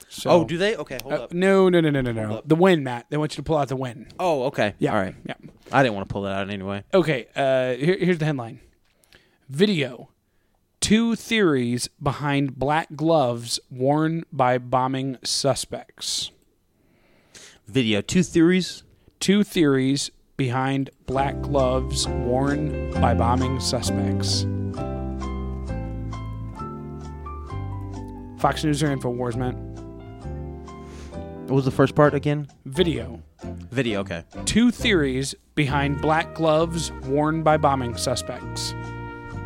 Speaker 2: So,
Speaker 3: oh, do they? Okay, hold
Speaker 2: Uh,
Speaker 3: up.
Speaker 2: no, no, no, no, no, no. The win, Matt. They want you to pull out the win.
Speaker 3: Oh, okay.
Speaker 2: Yeah.
Speaker 3: All right.
Speaker 2: Yeah.
Speaker 3: I didn't want to pull that out anyway.
Speaker 2: Okay. Uh, here, here's the headline: Video. Two theories behind black gloves worn by bombing suspects.
Speaker 3: Video two theories.
Speaker 2: Two theories behind black gloves worn by bombing suspects. Fox News or InfoWars, man.
Speaker 3: What was the first part again?
Speaker 2: Video.
Speaker 3: Video. Okay.
Speaker 2: two theories behind black gloves worn by bombing suspects.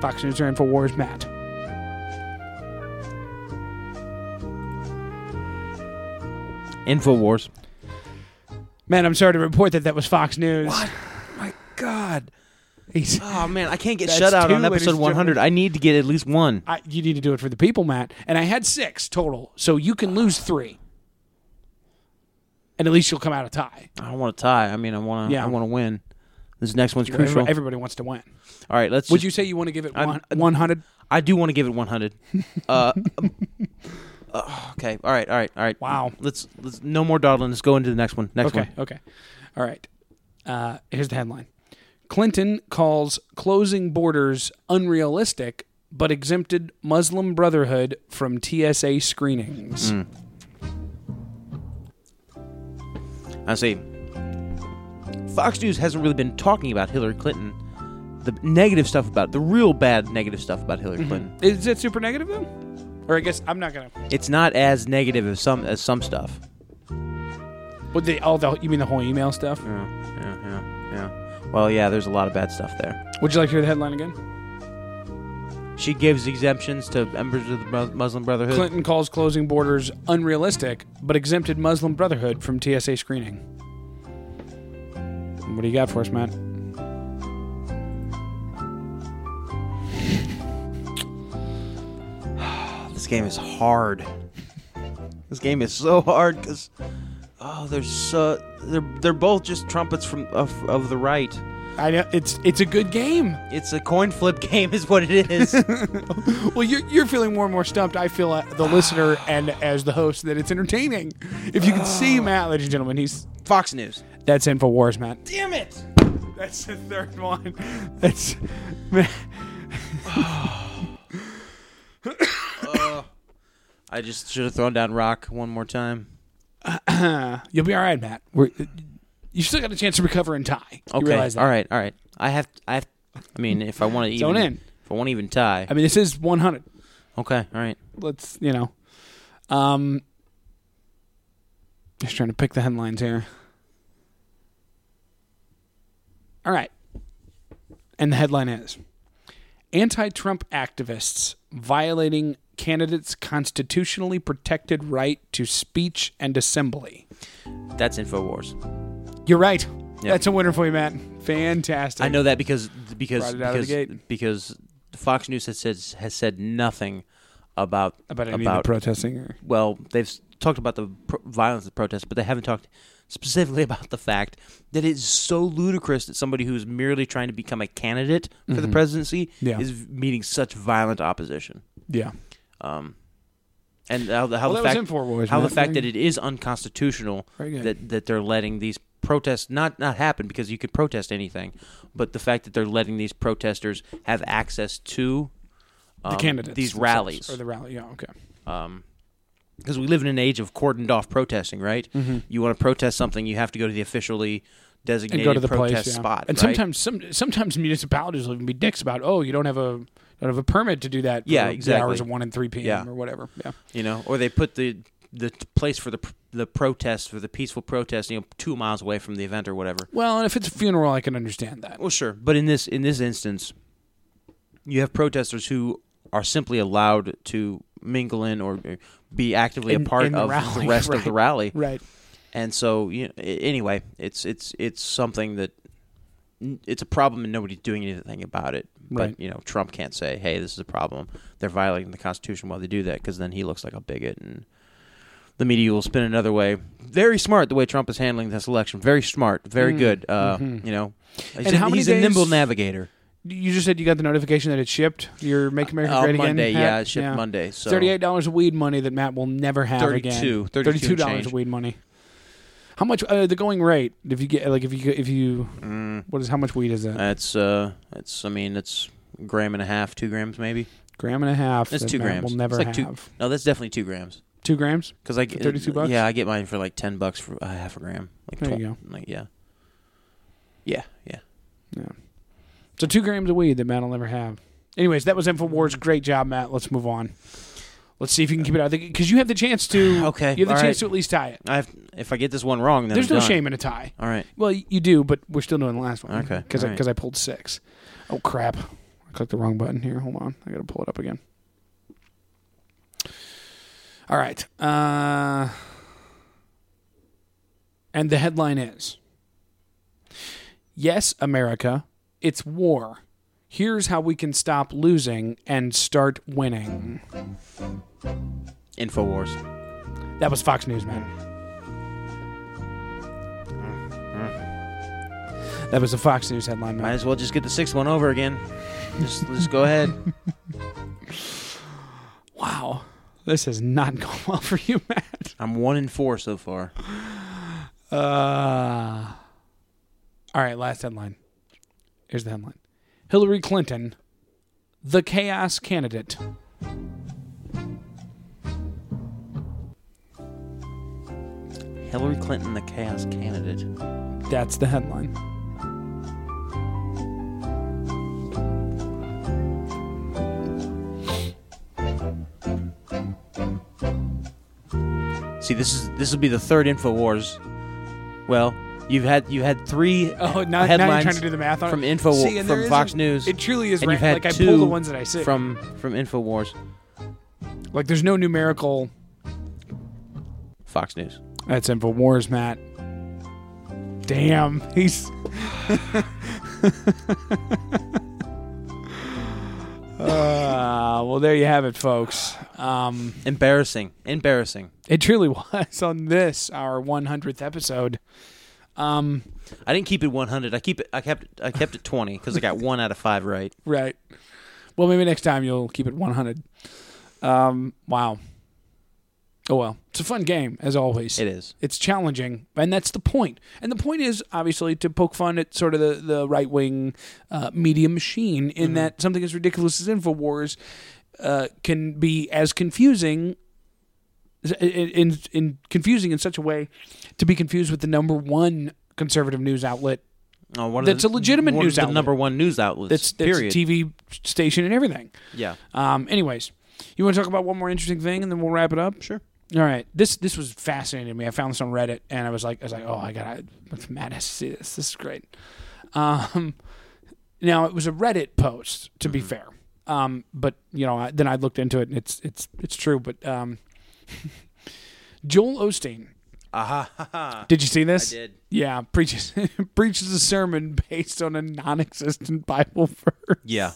Speaker 2: Fox News or InfoWars, Matt.
Speaker 3: Infowars.
Speaker 2: Man, I'm sorry to report that that was Fox News.
Speaker 3: My God.
Speaker 2: He's-
Speaker 3: Oh man, I can't get
Speaker 2: That's
Speaker 3: shut out
Speaker 2: two,
Speaker 3: on
Speaker 2: ladies
Speaker 3: episode
Speaker 2: and
Speaker 3: 100. I need to get at least one.
Speaker 2: I, you need to do it for the people, Matt. And I had six total, so you can lose three. And at least you'll come out a tie.
Speaker 3: I don't want to tie. I mean, I want to.
Speaker 2: Yeah.
Speaker 3: I want to win. This next one's crucial.
Speaker 2: Everybody wants to win.
Speaker 3: All right, let's.
Speaker 2: Would
Speaker 3: just-
Speaker 2: you say you want to give it
Speaker 3: I'm-
Speaker 2: one- 100?
Speaker 3: I do want to give it [laughs] 100. uh, uh, okay. All right. All right. All right.
Speaker 2: Wow.
Speaker 3: Let's. Let's. No more dawdling. Let's go into the next one. Next
Speaker 2: Okay,
Speaker 3: one.
Speaker 2: okay. All right. Uh, here's the headline Clinton calls closing borders unrealistic, but exempted Muslim Brotherhood from TSA screenings.
Speaker 3: Hmm. I see. Fox News hasn't really been talking about Hillary Clinton. The negative stuff about the real bad negative stuff about Hillary Clinton.
Speaker 2: Is it super negative, though? Or I guess I'm not going to.
Speaker 3: It's not as negative as some as some stuff.
Speaker 2: What they, all the, you mean the whole email stuff?
Speaker 3: Yeah. Yeah. Yeah. Yeah. Well, yeah. There's a lot of bad stuff there.
Speaker 2: Would you like to hear the headline again?
Speaker 3: She gives exemptions to members of the Mus- Muslim Brotherhood.
Speaker 2: Clinton calls closing borders unrealistic, but exempted Muslim Brotherhood from TSA screening. What do you got for us, Matt?
Speaker 3: This game is hard. This game is so hard because oh, they're so they're they're both just trumpets from of, of the right.
Speaker 2: I know it's it's a good game.
Speaker 3: It's a coin flip [laughs] game, is what
Speaker 2: [laughs]
Speaker 3: it is.
Speaker 2: Well, you're, you're feeling more and more stumped. I feel, uh, the [sighs] listener and as the host, that it's entertaining. If you can see [sighs] Matt, ladies and gentlemen, he's
Speaker 3: Fox News.
Speaker 2: that's Infowars, Matt.
Speaker 3: Damn it!
Speaker 2: [laughs] That's the third one. That's Matt.
Speaker 3: I just should have thrown down rock one more time.
Speaker 2: You'll be all right, Matt. We're, you still got a chance to recover and tie. You
Speaker 3: Okay.
Speaker 2: realize that.
Speaker 3: All right. All right. I have. I have. I mean, if I want to even,
Speaker 2: Zone in.
Speaker 3: if I want to even tie.
Speaker 2: I mean, this is 100.
Speaker 3: Okay. All right.
Speaker 2: Let's you know, um, Just trying to pick the headlines here. All right. And the headline is Anti Trump activists violating candidates' constitutionally protected right to speech and assembly.
Speaker 3: That's InfoWars.
Speaker 2: You're right.
Speaker 3: Yeah.
Speaker 2: That's a winner for you, Matt. Fantastic.
Speaker 3: I know that because
Speaker 2: Brought
Speaker 3: because
Speaker 2: it out of
Speaker 3: because,
Speaker 2: the gate.
Speaker 3: because Fox News has said has said nothing about
Speaker 2: about any of the protesting. Or,
Speaker 3: well, they've s- talked about the pro- violence of protests, but they haven't talked specifically [laughs] about the fact that it's so ludicrous that somebody who's merely trying to become a candidate for the presidency
Speaker 2: Mm-hmm. Yeah.
Speaker 3: is v- meeting such violent opposition.
Speaker 2: yeah.
Speaker 3: And how the, how
Speaker 2: Well,
Speaker 3: the
Speaker 2: that was
Speaker 3: fact
Speaker 2: InfoWars,
Speaker 3: how
Speaker 2: man.
Speaker 3: the fact that it is unconstitutional
Speaker 2: Very good.
Speaker 3: that that they're letting these protests not not happen because you could protest anything, but the fact that they're letting these protesters have access to um,
Speaker 2: The candidates.
Speaker 3: these
Speaker 2: themselves,
Speaker 3: rallies.
Speaker 2: Or the rally. Yeah, okay.
Speaker 3: because we live in an age of cordoned off protesting, right? You want to protest something, you have to go to the officially designated
Speaker 2: Mm-hmm. and go to the
Speaker 3: protest
Speaker 2: place, yeah.
Speaker 3: spot.
Speaker 2: And
Speaker 3: right?
Speaker 2: sometimes some sometimes municipalities will even be dicks about, oh, you don't have a don't have a permit to do that. For
Speaker 3: Yeah,
Speaker 2: The
Speaker 3: exactly.
Speaker 2: hours of one and three p.m.
Speaker 3: Yeah.
Speaker 2: or whatever. Yeah.
Speaker 3: you know, or they put the the t- place for the pr- the protest for the peaceful protest, you know, two miles away from the event or whatever.
Speaker 2: Well, and if it's a funeral, I can understand that.
Speaker 3: Well, sure, but in this in this instance, you have protesters who are simply allowed to mingle in or or be actively
Speaker 2: In-
Speaker 3: a part
Speaker 2: in the
Speaker 3: of
Speaker 2: rally, [laughs]
Speaker 3: the rest of
Speaker 2: right.
Speaker 3: the rally,
Speaker 2: Right.
Speaker 3: and so you know, a- anyway, it's it's it's something that n- it's a problem and nobody's doing anything about it.
Speaker 2: Right.
Speaker 3: But you know, Trump can't say, "Hey, this is a problem." They're violating the Constitution while they do that because then he looks like a bigot, and the media will spin another way. Very smart the way Trump is handling this election. Very smart. Very good. Uh, You know, he's,
Speaker 2: Mm. Mm-hmm. And
Speaker 3: a,
Speaker 2: how many
Speaker 3: he's a nimble
Speaker 2: days-
Speaker 3: navigator.
Speaker 2: You just said you got the notification that it shipped. Your Make America
Speaker 3: Uh,
Speaker 2: Great
Speaker 3: Monday,
Speaker 2: Again. hat?
Speaker 3: yeah, it shipped Monday, so-
Speaker 2: thirty-eight dollars of weed money that Matt will never have again.
Speaker 3: 32, 32 and
Speaker 2: dollars of
Speaker 3: change.
Speaker 2: weed money. How much? Uh, the going rate? If you get like if you if you what is how much weed is that?
Speaker 3: That's Mm. uh, that's I mean, it's a gram and a half, two grams maybe.
Speaker 2: gram and a half.
Speaker 3: That's
Speaker 2: that
Speaker 3: two
Speaker 2: Matt
Speaker 3: grams.
Speaker 2: Will never
Speaker 3: it's like
Speaker 2: have
Speaker 3: two. No, that's definitely two grams.
Speaker 2: two grams.
Speaker 3: Because I get
Speaker 2: 32 bucks?
Speaker 3: Yeah, I get mine for like ten bucks for a half a gram. Like
Speaker 2: There you
Speaker 3: 12 Like yeah, yeah, yeah.
Speaker 2: So two grams of weed that Matt will never have. Anyways, that was Infowars. Great job, Matt. Let's move on. Let's see if you can keep it out because you have the chance to.
Speaker 3: [sighs] Okay,
Speaker 2: you have the
Speaker 3: all
Speaker 2: chance
Speaker 3: right.
Speaker 2: to at least tie it.
Speaker 3: I have, if I get this one wrong, then
Speaker 2: There's
Speaker 3: I'm
Speaker 2: no
Speaker 3: done.
Speaker 2: shame in a tie.
Speaker 3: All right,
Speaker 2: Well, you do, but we're still doing the last one.
Speaker 3: Okay,
Speaker 2: Because
Speaker 3: all
Speaker 2: I,
Speaker 3: right.
Speaker 2: cause I pulled six. Oh crap! I clicked the wrong button here. Hold on, I gotta pull it up again. All right. Uh, and the headline is: Yes, America, it's war. Here's how we can stop losing and start winning.
Speaker 3: Infowars.
Speaker 2: That was Fox News, man.
Speaker 3: Mm-hmm.
Speaker 2: That was a Fox News headline, man.
Speaker 3: Might as well just get the sixth one over again. Just just
Speaker 2: [laughs]
Speaker 3: go ahead.
Speaker 2: Wow. This has not [laughs] gone well for you, Matt.
Speaker 3: I'm one in four so far.
Speaker 2: Uh, all right, last headline. Here's the headline Hillary Clinton, the chaos candidate.
Speaker 3: Hillary Clinton, the chaos candidate.
Speaker 2: That's the headline.
Speaker 3: See, this is this will be the third Infowars. Well, you've had you had three.
Speaker 2: Oh, now, now you're
Speaker 3: headlines
Speaker 2: trying to do the math on
Speaker 3: from
Speaker 2: it.
Speaker 3: Info
Speaker 2: See, and there
Speaker 3: from
Speaker 2: is
Speaker 3: Fox
Speaker 2: a-
Speaker 3: News.
Speaker 2: It truly is
Speaker 3: and you've
Speaker 2: random.
Speaker 3: had
Speaker 2: like I
Speaker 3: two
Speaker 2: pull the ones that I see.
Speaker 3: from from Infowars.
Speaker 2: like there's no numerical.
Speaker 3: Fox News.
Speaker 2: That's Infowars, Matt. Damn, [laughs] he's. uh, well, there you have it, folks. Um,
Speaker 3: Embarrassing. Embarrassing.
Speaker 2: it truly [laughs] was on this our 100th episode. Um,
Speaker 3: I didn't keep it 100. I keep it. I kept. I kept it 20 because I [laughs] got one out of five right.
Speaker 2: right. Well, maybe next time you'll keep it 100. Um, wow. Oh well, it's a fun game as always.
Speaker 3: It is.
Speaker 2: It's challenging, and that's the point. And the point is obviously to poke fun at sort of the, the right wing uh, media machine in
Speaker 3: Mm-hmm.
Speaker 2: that something as ridiculous as Infowars uh, can be as confusing in, in in confusing in such a way to be confused with the number one conservative news outlet
Speaker 3: Oh, one of
Speaker 2: That's a
Speaker 3: the-
Speaker 2: legitimate
Speaker 3: one
Speaker 2: news
Speaker 3: of the
Speaker 2: outlet.
Speaker 3: number one news outlet.
Speaker 2: that's, that's a
Speaker 3: period.
Speaker 2: TV station and everything.
Speaker 3: Yeah.
Speaker 2: Um, anyways, you want to talk about one more interesting thing, and then we'll wrap it up. Sure. All right, this this was fascinating to me. I found this on Reddit, and I was like, I was like, oh, I gotta, Matt has to see this. This is great. Um, now it was a Reddit post, to be fair. Um, but you know, I, then I looked into it, and it's it's it's true. But um, [laughs] Joel Osteen. Aha! Did you see this?
Speaker 3: I did.
Speaker 2: Yeah, preaches [laughs] preaches a sermon based on a non-existent Bible verse.
Speaker 3: Yeah.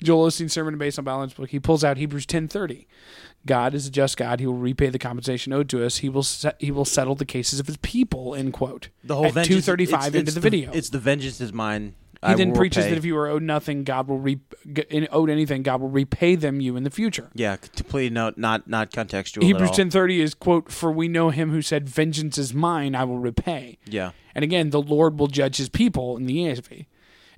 Speaker 2: Joel Osteen's sermon based on balance book. He pulls out Hebrews ten thirty. God is a just God. He will repay the compensation owed to us. He will se- he will settle the cases of his people. End quote.
Speaker 3: The whole
Speaker 2: at
Speaker 3: vengeance-
Speaker 2: two thirty five
Speaker 3: it's-
Speaker 2: into
Speaker 3: it's
Speaker 2: the, video.
Speaker 3: It's the vengeance is mine.
Speaker 2: he then preaches that if you are owed nothing, God will re- g- in- owed anything, God will repay them you in the future.
Speaker 3: yeah, completely no, not not contextual. at
Speaker 2: Hebrews
Speaker 3: all.
Speaker 2: ten thirty is quote for we know him who said, "Vengeance is mine; I will repay."
Speaker 3: Yeah.
Speaker 2: And again, the Lord will judge his people in the ESV.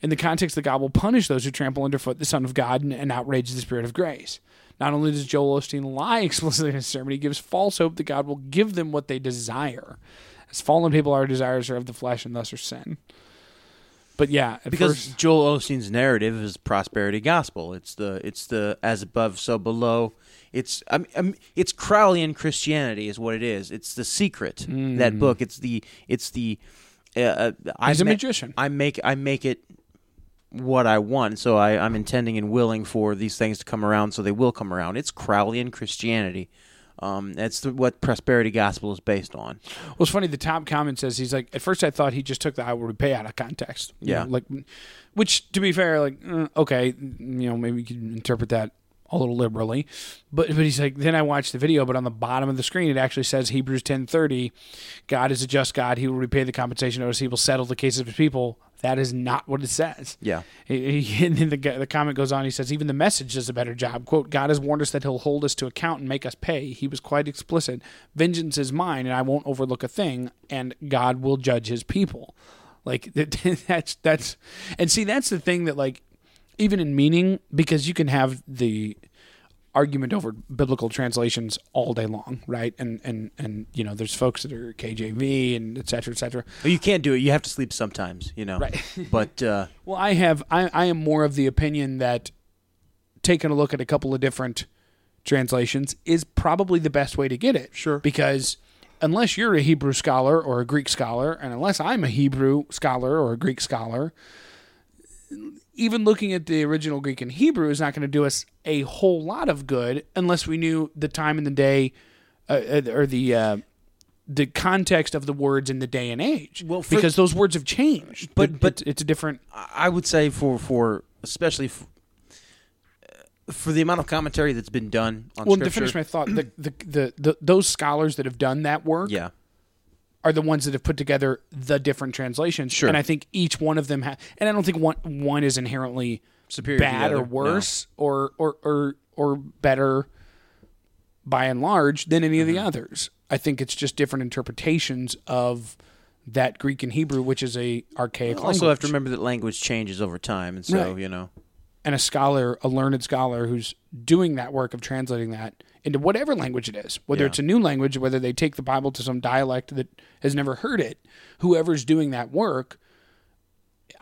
Speaker 2: In the context that God will punish those who trample underfoot the Son of God and, and outrage the Spirit of grace. Not only does Joel Osteen lie [laughs] explicitly in his sermon, he gives false hope that God will give them what they desire. As fallen people, our desires are of the flesh and thus are sin. But yeah, at
Speaker 3: Because
Speaker 2: first,
Speaker 3: Joel Osteen's narrative is prosperity gospel. It's the it's the as above so below. It's I mean, I mean, it's Crowleyan Christianity is what it is. It's the secret that book. It's the it's the uh, uh,
Speaker 2: Mm. He's a
Speaker 3: I
Speaker 2: magician.
Speaker 3: I make I make it what I want. So I, I'm intending and willing for these things to come around. So they will come around. It's Crowleyan Christianity. Um, that's the, what prosperity gospel is based on.
Speaker 2: well, it's funny. The top comment says he's like, at first I thought he just took the "I will repay" out of context. You
Speaker 3: Yeah.
Speaker 2: know, like, which to be fair, like, mm, okay, you know, maybe you can interpret that a little liberally, but but he's like, then I watched the video, but on the bottom of the screen it actually says Hebrews ten thirty, God is a just God; He will repay the compensation owed us; He will settle the cases of His people. That is not what it says.
Speaker 3: Yeah.
Speaker 2: He- he- [laughs] and then the, guy- the comment goes on. He says, even the message does a better job. Quote, God has warned us that he'll hold us to account and make us pay. He was quite explicit. Vengeance is mine, and I won't overlook a thing, and God will judge his people. Like, [laughs] that, that's, that's, and see, that's the thing that, like, even in meaning, because you can have the argument over biblical translations all day long, right? And, and, and, you know, there's folks that are KJV and et cetera, et cetera.
Speaker 3: Well, you can't do it. You have to sleep sometimes. You know.
Speaker 2: Right.
Speaker 3: but uh,
Speaker 2: Well, I have. I, I am more of the opinion that taking a look at a couple of different translations is probably the best way to get it. Sure. Because unless you're a Hebrew scholar or a Greek scholar, and unless I'm a Hebrew scholar or a Greek scholar, even looking at the original Greek and Hebrew is not going to do us a whole lot of good unless we knew the time and the day, uh, uh, or the. Uh, the context of the words in the day and age,
Speaker 3: Well, for-
Speaker 2: because those words have changed.
Speaker 3: But-
Speaker 2: It-
Speaker 3: but-
Speaker 2: it's, it's a different.
Speaker 3: I would say for for especially f- for the amount of commentary that's been done on
Speaker 2: Well, to
Speaker 3: scripture.
Speaker 2: finish my thought,
Speaker 3: [clears throat]
Speaker 2: the, the, the, the, those scholars that have done that work
Speaker 3: yeah,
Speaker 2: are the ones that have put together the different translations.
Speaker 3: Sure.
Speaker 2: And I think each one of them ha and I don't think one one is inherently
Speaker 3: Superior to the
Speaker 2: bad
Speaker 3: other,
Speaker 2: or worse or, or or or better by and large than any of
Speaker 3: Mm-hmm.
Speaker 2: the others. I think it's just different interpretations of that Greek and Hebrew, which is a archaic language.
Speaker 3: also have to remember that language changes over time, and so
Speaker 2: Right.
Speaker 3: you know,
Speaker 2: and a scholar, a learned scholar who's doing that work of translating that into whatever language it is, whether
Speaker 3: Yeah.
Speaker 2: it's a new language, whether they take the Bible to some dialect that has never heard it, whoever's doing that work,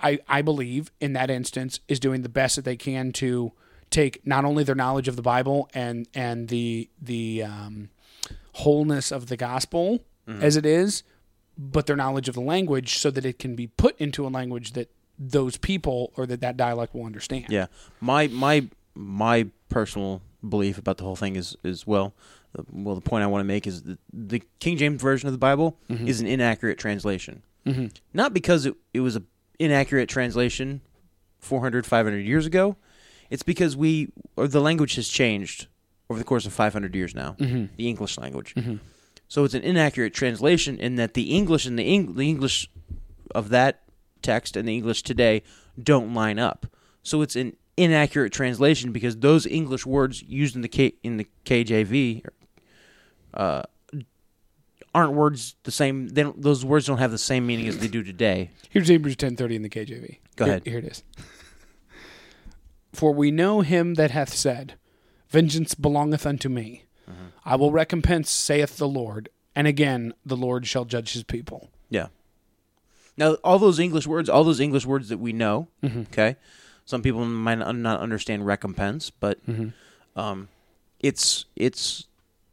Speaker 2: I, I believe in that instance is doing the best that they can to take not only their knowledge of the Bible and and the the um, wholeness of the gospel as it is, but their knowledge of the language so that it can be put into a language that those people or that that dialect will understand.
Speaker 3: yeah. My my my personal belief about the whole thing is is well, uh, well, the point I want to make is that the King James version of the Bible is an inaccurate translation, mm-hmm. not because it it was a inaccurate translation 400 500 years ago it's because we or the language has changed over the course of 500 years now the english language so it's an inaccurate translation in that the english and the, Eng- the english of that text and the english today don't line up so it's an inaccurate translation because those english words used in the K- in the kjv uh, aren't words the same they don't, those words don't have the same meaning as they do today
Speaker 2: Here's Hebrews 10:30 in the KJV.
Speaker 3: Go
Speaker 2: Here-
Speaker 3: ahead.
Speaker 2: Here it is. For we know him that hath said, Vengeance belongeth unto me.
Speaker 3: Mm-hmm.
Speaker 2: I will recompense, saith the Lord. And again, the Lord shall judge his people.
Speaker 3: Yeah. Now, all those English words, all those English words that we know,
Speaker 2: Mm-hmm.
Speaker 3: okay? Some
Speaker 2: Mm-hmm.
Speaker 3: people might not- not understand recompense, but um, it's it's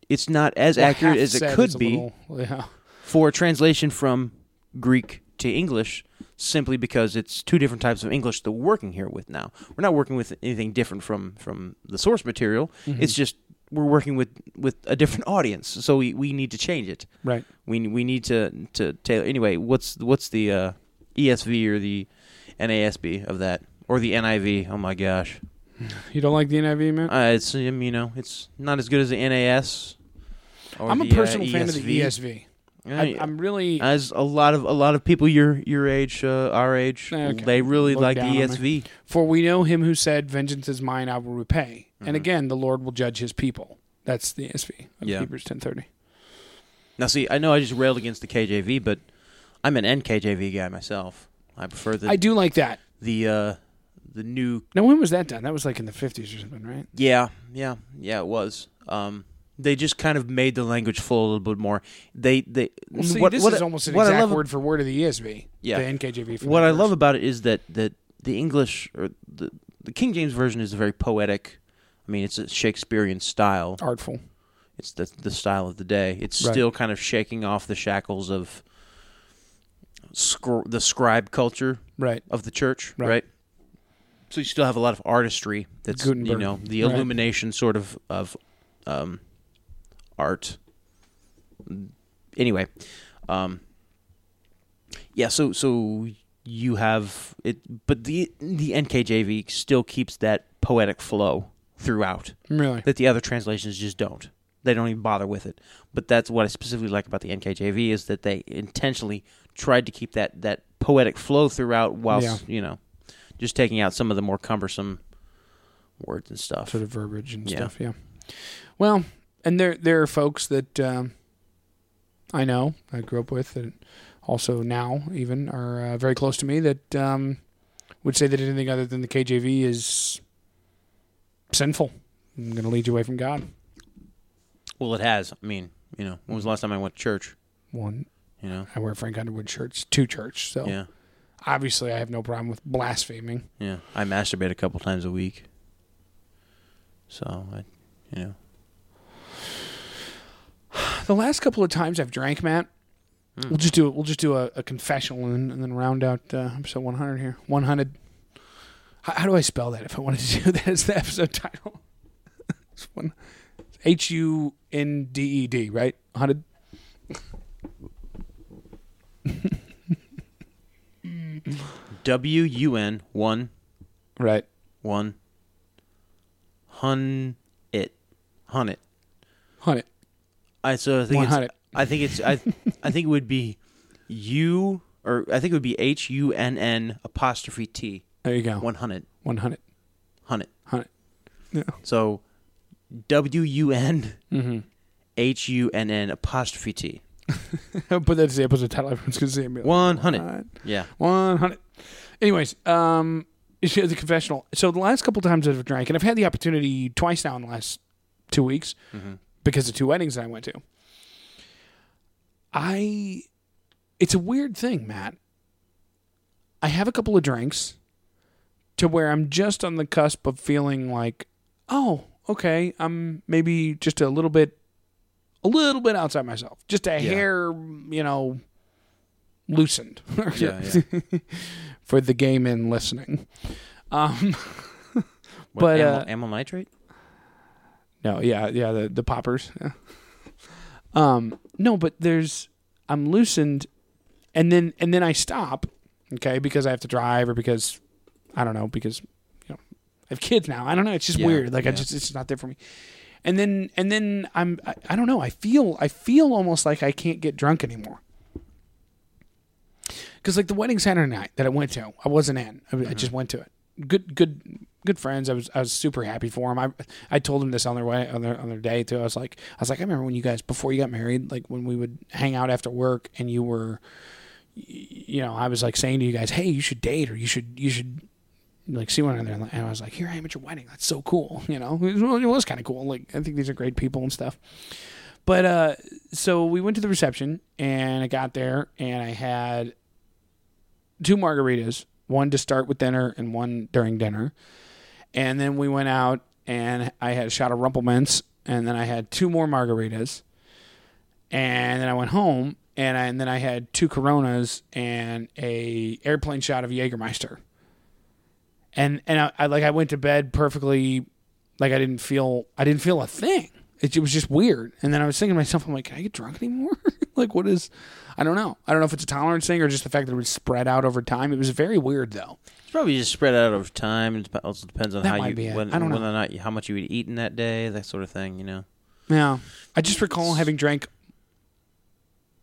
Speaker 3: it's not as accurate
Speaker 2: Half
Speaker 3: as it
Speaker 2: said
Speaker 3: could
Speaker 2: is a
Speaker 3: be
Speaker 2: little- yeah.
Speaker 3: for translation from Greek to English simply because it's two different types of English that we're working here with now. We're not working with anything different from from the source material.
Speaker 2: Mm-hmm.
Speaker 3: It's just we're working with with a different [laughs] audience, so we, we need to change it.
Speaker 2: Right.
Speaker 3: We we need to to tailor. Anyway, what's what's the uh, ESV or the NASB of that or the NIV? Oh my gosh,
Speaker 2: You don't like the NIV, man?
Speaker 3: uh, it's um, you know it's not as good as the NAS. or
Speaker 2: I'm a
Speaker 3: the, uh,
Speaker 2: personal fan of the ESV. I,
Speaker 3: Yeah.
Speaker 2: I'm really
Speaker 3: Uh, As a lot of a lot of people your your age, uh, our age,
Speaker 2: Okay.
Speaker 3: they really
Speaker 2: Look
Speaker 3: like the E
Speaker 2: down on me.
Speaker 3: ESV.
Speaker 2: For we know him who said, "Vengeance is mine; I will repay."
Speaker 3: Mm-hmm.
Speaker 2: And again, the Lord will judge His people. That's the ESV of
Speaker 3: Yeah.
Speaker 2: Hebrews ten thirty.
Speaker 3: Now, see, I know I just railed against the KJV, but I'm an NKJV guy myself. I prefer the
Speaker 2: I do like that.
Speaker 3: the uh, the new.
Speaker 2: Now, when was that done? That was like in the fifties or something, right?
Speaker 3: Yeah, yeah, yeah. It was. Um, they just kind of made the language flow a little bit more. They they.
Speaker 2: Well, see,
Speaker 3: what,
Speaker 2: this
Speaker 3: what
Speaker 2: is
Speaker 3: I-
Speaker 2: almost an
Speaker 3: what I
Speaker 2: exact
Speaker 3: love
Speaker 2: word for word of the ESV.
Speaker 3: Yeah.
Speaker 2: the NKJV. For
Speaker 3: what
Speaker 2: that
Speaker 3: I
Speaker 2: verse.
Speaker 3: love about it is that that the English or the the King James version is very poetic. I mean, it's a Shakespearean style.
Speaker 2: artful.
Speaker 3: It's the the style of the day. It's
Speaker 2: Right.
Speaker 3: still kind of shaking off the shackles of scr- the scribe culture
Speaker 2: Right.
Speaker 3: of the church,
Speaker 2: Right.
Speaker 3: right. So you still have a lot of artistry. That's you
Speaker 2: Gutenberg.
Speaker 3: know the
Speaker 2: Right.
Speaker 3: illumination sort of of um, art. Anyway, um, yeah. So so you have it, but the the NKJV still keeps that poetic flow throughout
Speaker 2: Really.
Speaker 3: that the other translations just don't. They don't even bother with it. But that's what I specifically like about the NKJV is that they intentionally tried to keep that that poetic flow throughout, whilst you know, just taking out some of the more cumbersome words and stuff.
Speaker 2: sort of verbiage and
Speaker 3: Yeah.
Speaker 2: stuff. Yeah. Well, and there there are folks that um, I know I grew up with, and also now even are uh, very close to me that um, would say that anything other than the KJV is sinful. I'm going to lead you away from God.
Speaker 3: Well, it has. I mean, you know, when was the last time I went to church?
Speaker 2: One,
Speaker 3: You know,
Speaker 2: I wear Frank Underwood shirts to church, so
Speaker 3: yeah,
Speaker 2: obviously I have no problem with blaspheming.
Speaker 3: yeah. I masturbate a couple times a week, so I, you know,
Speaker 2: The last couple of times I've drank, Matt. We'll just do it. We'll just do a, a confessional and, and then round out uh, episode 100 here. 100. How, how do I spell that? If I wanted to do [laughs] that as the episode title, it's one H U N D E D, right? 100.
Speaker 3: W U N one
Speaker 2: Right.
Speaker 3: one hun it hun it.
Speaker 2: Hundred.
Speaker 3: I so I think it's,
Speaker 2: 100.
Speaker 3: I think it's I I think it would be U or I think it would be H U N N apostrophe T
Speaker 2: There you go.
Speaker 3: one hundred
Speaker 2: 100.
Speaker 3: hundred.
Speaker 2: 100.
Speaker 3: So W U N
Speaker 2: Mm-hmm.
Speaker 3: H U N N apostrophe T
Speaker 2: [laughs] but that's the episode title. Everyone's gonna see it. and be like,
Speaker 3: one hundred.
Speaker 2: "What?"
Speaker 3: Yeah,
Speaker 2: 100. Anyways, um, it's the confessional. So the last couple times that I've drank, and I've had the opportunity twice now in the last two weeks because of two weddings that I went to. I, it's a weird thing, Matt. I have a couple of drinks to where I'm just on the cusp of feeling like, oh, okay, I'm maybe just a little bit, a little bit outside myself, just a hair, you know, loosened. [laughs]
Speaker 3: yeah, yeah.
Speaker 2: for the gay men listening. Um,
Speaker 3: What,
Speaker 2: But,
Speaker 3: amyl,
Speaker 2: uh,
Speaker 3: amyl nitrate.
Speaker 2: no, yeah, yeah, the the poppers. yeah. Um, no, but there's I'm loosened, and then and then I stop, okay, because I have to drive or because I don't know because you know I have kids now. I don't know. It's just
Speaker 3: Yeah,
Speaker 2: weird. Like I
Speaker 3: yeah.
Speaker 2: just it's not there for me. And then and then I'm I, I don't know. I feel I feel almost like I can't get drunk anymore. Because like the wedding Saturday night that I went to, I wasn't in. I, I
Speaker 3: Mm-hmm.
Speaker 2: just went to it. Good, good, good friends. I was, I was super happy for them. I, I told them this on their way, on their, on their day too. I was like, I was like, I remember when you guys before you got married, like when we would hang out after work, and you were, y- you know, I was like saying to you guys, hey, you should date or you should, you should. Like see one another, and I was like, "Here I am at your wedding. That's so cool." [laughs] You know, it was, it was kind of cool. Like I think these are great people and stuff. But uh, so we went to the reception, and I got there, and I had two margaritas, one to start with dinner and one during dinner. And then we went out and I had a shot of Rumplements and then I had two more margaritas, and then I went home, and, I, and then I had two Coronas and a airplane shot of Jägermeister. And and I, I like I went to bed perfectly, like I didn't feel I didn't feel a thing. It, it was just weird. And then I was thinking to myself, I'm like, can I get drunk anymore? [laughs] like, what is? I don't know. I don't know if it's a tolerance thing or just the fact that it was spread out over time. It was very weird though.
Speaker 3: It's probably just spread out over time. It dep- also depends on
Speaker 2: That
Speaker 3: how
Speaker 2: might be
Speaker 3: you
Speaker 2: it.
Speaker 3: when,
Speaker 2: I don't know.
Speaker 3: whether or not you, how much you had eaten that day, that sort of thing. You know.
Speaker 2: Yeah, I just recall having drank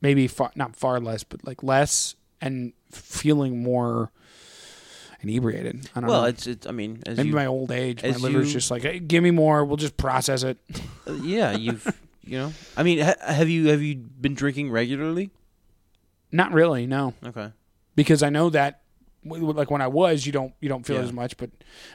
Speaker 2: maybe far, not far less, but like less and feeling more inebriated. I don't
Speaker 3: Well,
Speaker 2: know.
Speaker 3: it's it's. I mean, as
Speaker 2: maybe
Speaker 3: you,
Speaker 2: my old age, my
Speaker 3: as
Speaker 2: liver's
Speaker 3: you-
Speaker 2: just like, hey, give me more. We'll just process it.
Speaker 3: uh, yeah, you've you know. I mean, ha- have you have you been drinking regularly?
Speaker 2: Not really, no,
Speaker 3: Okay.
Speaker 2: because I know that w- w- like when I was, you don't you don't feel
Speaker 3: Yeah.
Speaker 2: as much. But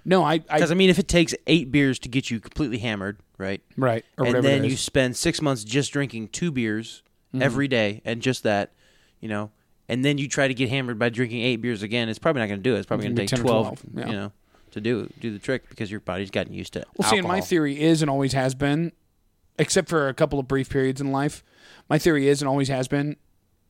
Speaker 2: no, I, I
Speaker 3: Because I mean, if it takes eight beers to get you completely hammered, right?
Speaker 2: right or
Speaker 3: and
Speaker 2: whatever.
Speaker 3: then
Speaker 2: it
Speaker 3: you
Speaker 2: is. Mm-hmm.
Speaker 3: spend six months just drinking two beers every day and just that, you know, and then you try to get hammered by drinking eight beers again. It's probably not going to do it. It's probably
Speaker 2: It's gonna
Speaker 3: going to
Speaker 2: be
Speaker 3: take
Speaker 2: 10 or
Speaker 3: 12,
Speaker 2: 12, yeah.
Speaker 3: you know, to do do the trick because your body's gotten used to it.
Speaker 2: Well, see, and my theory is and always has been, except for a couple of brief periods in life, my theory is and always has been,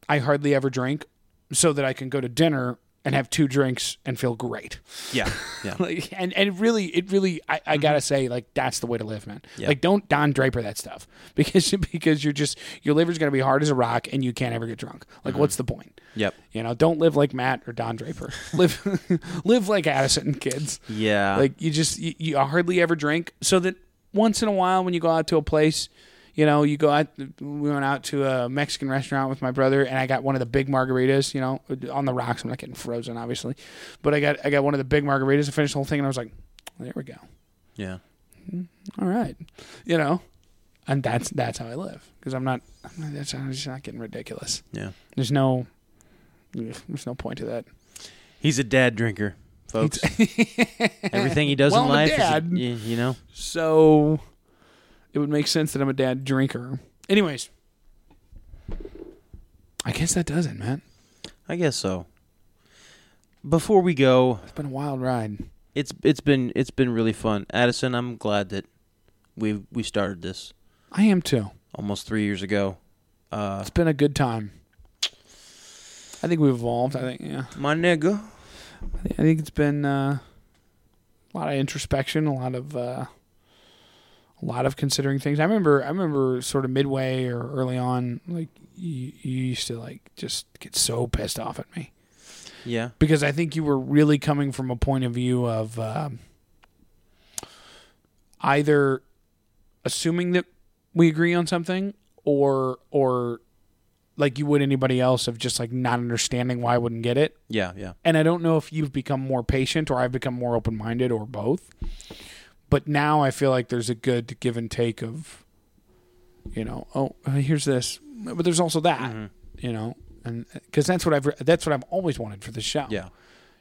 Speaker 2: I hardly ever drink so that I can go to dinner and have two drinks and feel great. [laughs]
Speaker 3: Yeah, yeah.
Speaker 2: Like, and and it really, it really, I, I gotta say, like that's the way to live, man.
Speaker 3: Mm-hmm. Yeah.
Speaker 2: Like, don't Don Draper that stuff [laughs] because because you're just your liver's gonna be hard as a rock and you can't ever get drunk. Like, what's the point?
Speaker 3: Mm-hmm. yep.
Speaker 2: You know, don't live like Matt or Don Draper. [laughs] Live, live like Addison, kids.
Speaker 3: Yeah.
Speaker 2: Like you just you, you hardly ever drink, so that once in a while when you go out to a place, you know, you go out. We went out to a Mexican restaurant with my brother, and I got one of the big margaritas. You know, on the rocks. I'm not getting frozen, obviously, but I got I got one of the big margaritas. I finished the whole thing, and I was like, there we go.
Speaker 3: yeah.
Speaker 2: All right, you know, and that's that's how I live because I'm not. I'm not that's, I'm just not getting ridiculous.
Speaker 3: Yeah.
Speaker 2: There's no. There's no point to that.
Speaker 3: He's a dad drinker,
Speaker 2: [laughs]
Speaker 3: folks. Everything he does
Speaker 2: Well, I'm
Speaker 3: in
Speaker 2: a
Speaker 3: life
Speaker 2: dad.
Speaker 3: is, a- you, you know.
Speaker 2: So it would make sense that I'm a dad drinker. Anyways, I guess that does it, man.
Speaker 3: I guess so. Before we go,
Speaker 2: It's been a wild ride.
Speaker 3: it's it's been it's been really fun. Addison, I'm glad that we we started this
Speaker 2: I am too.
Speaker 3: almost 3 years ago. Uh
Speaker 2: It's been a good time. I think we've evolved. I think yeah.
Speaker 3: my nigga.
Speaker 2: I thi- I think it's been uh, a lot of introspection, a lot of uh, a lot of considering things. I remember, I remember, sort of midway or early on, like you, you used to like just get so pissed off at me.
Speaker 3: Yeah.
Speaker 2: because I think you were really coming from a point of view of um, either assuming that we agree on something or or like you would anybody else of just like not understanding why I wouldn't get it.
Speaker 3: Yeah, yeah.
Speaker 2: And I don't know if you've become more patient or I've become more open minded or both. But now I feel like there's a good give and take of, you know, oh uh, here's this, but there's also that, you know, and because that's what I've re- that's what I've always wanted for the show.
Speaker 3: Yeah.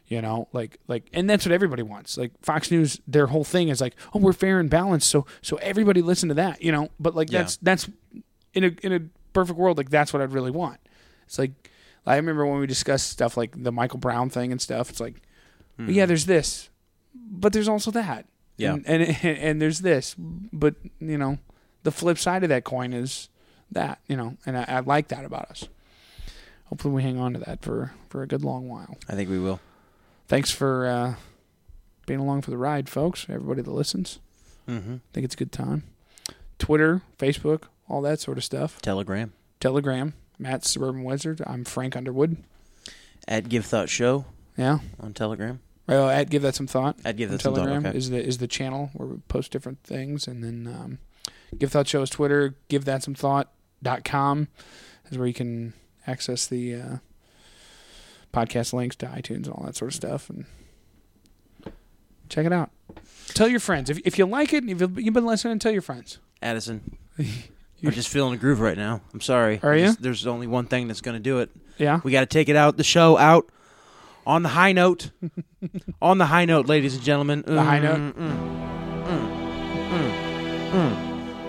Speaker 2: You know, like like and that's what everybody wants. Like Fox News, their whole thing is like, "Oh, we're fair and balanced." So so everybody listen to that, you know. But like
Speaker 3: Yeah.
Speaker 2: that's that's in a in a perfect world, like that's what I'd really want. It's like I remember when we discussed stuff like the Michael Brown thing and stuff. It's like, yeah, there's this, but there's also that.
Speaker 3: Hmm. Yeah.
Speaker 2: And, and [laughs] and there's this, but you know, the flip side of that coin is that, you know, and I, I like that about us. Hopefully we hang on to that for for a good long while
Speaker 3: I think we will.
Speaker 2: thanks for uh, being along for the ride, folks. Everybody that listens,
Speaker 3: Mm-hmm.
Speaker 2: I think it's a good time. Twitter, Facebook, all that sort of stuff.
Speaker 3: Telegram
Speaker 2: Telegram, Matt Suburban Wizard. I'm Frank Underwood.
Speaker 3: at Give Thought Show
Speaker 2: Yeah.
Speaker 3: on Telegram.
Speaker 2: Well, at give that some thought.
Speaker 3: At Give
Speaker 2: on
Speaker 3: That Some Thought,
Speaker 2: Telegram
Speaker 3: okay.
Speaker 2: is the is the channel where we post different things, and then um, give thought show is Twitter. Give that some thought dot com is where you can access the uh, podcast links to iTunes and all that sort of stuff, and check it out. Tell your friends if if you like it. If you've you've been listening, tell your friends. [laughs]
Speaker 3: Addison, I'm just feeling a groove right now. I'm sorry.
Speaker 2: Are
Speaker 3: I
Speaker 2: you?
Speaker 3: just- there's only one thing that's going to do it.
Speaker 2: Yeah.
Speaker 3: We got to take it out, the show out on the
Speaker 2: [laughs]
Speaker 3: high note. on the high note, ladies and gentlemen.
Speaker 2: the high note.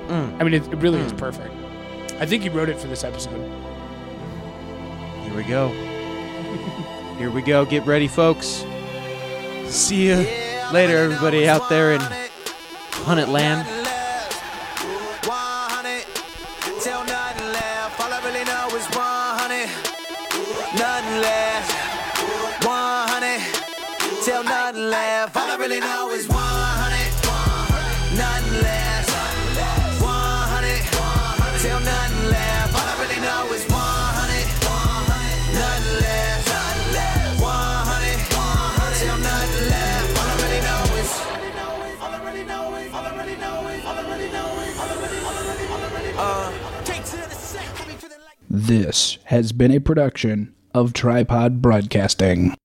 Speaker 2: I mean, it, it really is perfect. I think you wrote it for this episode.
Speaker 3: Here we go. Here we go. Get ready, folks. See you later, everybody out there in Hunt Land.
Speaker 4: till nothing left. All I really know is 100, 100, nothing left. 100, till nothing left. All I really know is 100, 100, nothing left. 100, till nothing left. All I really know is. All I really know is. All I really know is. All I really know is. All I really know is. All I really know is. Uh, take to the set. Coming to the light.
Speaker 1: This has been a production of Tripod Broadcasting.